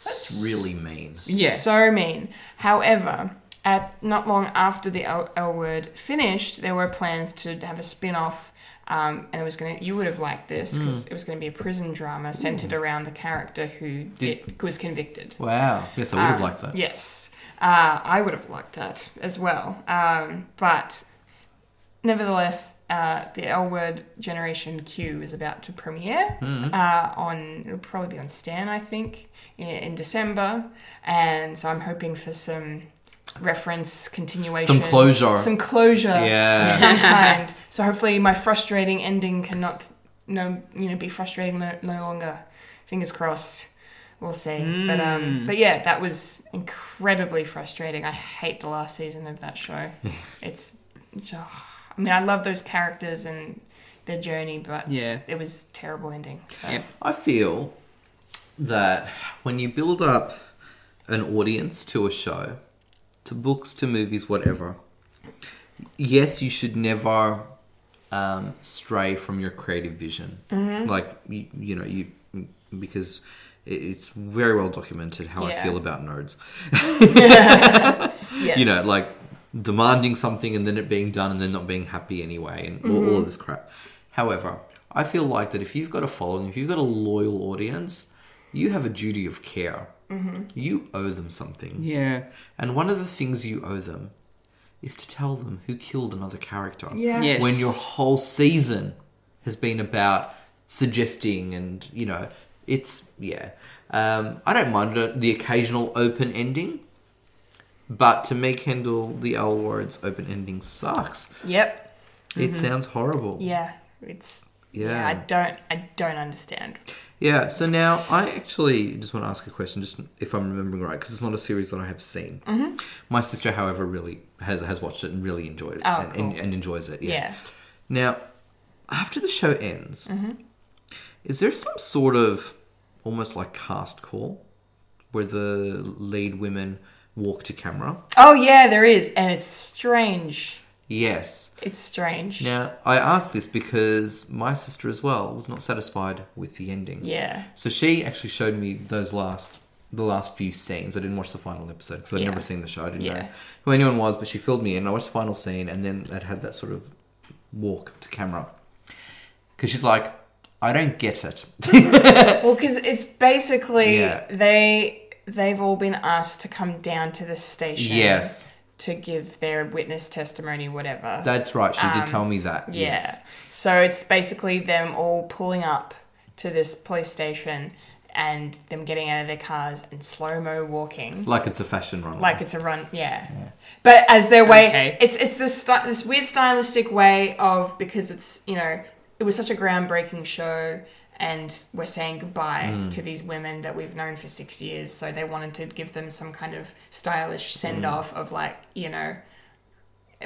[SPEAKER 2] That's really mean.
[SPEAKER 1] Yeah.
[SPEAKER 6] So mean. However, at not long after the L, L Word finished, there were plans to have a spin off Um, and it was gonna, you would have liked this because it was gonna be a prison drama centered around the character who did, was convicted.
[SPEAKER 2] Wow. Yes, I would have liked that.
[SPEAKER 6] Yes, uh, I would have liked that as well. Um, but nevertheless, uh, the L Word Generation Q is about to premiere
[SPEAKER 2] Mm-hmm.
[SPEAKER 6] uh, on. It'll probably be on Stan, I think, in, in December, and so I'm hoping for some reference continuation,
[SPEAKER 2] Some closure.
[SPEAKER 6] some closure,
[SPEAKER 2] Yeah.
[SPEAKER 6] of some kind. so hopefully, my frustrating ending cannot no you know be frustrating no, no longer. Fingers crossed. We'll see, but um,
[SPEAKER 2] Hmm.
[SPEAKER 6] but yeah, that was incredibly frustrating. I hate the last season of that show. it's, it's, oh, I mean, I love those characters and their journey, but
[SPEAKER 1] Yeah.
[SPEAKER 6] it was terrible ending. So
[SPEAKER 1] Yep.
[SPEAKER 2] I feel that when you build up an audience to a show, to books, to movies, whatever, yes, you should never um, stray from your creative vision. Like, you, you know, you because it- it's very well documented how I
[SPEAKER 6] Yeah.
[SPEAKER 2] feel about nerds.
[SPEAKER 6] yes.
[SPEAKER 2] You know, like demanding something and then it being done and then not being happy anyway and all, all of this crap. However, I feel like that if you've got a following, if you've got a loyal audience, you have a duty of care. You owe them something.
[SPEAKER 1] Yeah.
[SPEAKER 2] And one of the things you owe them is to tell them who killed another character.
[SPEAKER 6] Yeah.
[SPEAKER 1] Yes.
[SPEAKER 2] When your whole season has been about suggesting and, you know, it's, yeah. Um, I don't mind the- the occasional open ending, but to me, Kendall, the L word's open ending sucks.
[SPEAKER 6] Yep.
[SPEAKER 2] It sounds horrible.
[SPEAKER 6] Yeah. It's. Yeah.
[SPEAKER 2] Yeah.
[SPEAKER 6] I don't. I don't understand.
[SPEAKER 2] Yeah, so now I actually just want to ask a question, just if I'm remembering right, because it's not a series that I have seen. Mm-hmm. My sister, however, really has has watched it and really enjoyed it
[SPEAKER 6] Oh,
[SPEAKER 2] and, and,
[SPEAKER 6] cool.
[SPEAKER 2] and enjoys it. Yeah.
[SPEAKER 6] Yeah.
[SPEAKER 2] Now, after the show ends,
[SPEAKER 6] Mm-hmm.
[SPEAKER 2] is there some sort of almost like cast call where the lead women walk to camera?
[SPEAKER 6] Oh yeah, there is, and it's strange.
[SPEAKER 2] Yes.
[SPEAKER 6] It's strange.
[SPEAKER 2] Now, I asked this because my sister as well was not satisfied with the ending.
[SPEAKER 6] Yeah.
[SPEAKER 2] So she actually showed me those last the last few scenes. I didn't watch the final episode because I'd
[SPEAKER 6] Yeah.
[SPEAKER 2] never seen the show. I didn't know
[SPEAKER 6] Yeah.
[SPEAKER 2] who anyone was, but she filled me in. I watched the final scene, and then it had that sort of walk to camera because she's like, "I don't get it."
[SPEAKER 6] Well, because it's basically
[SPEAKER 2] Yeah.
[SPEAKER 6] they they've all been asked to come down to the station.
[SPEAKER 2] yes,
[SPEAKER 6] To give their witness testimony, whatever.
[SPEAKER 2] that's right. She did tell me that.
[SPEAKER 6] Um, yeah.
[SPEAKER 2] Yes.
[SPEAKER 6] So it's basically them all pulling up to this police station and them getting out of their cars and slow mo walking.
[SPEAKER 2] Like it's a fashion runway.
[SPEAKER 6] like it's a run yeah, but as their way
[SPEAKER 1] Okay.
[SPEAKER 6] it's it's this sty- this weird stylistic way of because it's you know it was such a groundbreaking show and we're saying goodbye to these women that we've known for six years so they wanted to give them some kind of stylish send off of like you know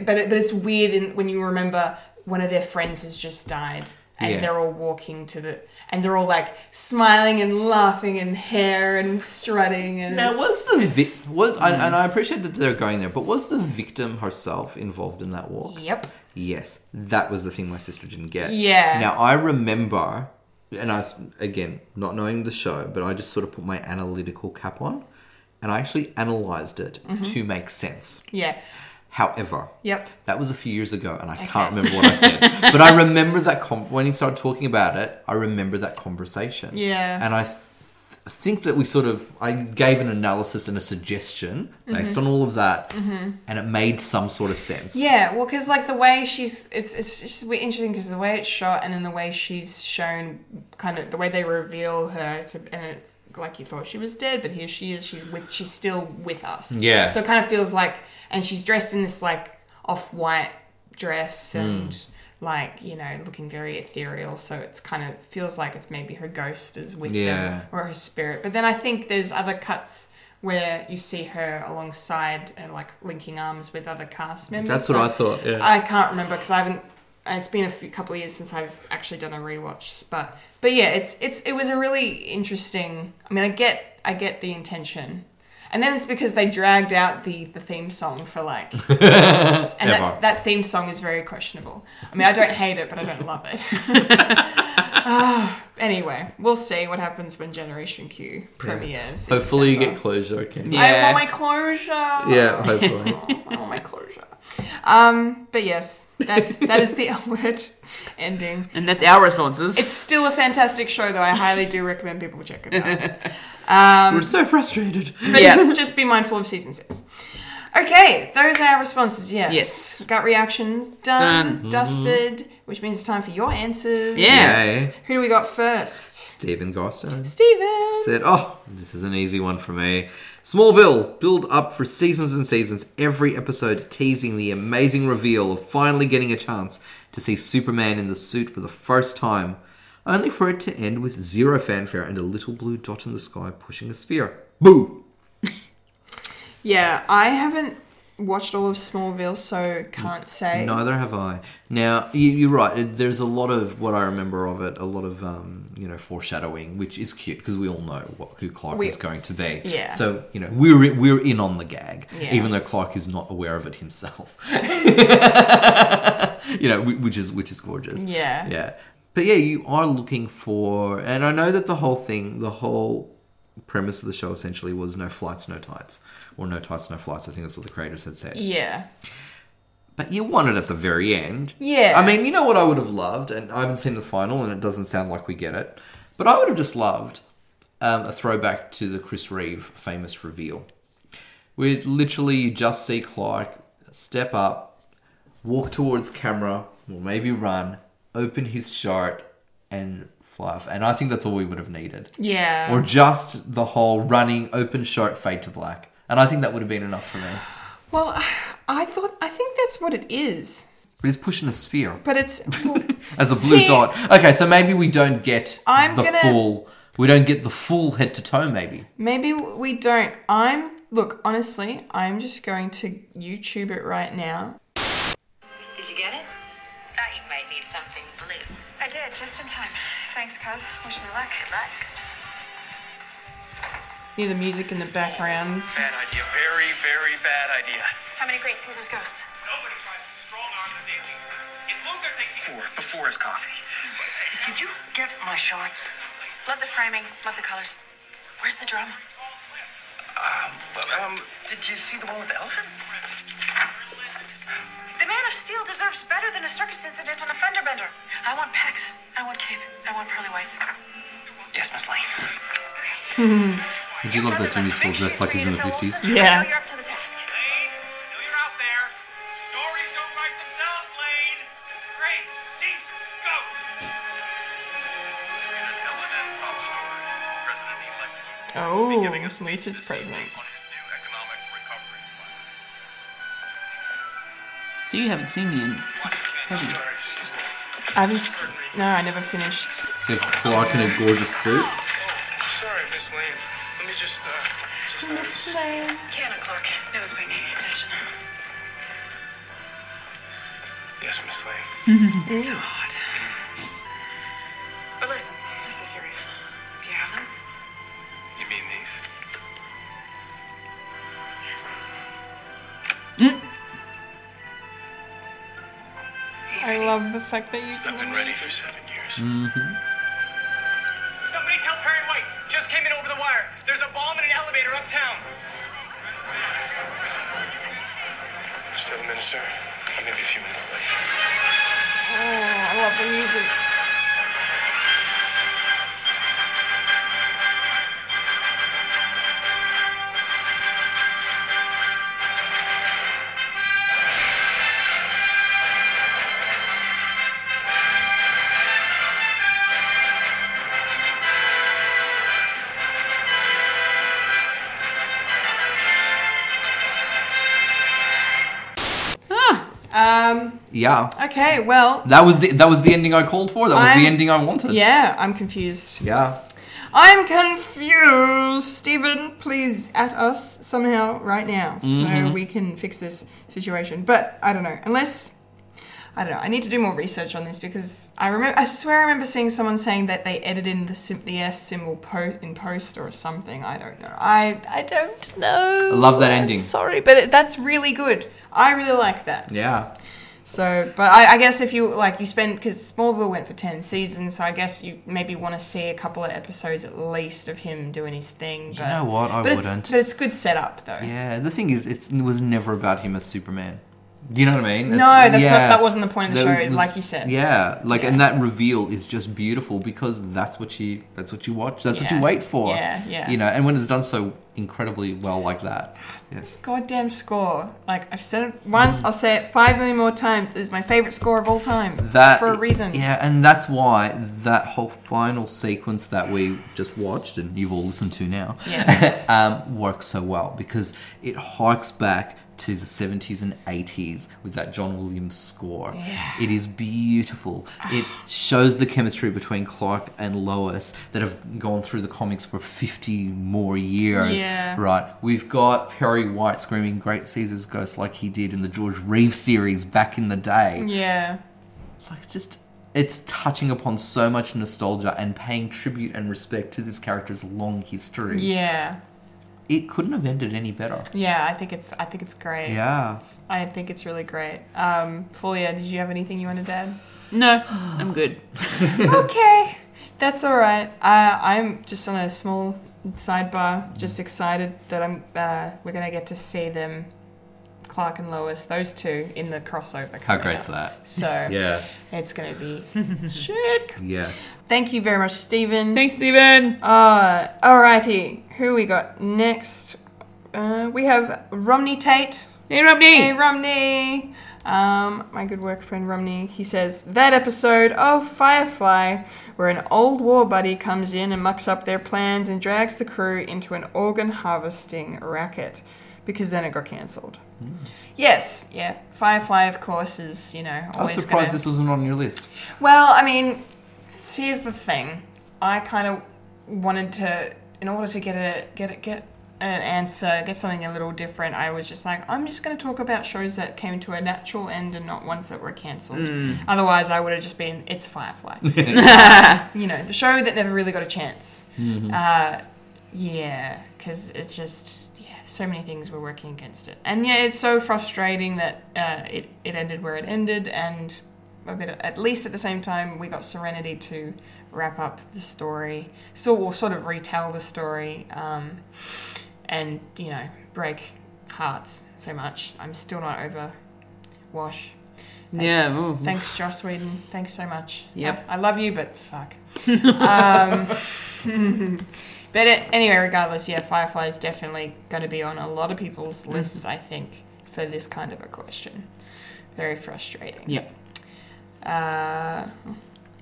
[SPEAKER 6] but, it, but it's weird in, when you remember one of their friends has just died and
[SPEAKER 2] Yeah.
[SPEAKER 6] they're all walking to the and they're all like smiling and laughing and hair and strutting and
[SPEAKER 2] now
[SPEAKER 6] it's- Mm.
[SPEAKER 2] was the vi- was and, and I appreciate that they're going there, but was the victim herself involved in that walk?
[SPEAKER 6] yep
[SPEAKER 2] Yes, that was the thing my sister didn't get.
[SPEAKER 6] Yeah.
[SPEAKER 2] Now I remember, and I was- again not knowing the show, but I just sort of put my analytical cap on, and I actually analyzed it to make sense.
[SPEAKER 6] yeah
[SPEAKER 2] However,
[SPEAKER 6] Mm-hmm. Yep.
[SPEAKER 2] that was a few years ago, and I can't remember what I said. but I remember that com- when he started talking about it, I remember that conversation.
[SPEAKER 6] Yeah.
[SPEAKER 2] And I th- think that we sort of I gave an analysis and a suggestion based on all of that, and it made some sort of sense.
[SPEAKER 6] Mm-hmm. Yeah, well, because like the way she's, it's it's just weird, interesting because the way it's shot and then the way she's shown, kind of the way they reveal her to, and it's like you thought she was dead, but here she is. She's with, she's still with us.
[SPEAKER 2] Yeah.
[SPEAKER 6] So it kind of feels like, and she's dressed in this like off white
[SPEAKER 2] Hmm.
[SPEAKER 6] dress and. Like you know, looking very ethereal, so it's kind of feels like it's maybe her ghost is with
[SPEAKER 2] Yeah.
[SPEAKER 6] them or her spirit. But then I think there's other cuts where you see her alongside and like linking arms with other cast members.
[SPEAKER 2] That's what I thought, yeah.
[SPEAKER 6] I can't remember because I haven't. It's been a few, couple of years since I've actually done a rewatch, but but yeah, it's it's it was a really interesting. I mean, I get I get the intention, And then it's because they dragged out the, the theme song for like. and
[SPEAKER 2] Ever.
[SPEAKER 6] that, that theme song is very questionable. I mean, I don't hate it, but I don't love it. Ah, anyway, we'll see what happens when Generation Q premieres. in
[SPEAKER 2] Hopefully you get
[SPEAKER 6] December.
[SPEAKER 2] closure, okay?
[SPEAKER 1] Yeah.
[SPEAKER 6] I want my closure.
[SPEAKER 2] Yeah, hopefully.
[SPEAKER 6] I want Oh, my closure. Um, but yes, that, that is the L word ending.
[SPEAKER 1] And that's our responses.
[SPEAKER 6] It's still a fantastic show, though. I highly do recommend people check it out.
[SPEAKER 2] We're so frustrated.
[SPEAKER 6] But
[SPEAKER 1] Yes.
[SPEAKER 6] just, just be mindful of season six. Okay, those are our responses. Yes.
[SPEAKER 1] Yes.
[SPEAKER 6] Gut reactions done,
[SPEAKER 1] Done. Mm-hmm.
[SPEAKER 6] dusted, which means it's time for your answers.
[SPEAKER 1] Yes.
[SPEAKER 2] Yay.
[SPEAKER 6] Who do we got first?
[SPEAKER 2] Stephen Goster.
[SPEAKER 6] Steven.
[SPEAKER 2] said, Oh, this is an easy one for me. Smallville, build up for seasons and seasons, every episode teasing the amazing reveal of finally getting a chance to see Superman in the suit for the first time, only for it to end with zero fanfare and a little blue dot in the sky pushing a sphere. Boo!
[SPEAKER 6] Yeah, I haven't watched all of Smallville, so can't say.
[SPEAKER 2] Neither have I. Now, you, you're right, it- there's a lot of what I remember of it, a lot of, um, you know, foreshadowing, which is cute because we all know what, who Clark
[SPEAKER 6] We-
[SPEAKER 2] is going to be.
[SPEAKER 6] Yeah.
[SPEAKER 2] So, you know, we're, we're in on the gag,
[SPEAKER 6] Yeah.
[SPEAKER 2] even though Clark is not aware of it himself. you know, whi- which is which is gorgeous.
[SPEAKER 6] Yeah.
[SPEAKER 2] Yeah. But yeah, you are looking for, and I know that the whole thing, the whole premise of the show essentially was no flights, no tights, or no tights, no flights. I think that's what the creators had said.
[SPEAKER 6] Yeah.
[SPEAKER 2] But you want it at the very end.
[SPEAKER 6] Yeah.
[SPEAKER 2] I mean, you know what I would have loved, and I haven't seen the final, and it doesn't sound like we get it. But I would have just loved um, a throwback to the Chris Reeve famous reveal, where literally you just see Clark step up, walk towards camera, or maybe run, open his shirt, and fly off. And I think that's all we would have needed.
[SPEAKER 6] Yeah.
[SPEAKER 2] Or just the whole running, open shirt, fade to black. And I think that would have been enough for me.
[SPEAKER 6] well, I thought, I think that's what it is.
[SPEAKER 2] But he's pushing a sphere.
[SPEAKER 6] But it's.
[SPEAKER 2] as a blue
[SPEAKER 6] See-
[SPEAKER 2] dot. Okay, so maybe we don't get
[SPEAKER 6] I'm
[SPEAKER 2] the
[SPEAKER 6] gonna-
[SPEAKER 2] full. We don't get the full head to toe. Maybe
[SPEAKER 6] Maybe we don't. I'm look, honestly, I'm just going to YouTube it right now.
[SPEAKER 8] Did you get it? Thought you might need something blue.
[SPEAKER 9] I did, just in time. Thanks, cuz. Wish me luck.
[SPEAKER 8] Good luck.
[SPEAKER 6] Hear the music in the background.
[SPEAKER 3] Bad idea. Very, very bad idea.
[SPEAKER 9] How many great Caesar's ghosts?
[SPEAKER 3] Nobody tries to strong arm the daily. If Luther thinks he before, before his coffee. Did you get my shots?
[SPEAKER 9] Love the framing, love the colors. Where's the drum?
[SPEAKER 3] Um, did you see the one with the elephant?
[SPEAKER 9] The Man of Steel deserves better than a circus incident on a fender bender. I want Pax. I want Cape. I want Pearly Whites.
[SPEAKER 3] Yes, Miss Lane.
[SPEAKER 2] would you love that Jimmy's still
[SPEAKER 9] Make sure
[SPEAKER 2] dressed like
[SPEAKER 9] you
[SPEAKER 2] he's in the
[SPEAKER 9] read it, Bill
[SPEAKER 2] fifties?
[SPEAKER 9] Wilson. I
[SPEAKER 6] Yeah.
[SPEAKER 9] know You're up to the task.
[SPEAKER 3] Lane, I know you're out there. Stories don't write themselves, Lane. Great Caesar's goat. In an L&M top story, President-elect Luther
[SPEAKER 6] Oh,
[SPEAKER 3] will be giving a speech
[SPEAKER 6] Luther's
[SPEAKER 3] this
[SPEAKER 6] president.
[SPEAKER 3] evening on his new economic recovery plan.
[SPEAKER 1] So you haven't seen the end. Hasn't it?
[SPEAKER 6] I haven't. s- No, I never finished.
[SPEAKER 2] So you have Clark in a gorgeous suit.
[SPEAKER 3] Sorry, Miss Lane. Let me just, uh, just, uh,
[SPEAKER 9] Canna Clark knows by paying attention.
[SPEAKER 3] yes, Miss Lane.
[SPEAKER 9] So odd. But listen, this is serious. Do you have them?
[SPEAKER 3] You mean these?
[SPEAKER 9] Yes.
[SPEAKER 6] I love the fact they're using
[SPEAKER 3] I've
[SPEAKER 6] the
[SPEAKER 3] been ready
[SPEAKER 6] music.
[SPEAKER 3] for seven years.
[SPEAKER 5] Mm-hmm. Somebody tell Perry White. Just came in over the wire. There's a bomb in an elevator uptown.
[SPEAKER 3] Just tell the minister. I may be a few minutes late.
[SPEAKER 6] Oh, I love the music. Um.
[SPEAKER 2] Yeah,
[SPEAKER 6] Okay. Well.
[SPEAKER 2] that was the that was the ending I called for. That was
[SPEAKER 6] I'm-
[SPEAKER 2] the ending I wanted.
[SPEAKER 6] Yeah, I'm confused.
[SPEAKER 2] yeah.
[SPEAKER 6] I'm confused. Stephen, please at us
[SPEAKER 2] Mm-hmm.
[SPEAKER 6] somehow right now so we can fix this situation. But I don't know. Unless I don't know. I need to do more research on this because I remember. I swear I remember seeing someone saying that they edit in the, sim- the S symbol po- in post or something. I don't know. I I don't know. I
[SPEAKER 2] love that ending.
[SPEAKER 6] sorry, but it, that's really good. I really like that.
[SPEAKER 2] Yeah.
[SPEAKER 6] So, but I, I guess if you like, you spend because Smallville went for ten seasons, so I guess you maybe want to see a couple of episodes at least of him doing his thing. But,
[SPEAKER 2] know what? I
[SPEAKER 6] but
[SPEAKER 2] wouldn't.
[SPEAKER 6] It's, but it's good setup though.
[SPEAKER 2] Yeah, the thing is, it's, it was never about him as Superman. Do you know what I mean?
[SPEAKER 6] No, that's not- that wasn't the point of the
[SPEAKER 2] That
[SPEAKER 6] show, like you said.
[SPEAKER 2] Yeah, like and that reveal is just beautiful because that's what you that's what you watch, that's what you
[SPEAKER 6] Yeah.
[SPEAKER 2] wait for.
[SPEAKER 6] Yeah, yeah.
[SPEAKER 2] You know, and when it's done so incredibly well like that, yes,
[SPEAKER 6] Goddamn score! Like I've said it once, I'll say it five million more times. It is my favorite score of all time.
[SPEAKER 2] that
[SPEAKER 6] for a reason.
[SPEAKER 2] Yeah, and that's why that whole final sequence that we just watched and you've all listened to now,
[SPEAKER 6] Yes.
[SPEAKER 2] um, works so well because it harks back to the 70s and 80s with that John Williams score. It is beautiful. It shows the chemistry between Clark and Lois that have gone through the comics for 50 more years.
[SPEAKER 6] Yeah.
[SPEAKER 2] Right. We've got Perry White screaming Great Caesar's Ghost like he did in the George Reeves series back in the day
[SPEAKER 6] Yeah.
[SPEAKER 2] like it's just it's touching upon so much nostalgia and paying tribute and respect to this character's long history.
[SPEAKER 6] Yeah.
[SPEAKER 2] It couldn't have ended any better.
[SPEAKER 6] Yeah. I think it's. I think it's great.
[SPEAKER 2] Yeah.
[SPEAKER 6] I think it's really great. Um, Folia, did you have anything you wanted to add?
[SPEAKER 1] No, I'm good.
[SPEAKER 6] okay, that's all right. Uh, I'm just on a small sidebar. Just excited that I'm. Uh, we're gonna get to see them, Clark and Lois, those two in the crossover.
[SPEAKER 2] How
[SPEAKER 6] coming
[SPEAKER 2] great's
[SPEAKER 6] up.
[SPEAKER 2] that?
[SPEAKER 6] So
[SPEAKER 2] Yeah.
[SPEAKER 6] it's gonna be sick.
[SPEAKER 2] Yes.
[SPEAKER 6] Thank you very much, Stephen.
[SPEAKER 1] Thanks, Steven.
[SPEAKER 6] Uh, alrighty, who we got next? Uh, we have Romney Tate.
[SPEAKER 1] Hey, Romney.
[SPEAKER 6] Hey, Romney. Um, my good work friend Romney, he says that episode of Firefly, where an old war buddy comes in and mucks up their plans and drags the crew into an organ harvesting racket, because then it got cancelled.
[SPEAKER 2] Hmm.
[SPEAKER 6] Yes, yeah. Firefly, of course, is you know.
[SPEAKER 2] I was
[SPEAKER 6] always
[SPEAKER 2] surprised
[SPEAKER 6] gonna-
[SPEAKER 2] this wasn't on your list.
[SPEAKER 6] well, I mean, here's the thing. I kind of wanted to, in order to get a get a, get an answer, get something a little different. I was just like, I'm just going to talk about shows that came to a natural end and not ones that were cancelled. Otherwise, I would have just been, it's Firefly. you know, the show that never really got a chance. Uh, yeah, because it just yeah, so many things were working against it, and yeah, it's so frustrating that uh, it it ended where it ended, and a bit at least at the same time we got Serenity to wrap up the story, so we'll sort of retell the story, um, and you know break hearts so much. I'm still not over Wash. Thanks-
[SPEAKER 1] Yeah, oh, ooh.
[SPEAKER 6] Thanks, Joss Whedon. Thanks so much.
[SPEAKER 1] Yep.
[SPEAKER 6] I, I love you, but fuck. Um, But it, anyway, regardless, yeah, Firefly is definitely going to be on a lot of people's lists, I think, for this kind of a question. Very frustrating.
[SPEAKER 1] Yeah.
[SPEAKER 6] Uh,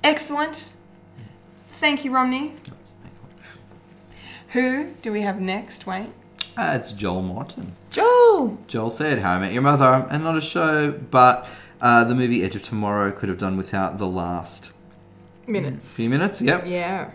[SPEAKER 6] excellent. Thank you, Romney.
[SPEAKER 2] Uh,
[SPEAKER 6] Who do we have next, Wayne?
[SPEAKER 2] Ah, it's Joel Morton.
[SPEAKER 6] Joel.
[SPEAKER 2] Joel said, How I Met Your Mother, and not a show, but uh, the movie Edge of Tomorrow could have done without the last
[SPEAKER 6] Minutes.
[SPEAKER 2] few minutes. Yep.
[SPEAKER 6] Yeah.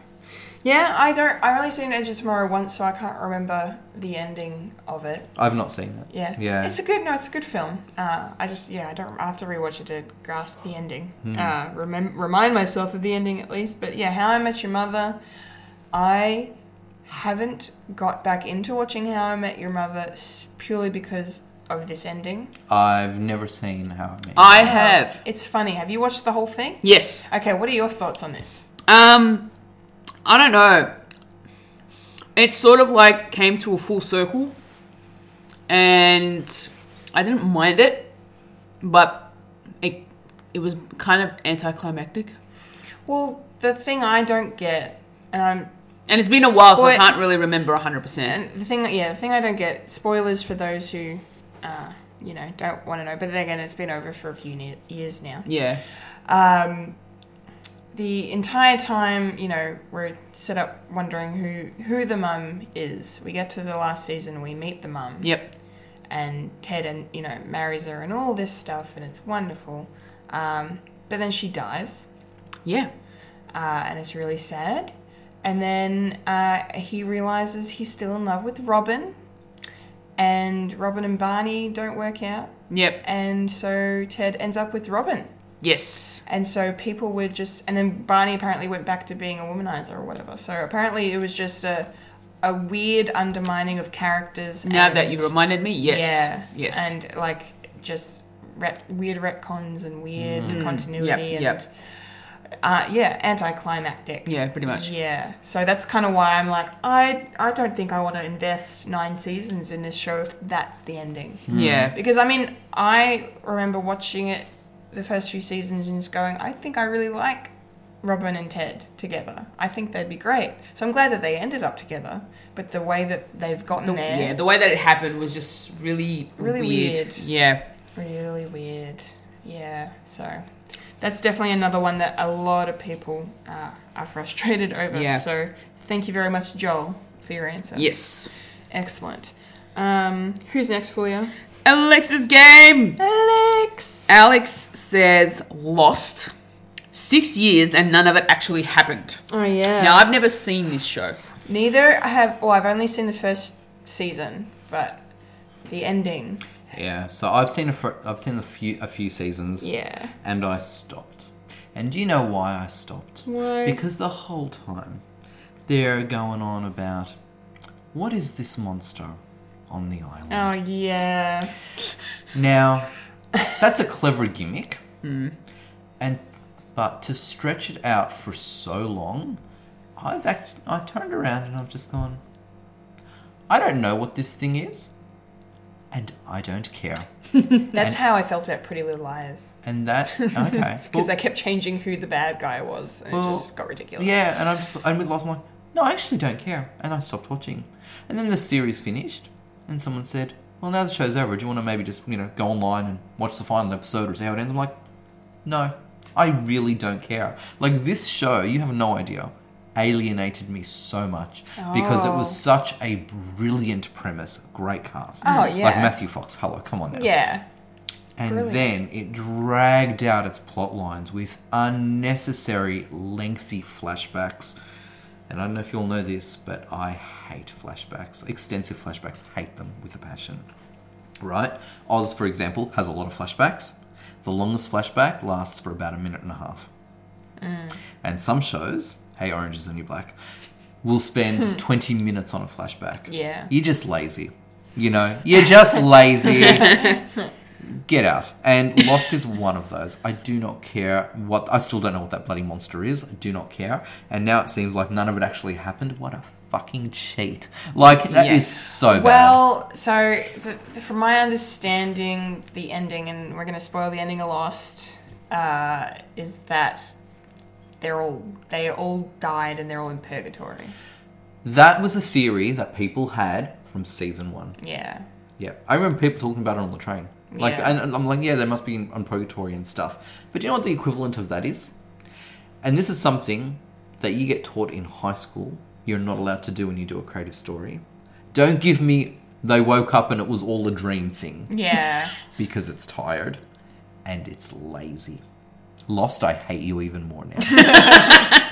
[SPEAKER 6] Yeah, I don't. I only seen Edge of Tomorrow once, so I can't remember the ending of it.
[SPEAKER 2] I've not seen that.
[SPEAKER 6] Yeah.
[SPEAKER 2] Yeah.
[SPEAKER 6] It's a good no, it's a good film. Uh, I just yeah, I don't I have to rewatch it to grasp the ending. Uh, remem- remind myself of the ending at least. But yeah, How I Met Your Mother. I haven't got back into watching How I Met Your Mother s- purely because of this ending.
[SPEAKER 2] I've never seen How I Met Your
[SPEAKER 1] I have.
[SPEAKER 6] It's funny. Have you watched the whole thing?
[SPEAKER 1] Yes.
[SPEAKER 6] Okay, what are your thoughts on this?
[SPEAKER 1] Um, I don't know. It sort of like came to a full circle, and I didn't mind it, but it it was kind of anticlimactic.
[SPEAKER 6] Well, the thing I don't get, and I'm
[SPEAKER 1] And it's been a while, so I
[SPEAKER 6] Spoil-
[SPEAKER 1] can't really remember hundred percent.
[SPEAKER 6] And the thing, yeah, the thing I don't get spoilers for those who, uh, you know, don't want to know. But then again, it's been over for a few ne- years now.
[SPEAKER 1] Yeah.
[SPEAKER 6] Um, the entire time, you know, we're set up wondering who who the mum is. We get to the last season, we meet the mum,
[SPEAKER 1] Yep.
[SPEAKER 6] and Ted and you know marries her and all this stuff, and it's wonderful. Um, but then she dies
[SPEAKER 1] Yeah.
[SPEAKER 6] uh, and it's really sad. And then uh, he realizes he's still in love with Robin, and Robin and Barney don't work out,
[SPEAKER 1] Yep.
[SPEAKER 6] and so Ted ends up with Robin.
[SPEAKER 1] Yes.
[SPEAKER 6] And so people were just, and then Barney apparently went back to being a womanizer or whatever. So apparently it was just a a weird undermining of characters.
[SPEAKER 1] Now
[SPEAKER 6] and-
[SPEAKER 1] that you reminded me, yes.
[SPEAKER 6] yeah,
[SPEAKER 1] Yes.
[SPEAKER 6] and like just ret- weird retcons and weird continuity
[SPEAKER 1] Mm. Yep,
[SPEAKER 6] and
[SPEAKER 1] yep.
[SPEAKER 6] Uh, yeah, anticlimactic.
[SPEAKER 1] Yeah, pretty much.
[SPEAKER 6] Yeah, so that's kind of why I'm like, I I don't think I want to invest nine seasons in this show if that's the ending.
[SPEAKER 1] Yeah.
[SPEAKER 6] Because I mean, I remember watching it the first few seasons and just going, I think I really like Robin and Ted together. I think they'd be great. So I'm glad that they ended up together, but the way that they've gotten there,
[SPEAKER 1] Yeah, the way that it happened was just really,
[SPEAKER 6] Really
[SPEAKER 1] weird.
[SPEAKER 6] weird.
[SPEAKER 1] Yeah.
[SPEAKER 6] really weird. Yeah, so that's definitely another one that a lot of people uh, are frustrated over.
[SPEAKER 1] Yeah.
[SPEAKER 6] So thank you very much, Joel, for your answer.
[SPEAKER 1] Yes.
[SPEAKER 6] Excellent. Um, who's next for you?
[SPEAKER 1] Alex's game.
[SPEAKER 6] Alex!
[SPEAKER 1] Alex says Lost. Six years and none of it actually happened.
[SPEAKER 6] Oh, yeah.
[SPEAKER 1] Now I've never seen this show.
[SPEAKER 6] Neither have. Well, I've only seen the first season, but the ending.
[SPEAKER 2] Yeah. So I've seen a fr- I've seen a few a few seasons.
[SPEAKER 6] Yeah.
[SPEAKER 2] And I stopped. And do you know why I stopped?
[SPEAKER 6] Why?
[SPEAKER 2] Because the whole time they're going on about what is this monster on the island?
[SPEAKER 6] Oh yeah.
[SPEAKER 2] Now, that's a clever gimmick.
[SPEAKER 6] Hmm.
[SPEAKER 2] And but to stretch it out for so long, I've act- I've turned around and I've just gone. I don't know what this thing is, and I don't care.
[SPEAKER 6] That's how I felt about Pretty Little Liars
[SPEAKER 2] And that okay.
[SPEAKER 6] because they kept changing who the bad guy was, and
[SPEAKER 2] Well,
[SPEAKER 6] it just got ridiculous.
[SPEAKER 2] Yeah, and I'm just I'm with lost my no, I actually don't care, and I stopped watching. And then the series finished, and someone said, "Well, now the show's over. Do you want to maybe just you know go online and watch the final episode or see how it ends?" I'm like, "No, I really don't care. Like this show, you have no idea." Alienated me so much because it was such a brilliant premise, great cast.
[SPEAKER 6] Oh,
[SPEAKER 2] like
[SPEAKER 6] yeah.
[SPEAKER 2] Matthew Fox. Hello, come on now.
[SPEAKER 6] Yeah.
[SPEAKER 2] And
[SPEAKER 6] Brilliant.
[SPEAKER 2] then it dragged out its plot lines with unnecessary lengthy flashbacks. And I don't know if you all know this, but I hate flashbacks. Extensive flashbacks, hate them with a passion. Right? Oz, for example, has a lot of flashbacks. The longest flashback lasts for about a minute and a half.
[SPEAKER 6] Mm.
[SPEAKER 2] And some shows, hey, Orange is the New Black, will spend 20 minutes on a flashback.
[SPEAKER 6] Hmm. Yeah.
[SPEAKER 2] You're just lazy. You know, you're just lazy. Get out. And Lost is one of those. I do not care what. I still don't know what that bloody monster is. I do not care. And now it seems like none of it actually happened. What a fucking cheat. Like, that is
[SPEAKER 1] Yes.
[SPEAKER 2] so bad.
[SPEAKER 6] Well, so the, the, from my understanding, the ending, and we're going to spoil the ending of Lost, uh, is that they're all they all died and they're all in purgatory.
[SPEAKER 2] that was a theory that people had from season one.
[SPEAKER 6] Yeah.
[SPEAKER 2] Yeah, I remember people talking about it on the train. Like,
[SPEAKER 6] Yeah.
[SPEAKER 2] and, and I'm like, yeah, they must be in, on purgatory and stuff. But do you know what the equivalent of that is? And this is something that you get taught in high school. You're not allowed to do when you do a creative story. Don't give me they woke up and it was all a dream thing
[SPEAKER 6] Yeah.
[SPEAKER 2] because it's tired and it's lazy. Lost, I hate you even more now.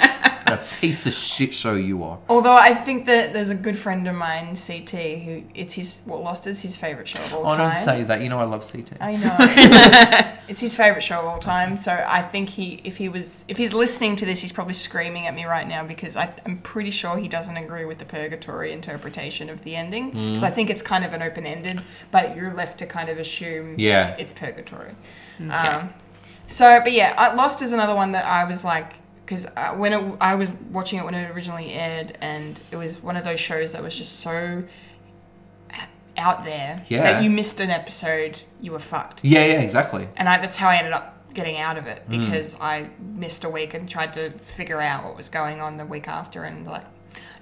[SPEAKER 2] what a piece of shit show you are.
[SPEAKER 6] Although I think that there's a good friend of mine, CT, who it's his what Lost is his favorite show of all
[SPEAKER 2] Oh,
[SPEAKER 6] time.
[SPEAKER 2] don't say that. You know I love CT.
[SPEAKER 6] I know. it's his favorite show of all time. So I think he, if he was, if he's listening to this, he's probably screaming at me right now because I, I'm pretty sure he doesn't agree with the purgatory interpretation of the ending. Because I think it's kind of an open ended, but you're left to kind of assume
[SPEAKER 2] Yeah.
[SPEAKER 6] it's purgatory. Um, so, but yeah, I, Lost is another one that I was like, because when it, I was watching it when it originally aired, and it was one of those shows that was just so uh, out there
[SPEAKER 2] Yeah.
[SPEAKER 6] that you missed an episode, you were fucked.
[SPEAKER 2] Yeah, yeah, exactly.
[SPEAKER 6] And I, that's how I ended up getting out of it because I missed a week and tried to figure out what was going on the week after, and like,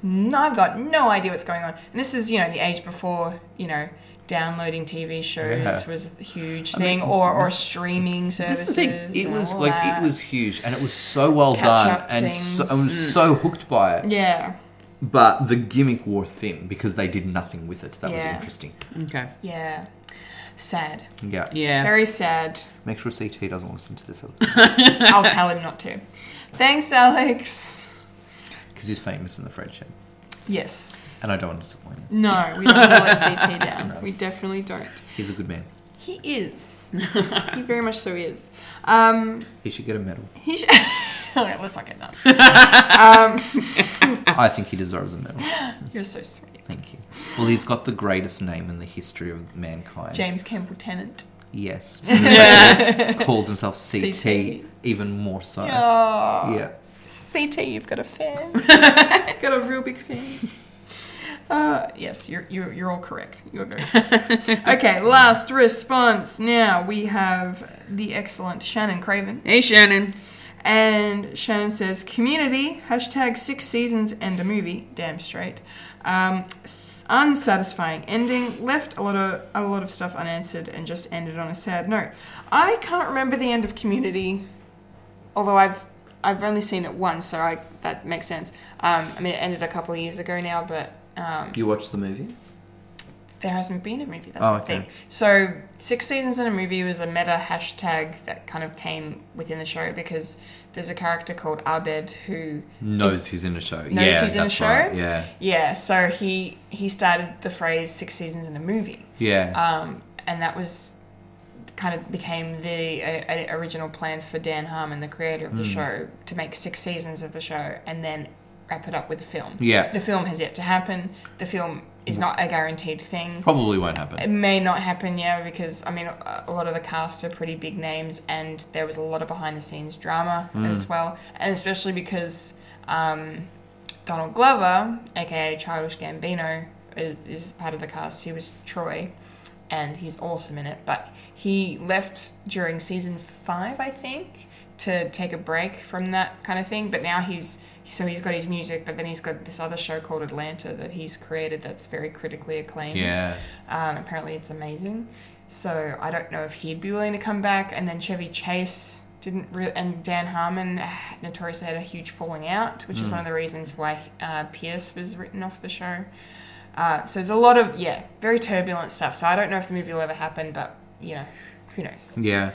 [SPEAKER 6] no, I've got no idea what's going on. And this is you know the age before you know. Downloading TV shows
[SPEAKER 2] Yeah.
[SPEAKER 6] was a huge thing, or, or streaming
[SPEAKER 2] This
[SPEAKER 6] services.
[SPEAKER 2] is the thing. It
[SPEAKER 6] and
[SPEAKER 2] was
[SPEAKER 6] all
[SPEAKER 2] like
[SPEAKER 6] that.
[SPEAKER 2] it was huge, and it was so well done,
[SPEAKER 6] Catch-up
[SPEAKER 2] and so, I
[SPEAKER 6] things.
[SPEAKER 2] was so hooked by it.
[SPEAKER 6] Yeah,
[SPEAKER 2] But the gimmick wore thin because they did nothing with it. That was
[SPEAKER 6] Yeah.
[SPEAKER 2] interesting.
[SPEAKER 1] Okay.
[SPEAKER 6] yeah. Sad.
[SPEAKER 2] Yeah.
[SPEAKER 1] Yeah.
[SPEAKER 6] Very sad.
[SPEAKER 2] Make sure CT doesn't listen to this because
[SPEAKER 6] I'll tell him not to. Thanks, Alex.
[SPEAKER 2] he's famous in the friendship,
[SPEAKER 6] Yes.
[SPEAKER 2] and I don't want to disappoint him.
[SPEAKER 6] No, we don't want to let CT down. We definitely don't.
[SPEAKER 2] He's a good man.
[SPEAKER 6] He is. he very much so is. Um,
[SPEAKER 2] He should get a medal.
[SPEAKER 6] he sh- Alright, let's not get nuts.
[SPEAKER 2] I think he deserves a medal.
[SPEAKER 6] You're so sweet.
[SPEAKER 2] Thank you. Well, he's got the greatest name in the history of mankind.
[SPEAKER 6] James Campbell Tennant.
[SPEAKER 2] Yes. Yeah. Calls himself CT,
[SPEAKER 6] CT.
[SPEAKER 2] even more so.
[SPEAKER 6] Oh.
[SPEAKER 2] Yeah.
[SPEAKER 6] CT, you've got a fan. got a real big fan. Uh, yes, you're, you're, you're all correct. You are very correct. okay, last response. Now we have the excellent Shannon Craven.
[SPEAKER 1] Hey, Shannon.
[SPEAKER 6] And Shannon says, Community, hashtag six seasons and a movie. Damn straight. Um, s- unsatisfying ending, left a lot of a lot of stuff unanswered and just ended on a sad note. I can't remember the end of Community, although I've I've only seen it once, so I, that makes sense. Um, I mean, it ended a couple of years ago now, but um,
[SPEAKER 2] You watched the movie?
[SPEAKER 6] there hasn't been a movie. That's
[SPEAKER 2] Oh,
[SPEAKER 6] the
[SPEAKER 2] okay.
[SPEAKER 6] thing. So six seasons in a movie was a meta hashtag that kind of came within the show because there's a character called Abed who
[SPEAKER 2] Knows he's in a show.
[SPEAKER 6] knows
[SPEAKER 2] yeah,
[SPEAKER 6] he's in a
[SPEAKER 2] that's
[SPEAKER 6] show.
[SPEAKER 2] right. Yeah.
[SPEAKER 6] Yeah. So he he started the phrase six seasons in a movie,
[SPEAKER 2] Yeah.
[SPEAKER 6] um, and that was kind of became the uh, uh, original plan for Dan Harmon, the creator of the
[SPEAKER 2] Hmm.
[SPEAKER 6] show, to make six seasons of the show and then wrap it up with a film.
[SPEAKER 2] Yeah. Mm.
[SPEAKER 6] The film has yet to happen. The film is not a guaranteed thing
[SPEAKER 2] Probably won't happen.
[SPEAKER 6] it may not happen, yeah, because I mean, a a lot of the cast are pretty big names, and there was a lot of behind the scenes drama as well, and especially because um, Donald Glover, aka Childish Gambino, is, is part of the cast. He was Troy, and he's awesome in it. But he left during season five, I think, to take a break from that kind of thing. But now he's so he's got his music, but then he's got this other show called Atlanta that he's created that's very critically acclaimed.
[SPEAKER 2] Yeah.
[SPEAKER 6] Um, apparently, it's amazing. So I don't know if he'd be willing to come back. And then Chevy Chase didn't, re- and Dan Harmon ah, notoriously had a huge falling out, which is one of the reasons why uh, Pierce was written off the show. Uh, so there's a lot of yeah, very turbulent stuff. So I don't know if the movie will ever happen, but you know, who knows.
[SPEAKER 2] Yeah.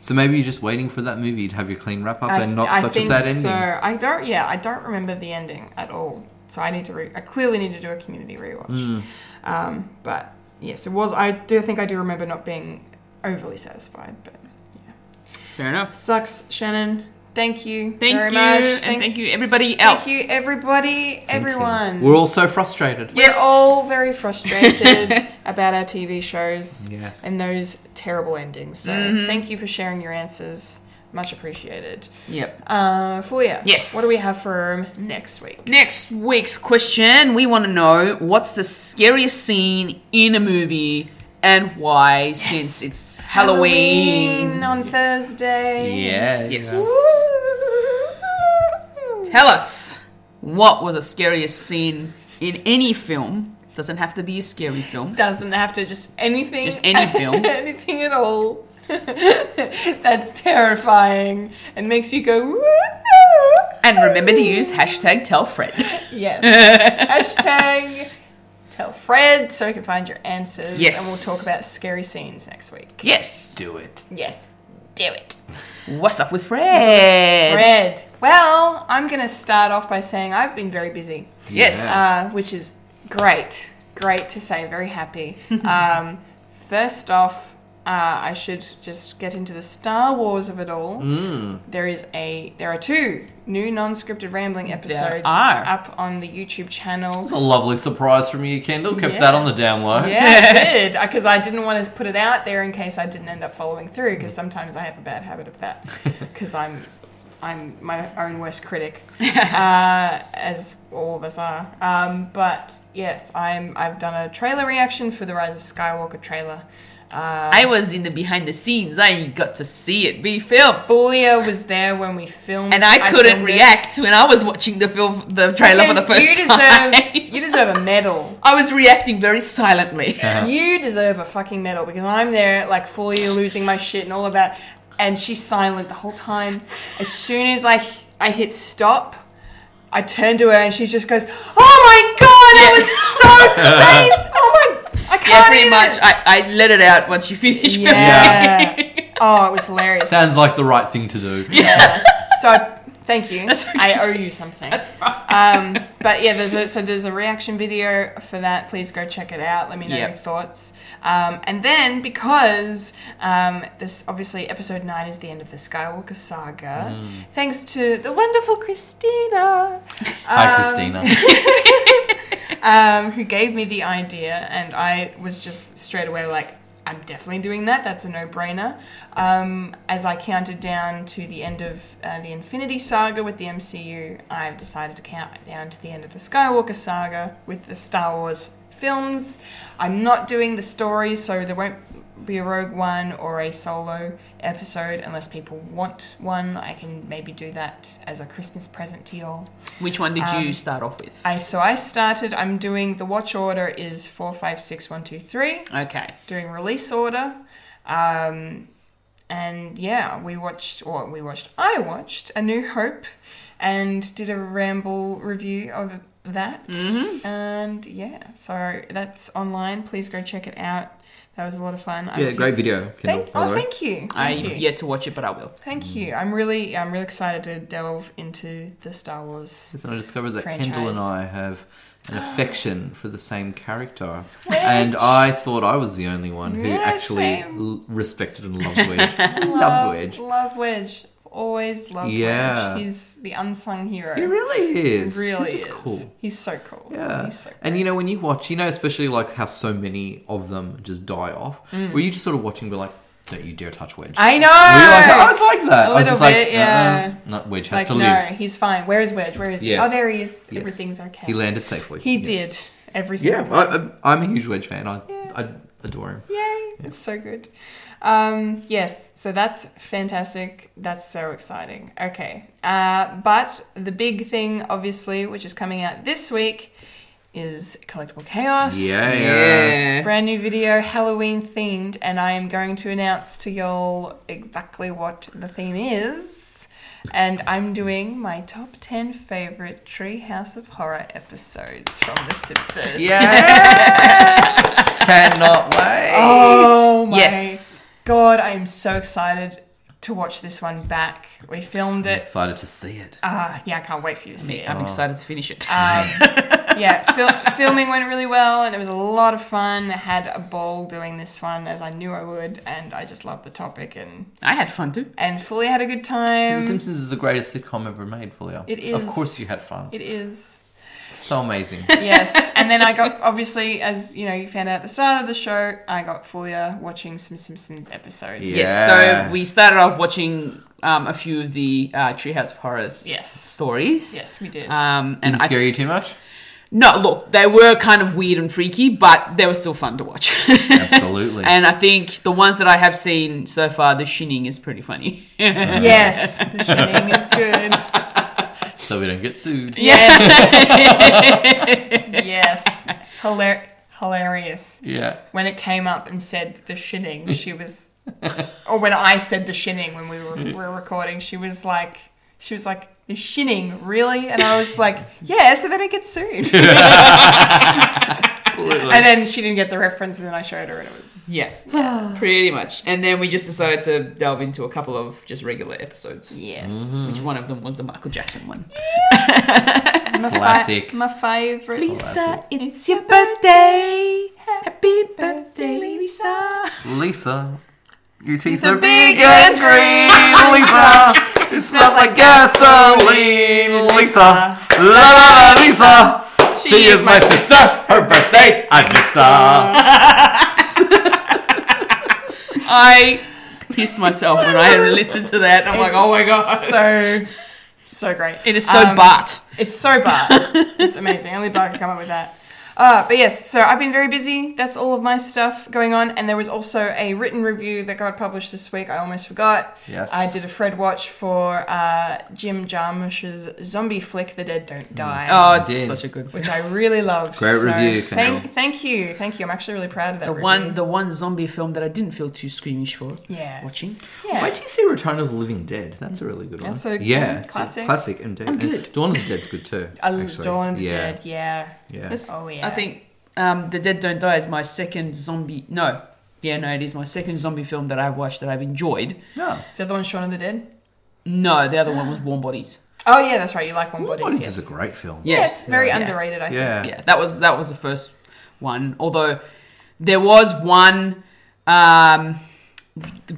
[SPEAKER 2] So maybe you're just waiting for that movie to have your clean wrap up and not such a
[SPEAKER 6] think
[SPEAKER 2] sad ending.
[SPEAKER 6] so. I don't. Yeah, I don't remember the ending at all. So I need to. Re- I clearly need to do a community rewatch.
[SPEAKER 2] Mm.
[SPEAKER 6] Um, but yes, it was. I do think I do remember not being overly satisfied, but yeah,
[SPEAKER 1] Fair enough.
[SPEAKER 6] sucks, Shannon. Thank you
[SPEAKER 1] Thank
[SPEAKER 6] very
[SPEAKER 1] you,
[SPEAKER 6] much.
[SPEAKER 1] and thank, you everybody else.
[SPEAKER 6] Thank you, everybody, everyone.
[SPEAKER 2] We're all so frustrated.
[SPEAKER 1] Yes.
[SPEAKER 6] We're all very frustrated about our TV shows
[SPEAKER 2] Yes.
[SPEAKER 6] and those terrible endings. So
[SPEAKER 1] Mm-hmm.
[SPEAKER 6] thank you for sharing your answers. Much appreciated.
[SPEAKER 1] Yep.
[SPEAKER 6] Uh, Fulia.
[SPEAKER 1] Yes.
[SPEAKER 6] What do we have for um, next week?
[SPEAKER 1] Next week's question, we want to know what's the scariest scene in a movie and why, since it's Halloween.
[SPEAKER 6] Halloween on Thursday.
[SPEAKER 2] Yeah.
[SPEAKER 1] Yes.
[SPEAKER 2] yeah.
[SPEAKER 1] Tell us what was the scariest scene in any film. Doesn't have to be a scary film.
[SPEAKER 6] Doesn't have to just anything.
[SPEAKER 1] Just any film.
[SPEAKER 6] anything at all. That's terrifying and makes you go. Woo!
[SPEAKER 1] And remember to use hashtag tell Fred.
[SPEAKER 6] Yes. Hashtag tell Fred so he can find your answers.
[SPEAKER 1] Yes.
[SPEAKER 6] And we'll talk about scary scenes next week.
[SPEAKER 1] Yes.
[SPEAKER 2] Do it.
[SPEAKER 6] Yes. Do it.
[SPEAKER 1] What's up with Fred?
[SPEAKER 6] Fred. Well, I'm going to start off by saying I've been very busy,
[SPEAKER 1] Yes.
[SPEAKER 2] Yeah.
[SPEAKER 6] uh, which is great. Great to say. Very happy. Um, first off, uh, I should just get into the Star Wars of it all. There is a, there are two new non-scripted rambling episodes
[SPEAKER 1] are.
[SPEAKER 6] up on the YouTube channel.
[SPEAKER 2] It's a lovely surprise from you, Kendall. Kept
[SPEAKER 6] Yeah.
[SPEAKER 2] that on the down low.
[SPEAKER 6] Yeah, I did because I didn't want to put it out there in case I didn't end up following through. Because sometimes I have a bad habit of that because I'm I'm my own worst critic, uh, as all of us are. Um, but yes, I'm I've done a trailer reaction for the Rise of Skywalker trailer.
[SPEAKER 1] I was in the behind the scenes. I got to see it be filmed.
[SPEAKER 6] Fulia was there when we filmed,
[SPEAKER 1] And I couldn't
[SPEAKER 6] filmed it.
[SPEAKER 1] react when I was watching the film, the trailer for the first
[SPEAKER 6] you deserve,
[SPEAKER 1] time.
[SPEAKER 6] You deserve a medal.
[SPEAKER 1] I was reacting very silently.
[SPEAKER 6] You deserve a fucking medal because I'm there, like, fully losing my shit and all of that. And she's silent the whole time. As soon as I, I hit stop, I turn to her and she just goes, Oh my god, that
[SPEAKER 1] Yeah.
[SPEAKER 6] was so crazy! Oh my, I
[SPEAKER 1] Yeah,
[SPEAKER 6] can't
[SPEAKER 1] pretty
[SPEAKER 6] even-
[SPEAKER 1] much. I, I let it out once you finished filming.
[SPEAKER 6] Yeah. oh, it was hilarious.
[SPEAKER 2] Sounds like the right thing to do.
[SPEAKER 6] so I Thank you.
[SPEAKER 1] That's okay.
[SPEAKER 6] I owe you something.
[SPEAKER 1] That's right.
[SPEAKER 6] um, but yeah, there's a, so there's a reaction video for that. Please go check it out. Let me know
[SPEAKER 1] Yep.
[SPEAKER 6] your thoughts. Um, and then because um, this obviously episode nine is the end of the Skywalker saga,
[SPEAKER 1] Mm.
[SPEAKER 6] thanks to the wonderful Christina,
[SPEAKER 2] Hi, Christina.
[SPEAKER 6] um, who gave me the idea, and I was just straight away like. I'm definitely doing that. That's a no-brainer. Um, as I counted down to the end of uh, the Infinity Saga with the MCU, I've decided to count down to the end of the Skywalker Saga with the Star Wars films. I'm not doing the stories, so there won't be a Rogue One or a solo episode unless people want one. I can maybe do that as a Christmas present to y'all.
[SPEAKER 1] Which one did
[SPEAKER 6] Um,
[SPEAKER 1] you start off with?
[SPEAKER 6] I so I started. I'm doing the watch order is four five six one two three.
[SPEAKER 1] Okay.
[SPEAKER 6] Doing release order, um, and yeah, we watched or we watched. I watched A New Hope, and did a ramble review of that.
[SPEAKER 2] Mm-hmm.
[SPEAKER 6] And yeah, so that's online. Please go check it out. That was a lot of fun. I
[SPEAKER 2] yeah,
[SPEAKER 6] hope
[SPEAKER 2] great
[SPEAKER 6] you-
[SPEAKER 2] video. Kindle,
[SPEAKER 6] Thank,
[SPEAKER 2] by the
[SPEAKER 6] oh,
[SPEAKER 2] way.
[SPEAKER 6] thank you. Thank
[SPEAKER 1] I've
[SPEAKER 6] you.
[SPEAKER 1] yet to watch it, but I will.
[SPEAKER 6] Thank you. I'm really, I'm really excited to delve into the Star Wars.
[SPEAKER 2] And I discovered that
[SPEAKER 6] Franchise.
[SPEAKER 2] Kendall and I have an affection for the same character. And I thought I was the only one who
[SPEAKER 6] Yeah,
[SPEAKER 2] actually
[SPEAKER 6] same.
[SPEAKER 2] l- respected and loved Wedge. loved Wedge.
[SPEAKER 6] Uh, Love Wedge. Always love
[SPEAKER 2] Yeah.
[SPEAKER 6] Wedge. He's the unsung hero.
[SPEAKER 2] He really is.
[SPEAKER 6] really
[SPEAKER 2] He's just
[SPEAKER 6] is.
[SPEAKER 2] cool.
[SPEAKER 6] He's so cool.
[SPEAKER 2] Yeah.
[SPEAKER 6] He's so cool.
[SPEAKER 2] And you know, when you watch, you know, especially like how so many of them just die off, where you just sort of watching and be like, don't you dare touch Wedge.
[SPEAKER 6] Mm. I know.
[SPEAKER 2] Were you like, "Oh, I was like that.
[SPEAKER 6] A
[SPEAKER 2] I was
[SPEAKER 6] little
[SPEAKER 2] just
[SPEAKER 6] bit,
[SPEAKER 2] like,
[SPEAKER 6] yeah.
[SPEAKER 2] uh-uh, no, Wedge has
[SPEAKER 6] like,
[SPEAKER 2] to
[SPEAKER 6] no,
[SPEAKER 2] live.
[SPEAKER 6] he's fine. Where is Wedge? Where is he?
[SPEAKER 2] Yes.
[SPEAKER 6] Oh, there he is.
[SPEAKER 2] Yes.
[SPEAKER 6] Everything's okay.
[SPEAKER 2] He landed safely.
[SPEAKER 6] He
[SPEAKER 2] Yes.
[SPEAKER 6] did. Every single
[SPEAKER 2] Yeah,
[SPEAKER 6] time.
[SPEAKER 2] I, I, I'm a huge Wedge fan. I, I adore him.
[SPEAKER 6] Yay! It's so good. Um, yes, so that's fantastic. That's so exciting. Okay, uh, but the big thing, obviously, which is coming out this week, is Collectible Chaos.
[SPEAKER 1] Yeah.
[SPEAKER 6] Brand new video, Halloween themed, and I am going to announce to y'all exactly what the theme is. And I'm doing my top 10 favorite Treehouse of Horror episodes from The Simpsons.
[SPEAKER 2] Yes! Cannot wait.
[SPEAKER 6] Oh my
[SPEAKER 1] Yes.
[SPEAKER 6] god, I am so excited to watch this one back. We filmed it.
[SPEAKER 2] Excited to see it.
[SPEAKER 6] Ah, yeah, I can't wait for you to see it.
[SPEAKER 1] I'm excited to finish it.
[SPEAKER 6] Um, Yeah, fil- filming went really well and it was a lot of fun. I had a ball doing this one as I knew I would and I just loved the topic and
[SPEAKER 1] I had fun too.
[SPEAKER 6] and fully had a good
[SPEAKER 2] the
[SPEAKER 6] time.
[SPEAKER 2] Simpsons is the greatest sitcom ever made, Fulia.
[SPEAKER 6] It
[SPEAKER 2] Of
[SPEAKER 6] is.
[SPEAKER 2] course you had fun.
[SPEAKER 6] It is.
[SPEAKER 2] so amazing.
[SPEAKER 6] Yes. And then I got obviously as you know, you found out at the start of the show, I got Fulia watching some Simpsons episodes.
[SPEAKER 2] Yeah.
[SPEAKER 1] Yes. So we started off watching um, a few of the uh, Treehouse of Horrors
[SPEAKER 6] Yes.
[SPEAKER 1] stories.
[SPEAKER 6] Yes, we did.
[SPEAKER 1] Um, and
[SPEAKER 2] Didn't
[SPEAKER 1] I,
[SPEAKER 2] scare you too much?
[SPEAKER 1] no, look, they were kind of weird and freaky, but they were still fun to watch.
[SPEAKER 2] Absolutely.
[SPEAKER 1] and I think the ones that I have seen so far, the shinning is pretty funny.
[SPEAKER 6] Yes, the shooting is good.
[SPEAKER 2] so we don't get sued.
[SPEAKER 6] Yes. yes. Hilar- hilarious.
[SPEAKER 2] Yeah.
[SPEAKER 6] When it came up and said the shinning, she was, or when I said the shinning when we were, we were recording, she was like, she was like, the shinning, really? And I was like, yeah, so they don't get sued. and then she didn't get the reference, and then I showed her, and it was
[SPEAKER 1] Yeah, pretty much. And then we just decided to delve into a couple of just regular episodes.
[SPEAKER 6] yes,
[SPEAKER 1] Which one of them was the Michael Jackson one?
[SPEAKER 6] my fi-
[SPEAKER 2] Classic.
[SPEAKER 6] my favorite.
[SPEAKER 2] Classic.
[SPEAKER 1] It's your birthday. Happy birthday, Lisa.
[SPEAKER 2] Lisa, your teeth are
[SPEAKER 6] big
[SPEAKER 2] big
[SPEAKER 6] and
[SPEAKER 2] and green. Lisa, it smells like gasoline. Lisa, la la la, Lisa. She, is my sister. Oh. Her birthday, I missed her.
[SPEAKER 1] I pissed myself when I listened to that. I'm like, oh my god.
[SPEAKER 6] so so great.
[SPEAKER 1] It is so
[SPEAKER 6] Um,
[SPEAKER 1] Bart.
[SPEAKER 6] It's so Bart. it's amazing. Only Bart could come up with that. Uh, but yes, so I've been very busy. That's all of my stuff going on. And there was also a written review that got published this week. I almost forgot.
[SPEAKER 2] Yes.
[SPEAKER 6] I did a Fred watch for uh, Jim Jarmusch's zombie flick, The Dead Don't Die.
[SPEAKER 1] Oh, it's
[SPEAKER 2] did.
[SPEAKER 1] such a good one.
[SPEAKER 6] Which I really loved.
[SPEAKER 2] Great review, Kendall.
[SPEAKER 6] Thank, thank you, thank you. I'm actually really proud of that.
[SPEAKER 1] The
[SPEAKER 6] review.
[SPEAKER 1] one, the one zombie film that I didn't feel too squeamish for.
[SPEAKER 6] Yeah.
[SPEAKER 1] Watching.
[SPEAKER 6] yeah.
[SPEAKER 2] Why do you say Return of the Living Dead? That's a really good one.
[SPEAKER 6] That's a
[SPEAKER 2] yeah,
[SPEAKER 6] good
[SPEAKER 2] it's a
[SPEAKER 6] classic.
[SPEAKER 2] classic and dead. And
[SPEAKER 1] good.
[SPEAKER 2] Dawn of the Dead's good too.
[SPEAKER 6] I love
[SPEAKER 2] actually.
[SPEAKER 6] Dawn of the
[SPEAKER 2] yeah.
[SPEAKER 6] Dead. Yeah,
[SPEAKER 2] Yeah.
[SPEAKER 1] That's-
[SPEAKER 6] Oh, yeah.
[SPEAKER 1] I think um, The Dead Don't Die is my second zombie. No. Yeah, no, it is my second zombie film that I've watched that I've enjoyed.
[SPEAKER 2] No.
[SPEAKER 6] is that the one Shaun of the Dead?
[SPEAKER 1] No, the other one was Warm Bodies.
[SPEAKER 6] Oh yeah, that's right. You like Warm
[SPEAKER 2] Warm
[SPEAKER 6] Bodies?
[SPEAKER 2] Bodies
[SPEAKER 6] yes.
[SPEAKER 2] is a great film.
[SPEAKER 6] Yeah,
[SPEAKER 1] Yeah.
[SPEAKER 6] it's very underrated. I think.
[SPEAKER 2] Yeah.
[SPEAKER 1] yeah that was that was the first one although there was one um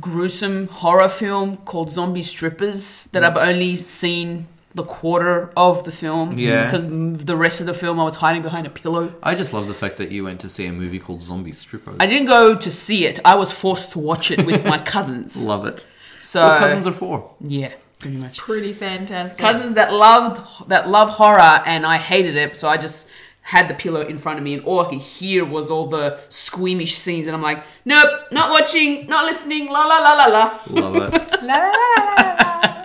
[SPEAKER 1] gruesome horror film called zombie strippers that i've only seen the quarter of the film
[SPEAKER 2] Yeah.
[SPEAKER 1] because the rest of the film i was hiding behind a pillow
[SPEAKER 2] I just love the fact that you went to see a movie called Zombie Strippers.
[SPEAKER 1] i didn't go to see it i was forced to watch it with my cousins
[SPEAKER 2] love it.
[SPEAKER 1] so
[SPEAKER 2] That's what cousins are for.
[SPEAKER 1] yeah pretty much
[SPEAKER 6] Pretty fantastic.
[SPEAKER 1] cousins that loved that love horror and I hated it, so I just had the pillow in front of me and all I could hear was all the squeamish scenes and I'm like, nope, not watching, not listening, la la la la la.
[SPEAKER 2] Love it.
[SPEAKER 6] La, la, la, la, la, la.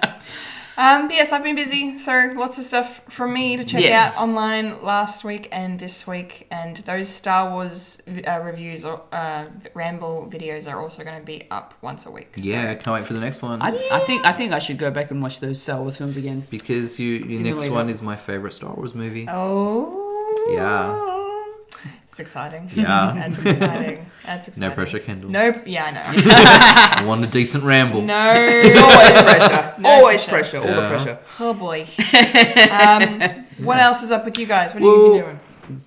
[SPEAKER 6] Um, but yes, I've been busy, so lots of stuff from me to check
[SPEAKER 1] Yes.
[SPEAKER 6] out online last week and this week. And those Star Wars uh, reviews or uh, ramble videos are also going to be up once a week. so-
[SPEAKER 2] Yeah, can't wait for the next one.
[SPEAKER 1] I, I think I think I should go back and watch those Star Wars films again.
[SPEAKER 2] because you, your next
[SPEAKER 1] later.
[SPEAKER 2] one is my favorite Star Wars movie.
[SPEAKER 6] Oh.
[SPEAKER 2] Yeah.
[SPEAKER 6] It's exciting.
[SPEAKER 2] Yeah.
[SPEAKER 6] That's exciting. That's exciting.
[SPEAKER 2] No pressure, Kendall.
[SPEAKER 6] Nope. Yeah, I know.
[SPEAKER 2] I want a decent ramble.
[SPEAKER 6] No.
[SPEAKER 1] Always pressure.
[SPEAKER 6] No
[SPEAKER 1] Always
[SPEAKER 6] pressure.
[SPEAKER 1] pressure. All the pressure.
[SPEAKER 6] Oh boy. Um, what else is up with you guys? What have you
[SPEAKER 2] Well-
[SPEAKER 6] been doing?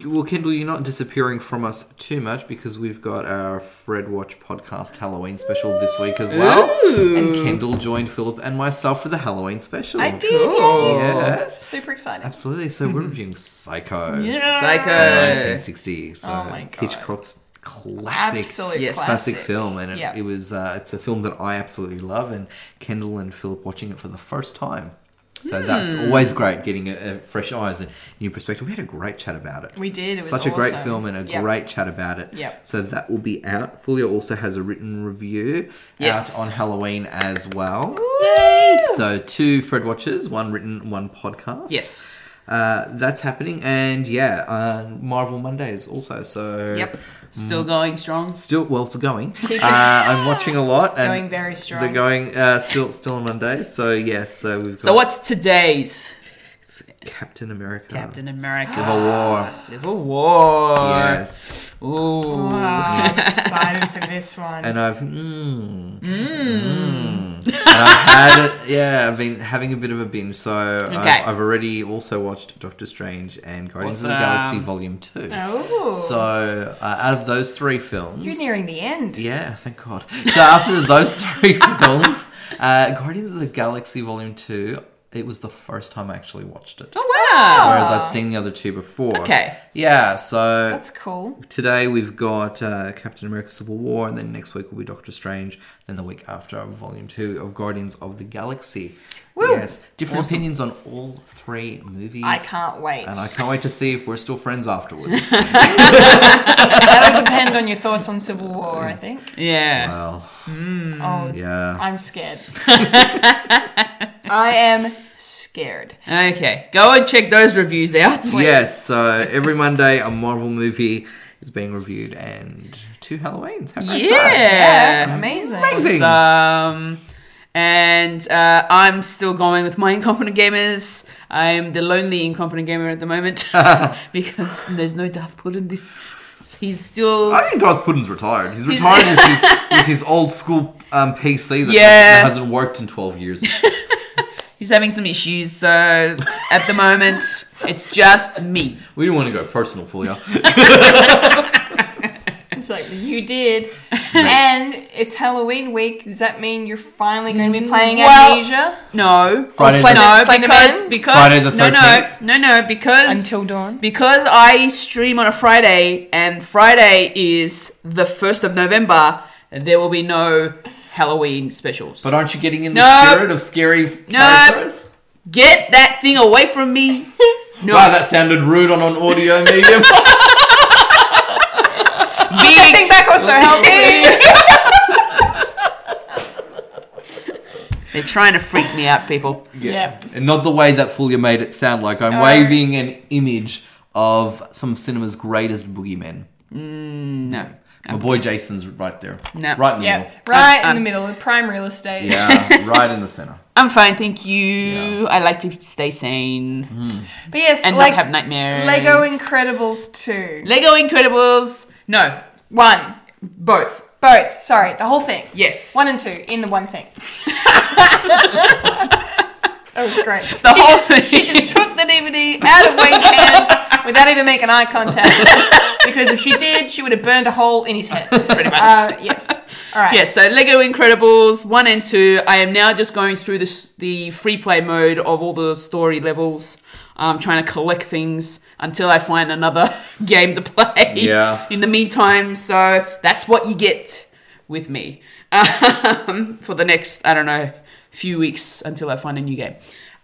[SPEAKER 2] Well, Kendall, you're not disappearing from us too much because we've got our Fred Watch podcast Halloween special this week as well. And Kendall joined Philip and myself for the Halloween special.
[SPEAKER 6] I did. Hmm.
[SPEAKER 1] Cool.
[SPEAKER 6] yay.
[SPEAKER 2] Yes.
[SPEAKER 6] Super exciting.
[SPEAKER 2] Absolutely. So we're reviewing Psycho. from
[SPEAKER 1] Psycho.
[SPEAKER 2] 1960. So
[SPEAKER 6] Oh my God.
[SPEAKER 2] Hitchcock's classic,
[SPEAKER 6] Absolute
[SPEAKER 1] Yes.
[SPEAKER 2] classic
[SPEAKER 6] classic.
[SPEAKER 2] film, and it,
[SPEAKER 6] Yeah.
[SPEAKER 2] it was uh, it's a film that I absolutely love, and Kendall and Philip watching it for the first time. So that's
[SPEAKER 6] Hmm.
[SPEAKER 2] always great, getting a, a fresh eyes and new perspective. We had a great chat about it.
[SPEAKER 6] We did. It was
[SPEAKER 2] such a great
[SPEAKER 6] awesome.
[SPEAKER 2] film and a
[SPEAKER 6] Yep.
[SPEAKER 2] great chat about it.
[SPEAKER 6] Yep.
[SPEAKER 2] So that will be out. Fulia also has a written review
[SPEAKER 1] Yes.
[SPEAKER 2] out on Ween as well.
[SPEAKER 1] Yay.
[SPEAKER 2] So two Fred watches, one written, one podcast.
[SPEAKER 1] Yes.
[SPEAKER 2] Uh, that's happening, and yeah, uh, Marvel Mondays also. So
[SPEAKER 6] Yep.
[SPEAKER 2] Mm.
[SPEAKER 1] Still going strong.
[SPEAKER 2] still well, it's going. Uh, I'm watching a lot. And
[SPEAKER 6] Going very strong.
[SPEAKER 2] They're going uh, still still on Monday. So yes, so we've got
[SPEAKER 1] So what's today's
[SPEAKER 2] Captain America,
[SPEAKER 1] Captain America
[SPEAKER 2] Civil War.
[SPEAKER 1] Civil War?
[SPEAKER 2] Yes,
[SPEAKER 1] Ooh.
[SPEAKER 6] Wow, excited for this one.
[SPEAKER 2] and I've
[SPEAKER 6] Hmm.
[SPEAKER 2] mm, mm. And I've had it. Yeah, I've been having a bit of a binge. So
[SPEAKER 1] Okay.
[SPEAKER 2] I've, I've already also watched Doctor Strange and Guardians of the
[SPEAKER 1] Awesome.
[SPEAKER 2] Galaxy Volume Two.
[SPEAKER 6] oh,
[SPEAKER 2] So uh, out of those three films,
[SPEAKER 6] you're nearing the end.
[SPEAKER 2] Yeah, thank God. So after those three films, uh, Guardians of the Galaxy Volume 2, it was the first time I actually watched it.
[SPEAKER 1] Oh wow.
[SPEAKER 2] Whereas I'd seen the other two before.
[SPEAKER 1] Okay.
[SPEAKER 2] Yeah, so
[SPEAKER 6] That's cool.
[SPEAKER 2] today we've got uh, Captain America Civil War, and then next week will be Doctor Strange, then the week after, Volume 2 of Guardians of the Galaxy. Yes, different opinions on all three movies.
[SPEAKER 6] I can't wait.
[SPEAKER 2] And I can't wait to see if we're still friends afterwards.
[SPEAKER 6] That'll depend on your thoughts on Civil War, I think.
[SPEAKER 1] Yeah.
[SPEAKER 2] well,
[SPEAKER 1] Mm.
[SPEAKER 6] Oh,
[SPEAKER 2] Mm. yeah.
[SPEAKER 6] I'm scared. I am scared.
[SPEAKER 1] Okay. Go and check those reviews out.
[SPEAKER 2] Yes, so every Monday a Marvel movie is being reviewed and two Halloweens. How great's that?
[SPEAKER 1] Yeah.
[SPEAKER 6] amazing.
[SPEAKER 2] Amazing.
[SPEAKER 1] Um, and uh, I'm still going with my incompetent gamers. I'm the lonely incompetent gamer at the moment because there's no Daft Puddin. He's still.
[SPEAKER 2] I think Darth Puddin's retired. He's retired with his, with his old school um, PC that
[SPEAKER 1] Yeah.
[SPEAKER 2] hasn't worked in 12 years.
[SPEAKER 1] He's having some issues. So at the moment, it's just me.
[SPEAKER 2] We didn't want to go personal for you.
[SPEAKER 6] It's like you did, and it's Halloween week. Does that mean you're finally going to be playing
[SPEAKER 1] Mm, Well-
[SPEAKER 6] Amnesia
[SPEAKER 1] No,
[SPEAKER 2] Friday
[SPEAKER 1] no,
[SPEAKER 2] the-
[SPEAKER 6] Slender
[SPEAKER 1] because
[SPEAKER 6] Man?
[SPEAKER 1] because
[SPEAKER 2] Friday the
[SPEAKER 1] no, no,
[SPEAKER 2] 13th?
[SPEAKER 1] no, no, because
[SPEAKER 6] until dawn?
[SPEAKER 1] because I stream on a Friday and Friday is the 1st of November, there will be no Halloween specials.
[SPEAKER 2] But aren't you getting in the
[SPEAKER 1] No.
[SPEAKER 2] spirit of scary
[SPEAKER 1] No.
[SPEAKER 2] characters?
[SPEAKER 1] Get that thing away from me. No,
[SPEAKER 2] Wow, that sounded rude on an audio medium.
[SPEAKER 1] big.
[SPEAKER 6] back also help me.
[SPEAKER 1] They're trying to freak me out, people.
[SPEAKER 6] Yep.
[SPEAKER 2] And not the way that Fulia made it sound like. I'm waving an image of some of cinema's greatest boogeymen. Mm.
[SPEAKER 1] No.
[SPEAKER 2] My boy Jason's right there.
[SPEAKER 1] No.
[SPEAKER 2] Right in the
[SPEAKER 6] Yep.
[SPEAKER 2] middle.
[SPEAKER 6] Right in
[SPEAKER 1] Um,
[SPEAKER 6] the middle, prime real estate.
[SPEAKER 2] Uh, Yeah, right in the center.
[SPEAKER 1] I'm fine, thank you.
[SPEAKER 2] Yeah.
[SPEAKER 1] I like to stay sane
[SPEAKER 6] But yes,
[SPEAKER 1] and
[SPEAKER 6] Mm-hmm. like
[SPEAKER 1] not have nightmares.
[SPEAKER 6] Lego Incredibles 2.
[SPEAKER 1] Lego Incredibles. No,
[SPEAKER 6] One.
[SPEAKER 1] both.
[SPEAKER 6] Both. Sorry, the whole thing.
[SPEAKER 1] Yes.
[SPEAKER 6] One and two in the one thing. That was great.
[SPEAKER 1] The
[SPEAKER 6] she,
[SPEAKER 1] whole
[SPEAKER 6] just,
[SPEAKER 1] thing.
[SPEAKER 6] she just took the DVD out of Wade's hands without even making eye contact. because if she did, she would have burned a hole in his head. Pretty much. Uh, yes. All right.
[SPEAKER 1] Yes, so Lego Incredibles 1 and 2. I am now just going through this, the free play mode of all the story levels, um, trying to collect things until I find another game to play
[SPEAKER 2] Yeah.
[SPEAKER 1] in the meantime. So that's what you get with me um, for the next, I don't know, few weeks until I find a new game.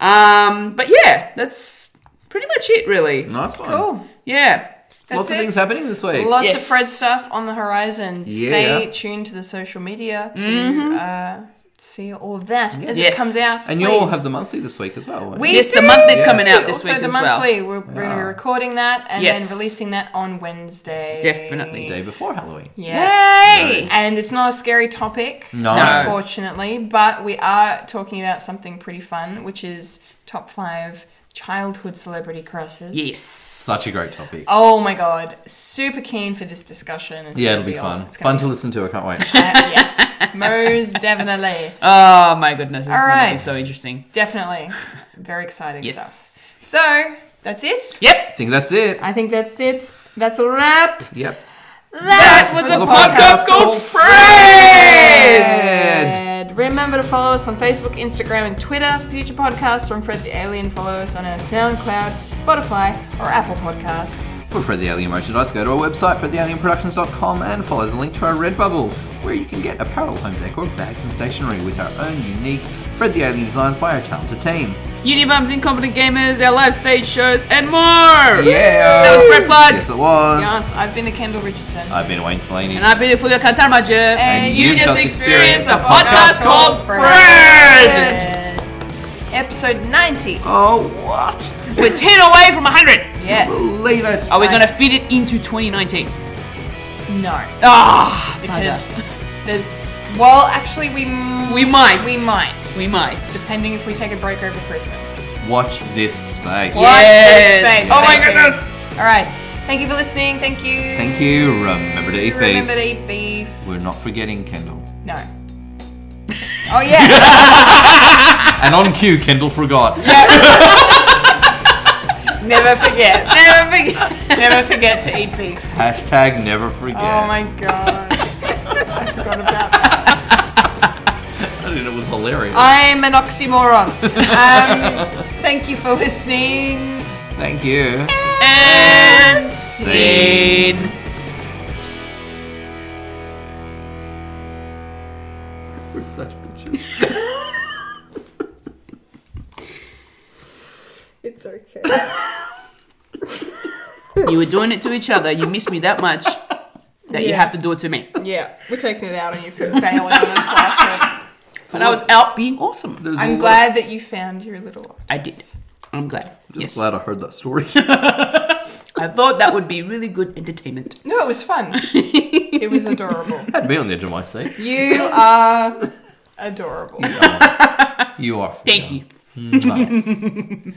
[SPEAKER 1] Um, but yeah, that's pretty much it, really.
[SPEAKER 2] Nice one.
[SPEAKER 6] Cool.
[SPEAKER 1] Yeah.
[SPEAKER 2] Lots of
[SPEAKER 6] it.
[SPEAKER 2] things happening this week.
[SPEAKER 6] Lots
[SPEAKER 1] Yes.
[SPEAKER 6] of Fred stuff on the horizon.
[SPEAKER 2] Yeah.
[SPEAKER 6] Stay tuned to the social media to uh, see all of that as
[SPEAKER 1] Mm-hmm. Yes.
[SPEAKER 6] it comes out.
[SPEAKER 2] and you all
[SPEAKER 6] please.
[SPEAKER 2] have the monthly this week as well. won't
[SPEAKER 6] We
[SPEAKER 2] you?
[SPEAKER 1] Yes, the
[SPEAKER 6] do.
[SPEAKER 1] monthly's
[SPEAKER 2] Yes.
[SPEAKER 1] coming out this
[SPEAKER 6] also
[SPEAKER 1] week
[SPEAKER 6] the
[SPEAKER 1] as well. Ah.
[SPEAKER 6] monthly. We're, we're going to be
[SPEAKER 2] Yeah.
[SPEAKER 6] recording that and
[SPEAKER 1] Yes.
[SPEAKER 6] then releasing that on Wednesday.
[SPEAKER 1] Definitely.
[SPEAKER 2] Day before Halloween.
[SPEAKER 6] Yes.
[SPEAKER 1] Yay!
[SPEAKER 6] And it's not a scary topic,
[SPEAKER 2] No.
[SPEAKER 6] unfortunately, but we are talking about something pretty fun, which is top five childhood celebrity crushes.
[SPEAKER 1] Yes.
[SPEAKER 2] Such a great topic.
[SPEAKER 6] Oh my god, super keen for this discussion. It's
[SPEAKER 2] yeah,
[SPEAKER 6] gonna
[SPEAKER 2] it'll be
[SPEAKER 6] on.
[SPEAKER 2] fun.
[SPEAKER 6] It's gonna
[SPEAKER 2] Fun
[SPEAKER 6] be
[SPEAKER 2] to listen to. I can't wait.
[SPEAKER 6] Uh, yes, most definitely,
[SPEAKER 1] Oh my goodness. It's
[SPEAKER 6] All
[SPEAKER 1] going to be
[SPEAKER 6] right.
[SPEAKER 1] so interesting.
[SPEAKER 6] definitely, very exciting
[SPEAKER 1] Yes.
[SPEAKER 6] stuff. So that's it.
[SPEAKER 1] Yep.
[SPEAKER 2] I think that's it.
[SPEAKER 6] I think that's it. That's a wrap.
[SPEAKER 2] Yep.
[SPEAKER 1] That was a podcast called Fred.
[SPEAKER 6] Fred. Remember to follow us on Facebook, Instagram, and Twitter. Future podcasts from Fred the Alien. Follow us on our SoundCloud, Spotify, or Apple Podcasts.
[SPEAKER 2] For Fred the Alien merchandise, go to our website, fredthealienproductions.com, and follow the link to our Redbubble, where you can get apparel, home decor, bags, and stationery with our own unique Fred the Alien designs by our talented team.
[SPEAKER 1] Unibums, Incompetent Gamers, our live stage shows, and more.
[SPEAKER 2] Yeah!
[SPEAKER 1] That was Fred Blood.
[SPEAKER 2] Yes, it was.
[SPEAKER 6] Yes, I've been a Kendall Richardson.
[SPEAKER 2] I've been Wayne Slaney.
[SPEAKER 1] And I've been Fulvio Cantarmajer.
[SPEAKER 6] And
[SPEAKER 2] you've just experienced a
[SPEAKER 1] podcast called Fred.
[SPEAKER 6] Episode 90.
[SPEAKER 2] oh, what?
[SPEAKER 1] We're 10 away from 100.
[SPEAKER 6] Yes.
[SPEAKER 2] Leave it.
[SPEAKER 1] Are we going to fit it into 2019?
[SPEAKER 6] No.
[SPEAKER 1] Ah,
[SPEAKER 6] Because there's. Well, actually, we, m-
[SPEAKER 1] We might.
[SPEAKER 6] We might.
[SPEAKER 1] we might.
[SPEAKER 6] Depending if we take a break over Christmas.
[SPEAKER 2] Watch this space.
[SPEAKER 1] What? Yes.
[SPEAKER 6] Watch this space.
[SPEAKER 1] Oh my
[SPEAKER 6] Stay tuned.
[SPEAKER 1] goodness.
[SPEAKER 6] All right. Thank you for listening. Thank you.
[SPEAKER 2] Thank you. Remember to eat beef.
[SPEAKER 6] Remember to eat beef.
[SPEAKER 2] We're not forgetting Kendall.
[SPEAKER 6] No. Oh yeah.
[SPEAKER 2] And on cue, Kendall forgot.
[SPEAKER 6] Never forget. Never forget. Never forget to eat beef.
[SPEAKER 2] Hashtag never forget.
[SPEAKER 6] Oh my god. I forgot about that.
[SPEAKER 2] I mean, it was hilarious.
[SPEAKER 1] Oh.
[SPEAKER 6] I'm an oxymoron. Um, thank you for listening.
[SPEAKER 2] Thank you.
[SPEAKER 1] And scene.
[SPEAKER 2] We're such bitches.
[SPEAKER 6] It's okay.
[SPEAKER 1] You were doing it to each other. You missed me that much that you
[SPEAKER 6] Yeah.
[SPEAKER 1] have to do it to me.
[SPEAKER 6] Yeah, we're taking it out on you for failing on us last week.
[SPEAKER 1] And I was out being awesome.
[SPEAKER 2] There's a
[SPEAKER 6] I'm
[SPEAKER 2] lot-
[SPEAKER 6] glad that you found your little.
[SPEAKER 1] I did. I'm glad. Yes.
[SPEAKER 2] Glad I heard that story.
[SPEAKER 1] I thought that would be really good entertainment.
[SPEAKER 6] No, it was fun. It was adorable.
[SPEAKER 2] Had me on the edge of my seat.
[SPEAKER 6] You are adorable.
[SPEAKER 2] You are.
[SPEAKER 1] Thank you.
[SPEAKER 2] Nice.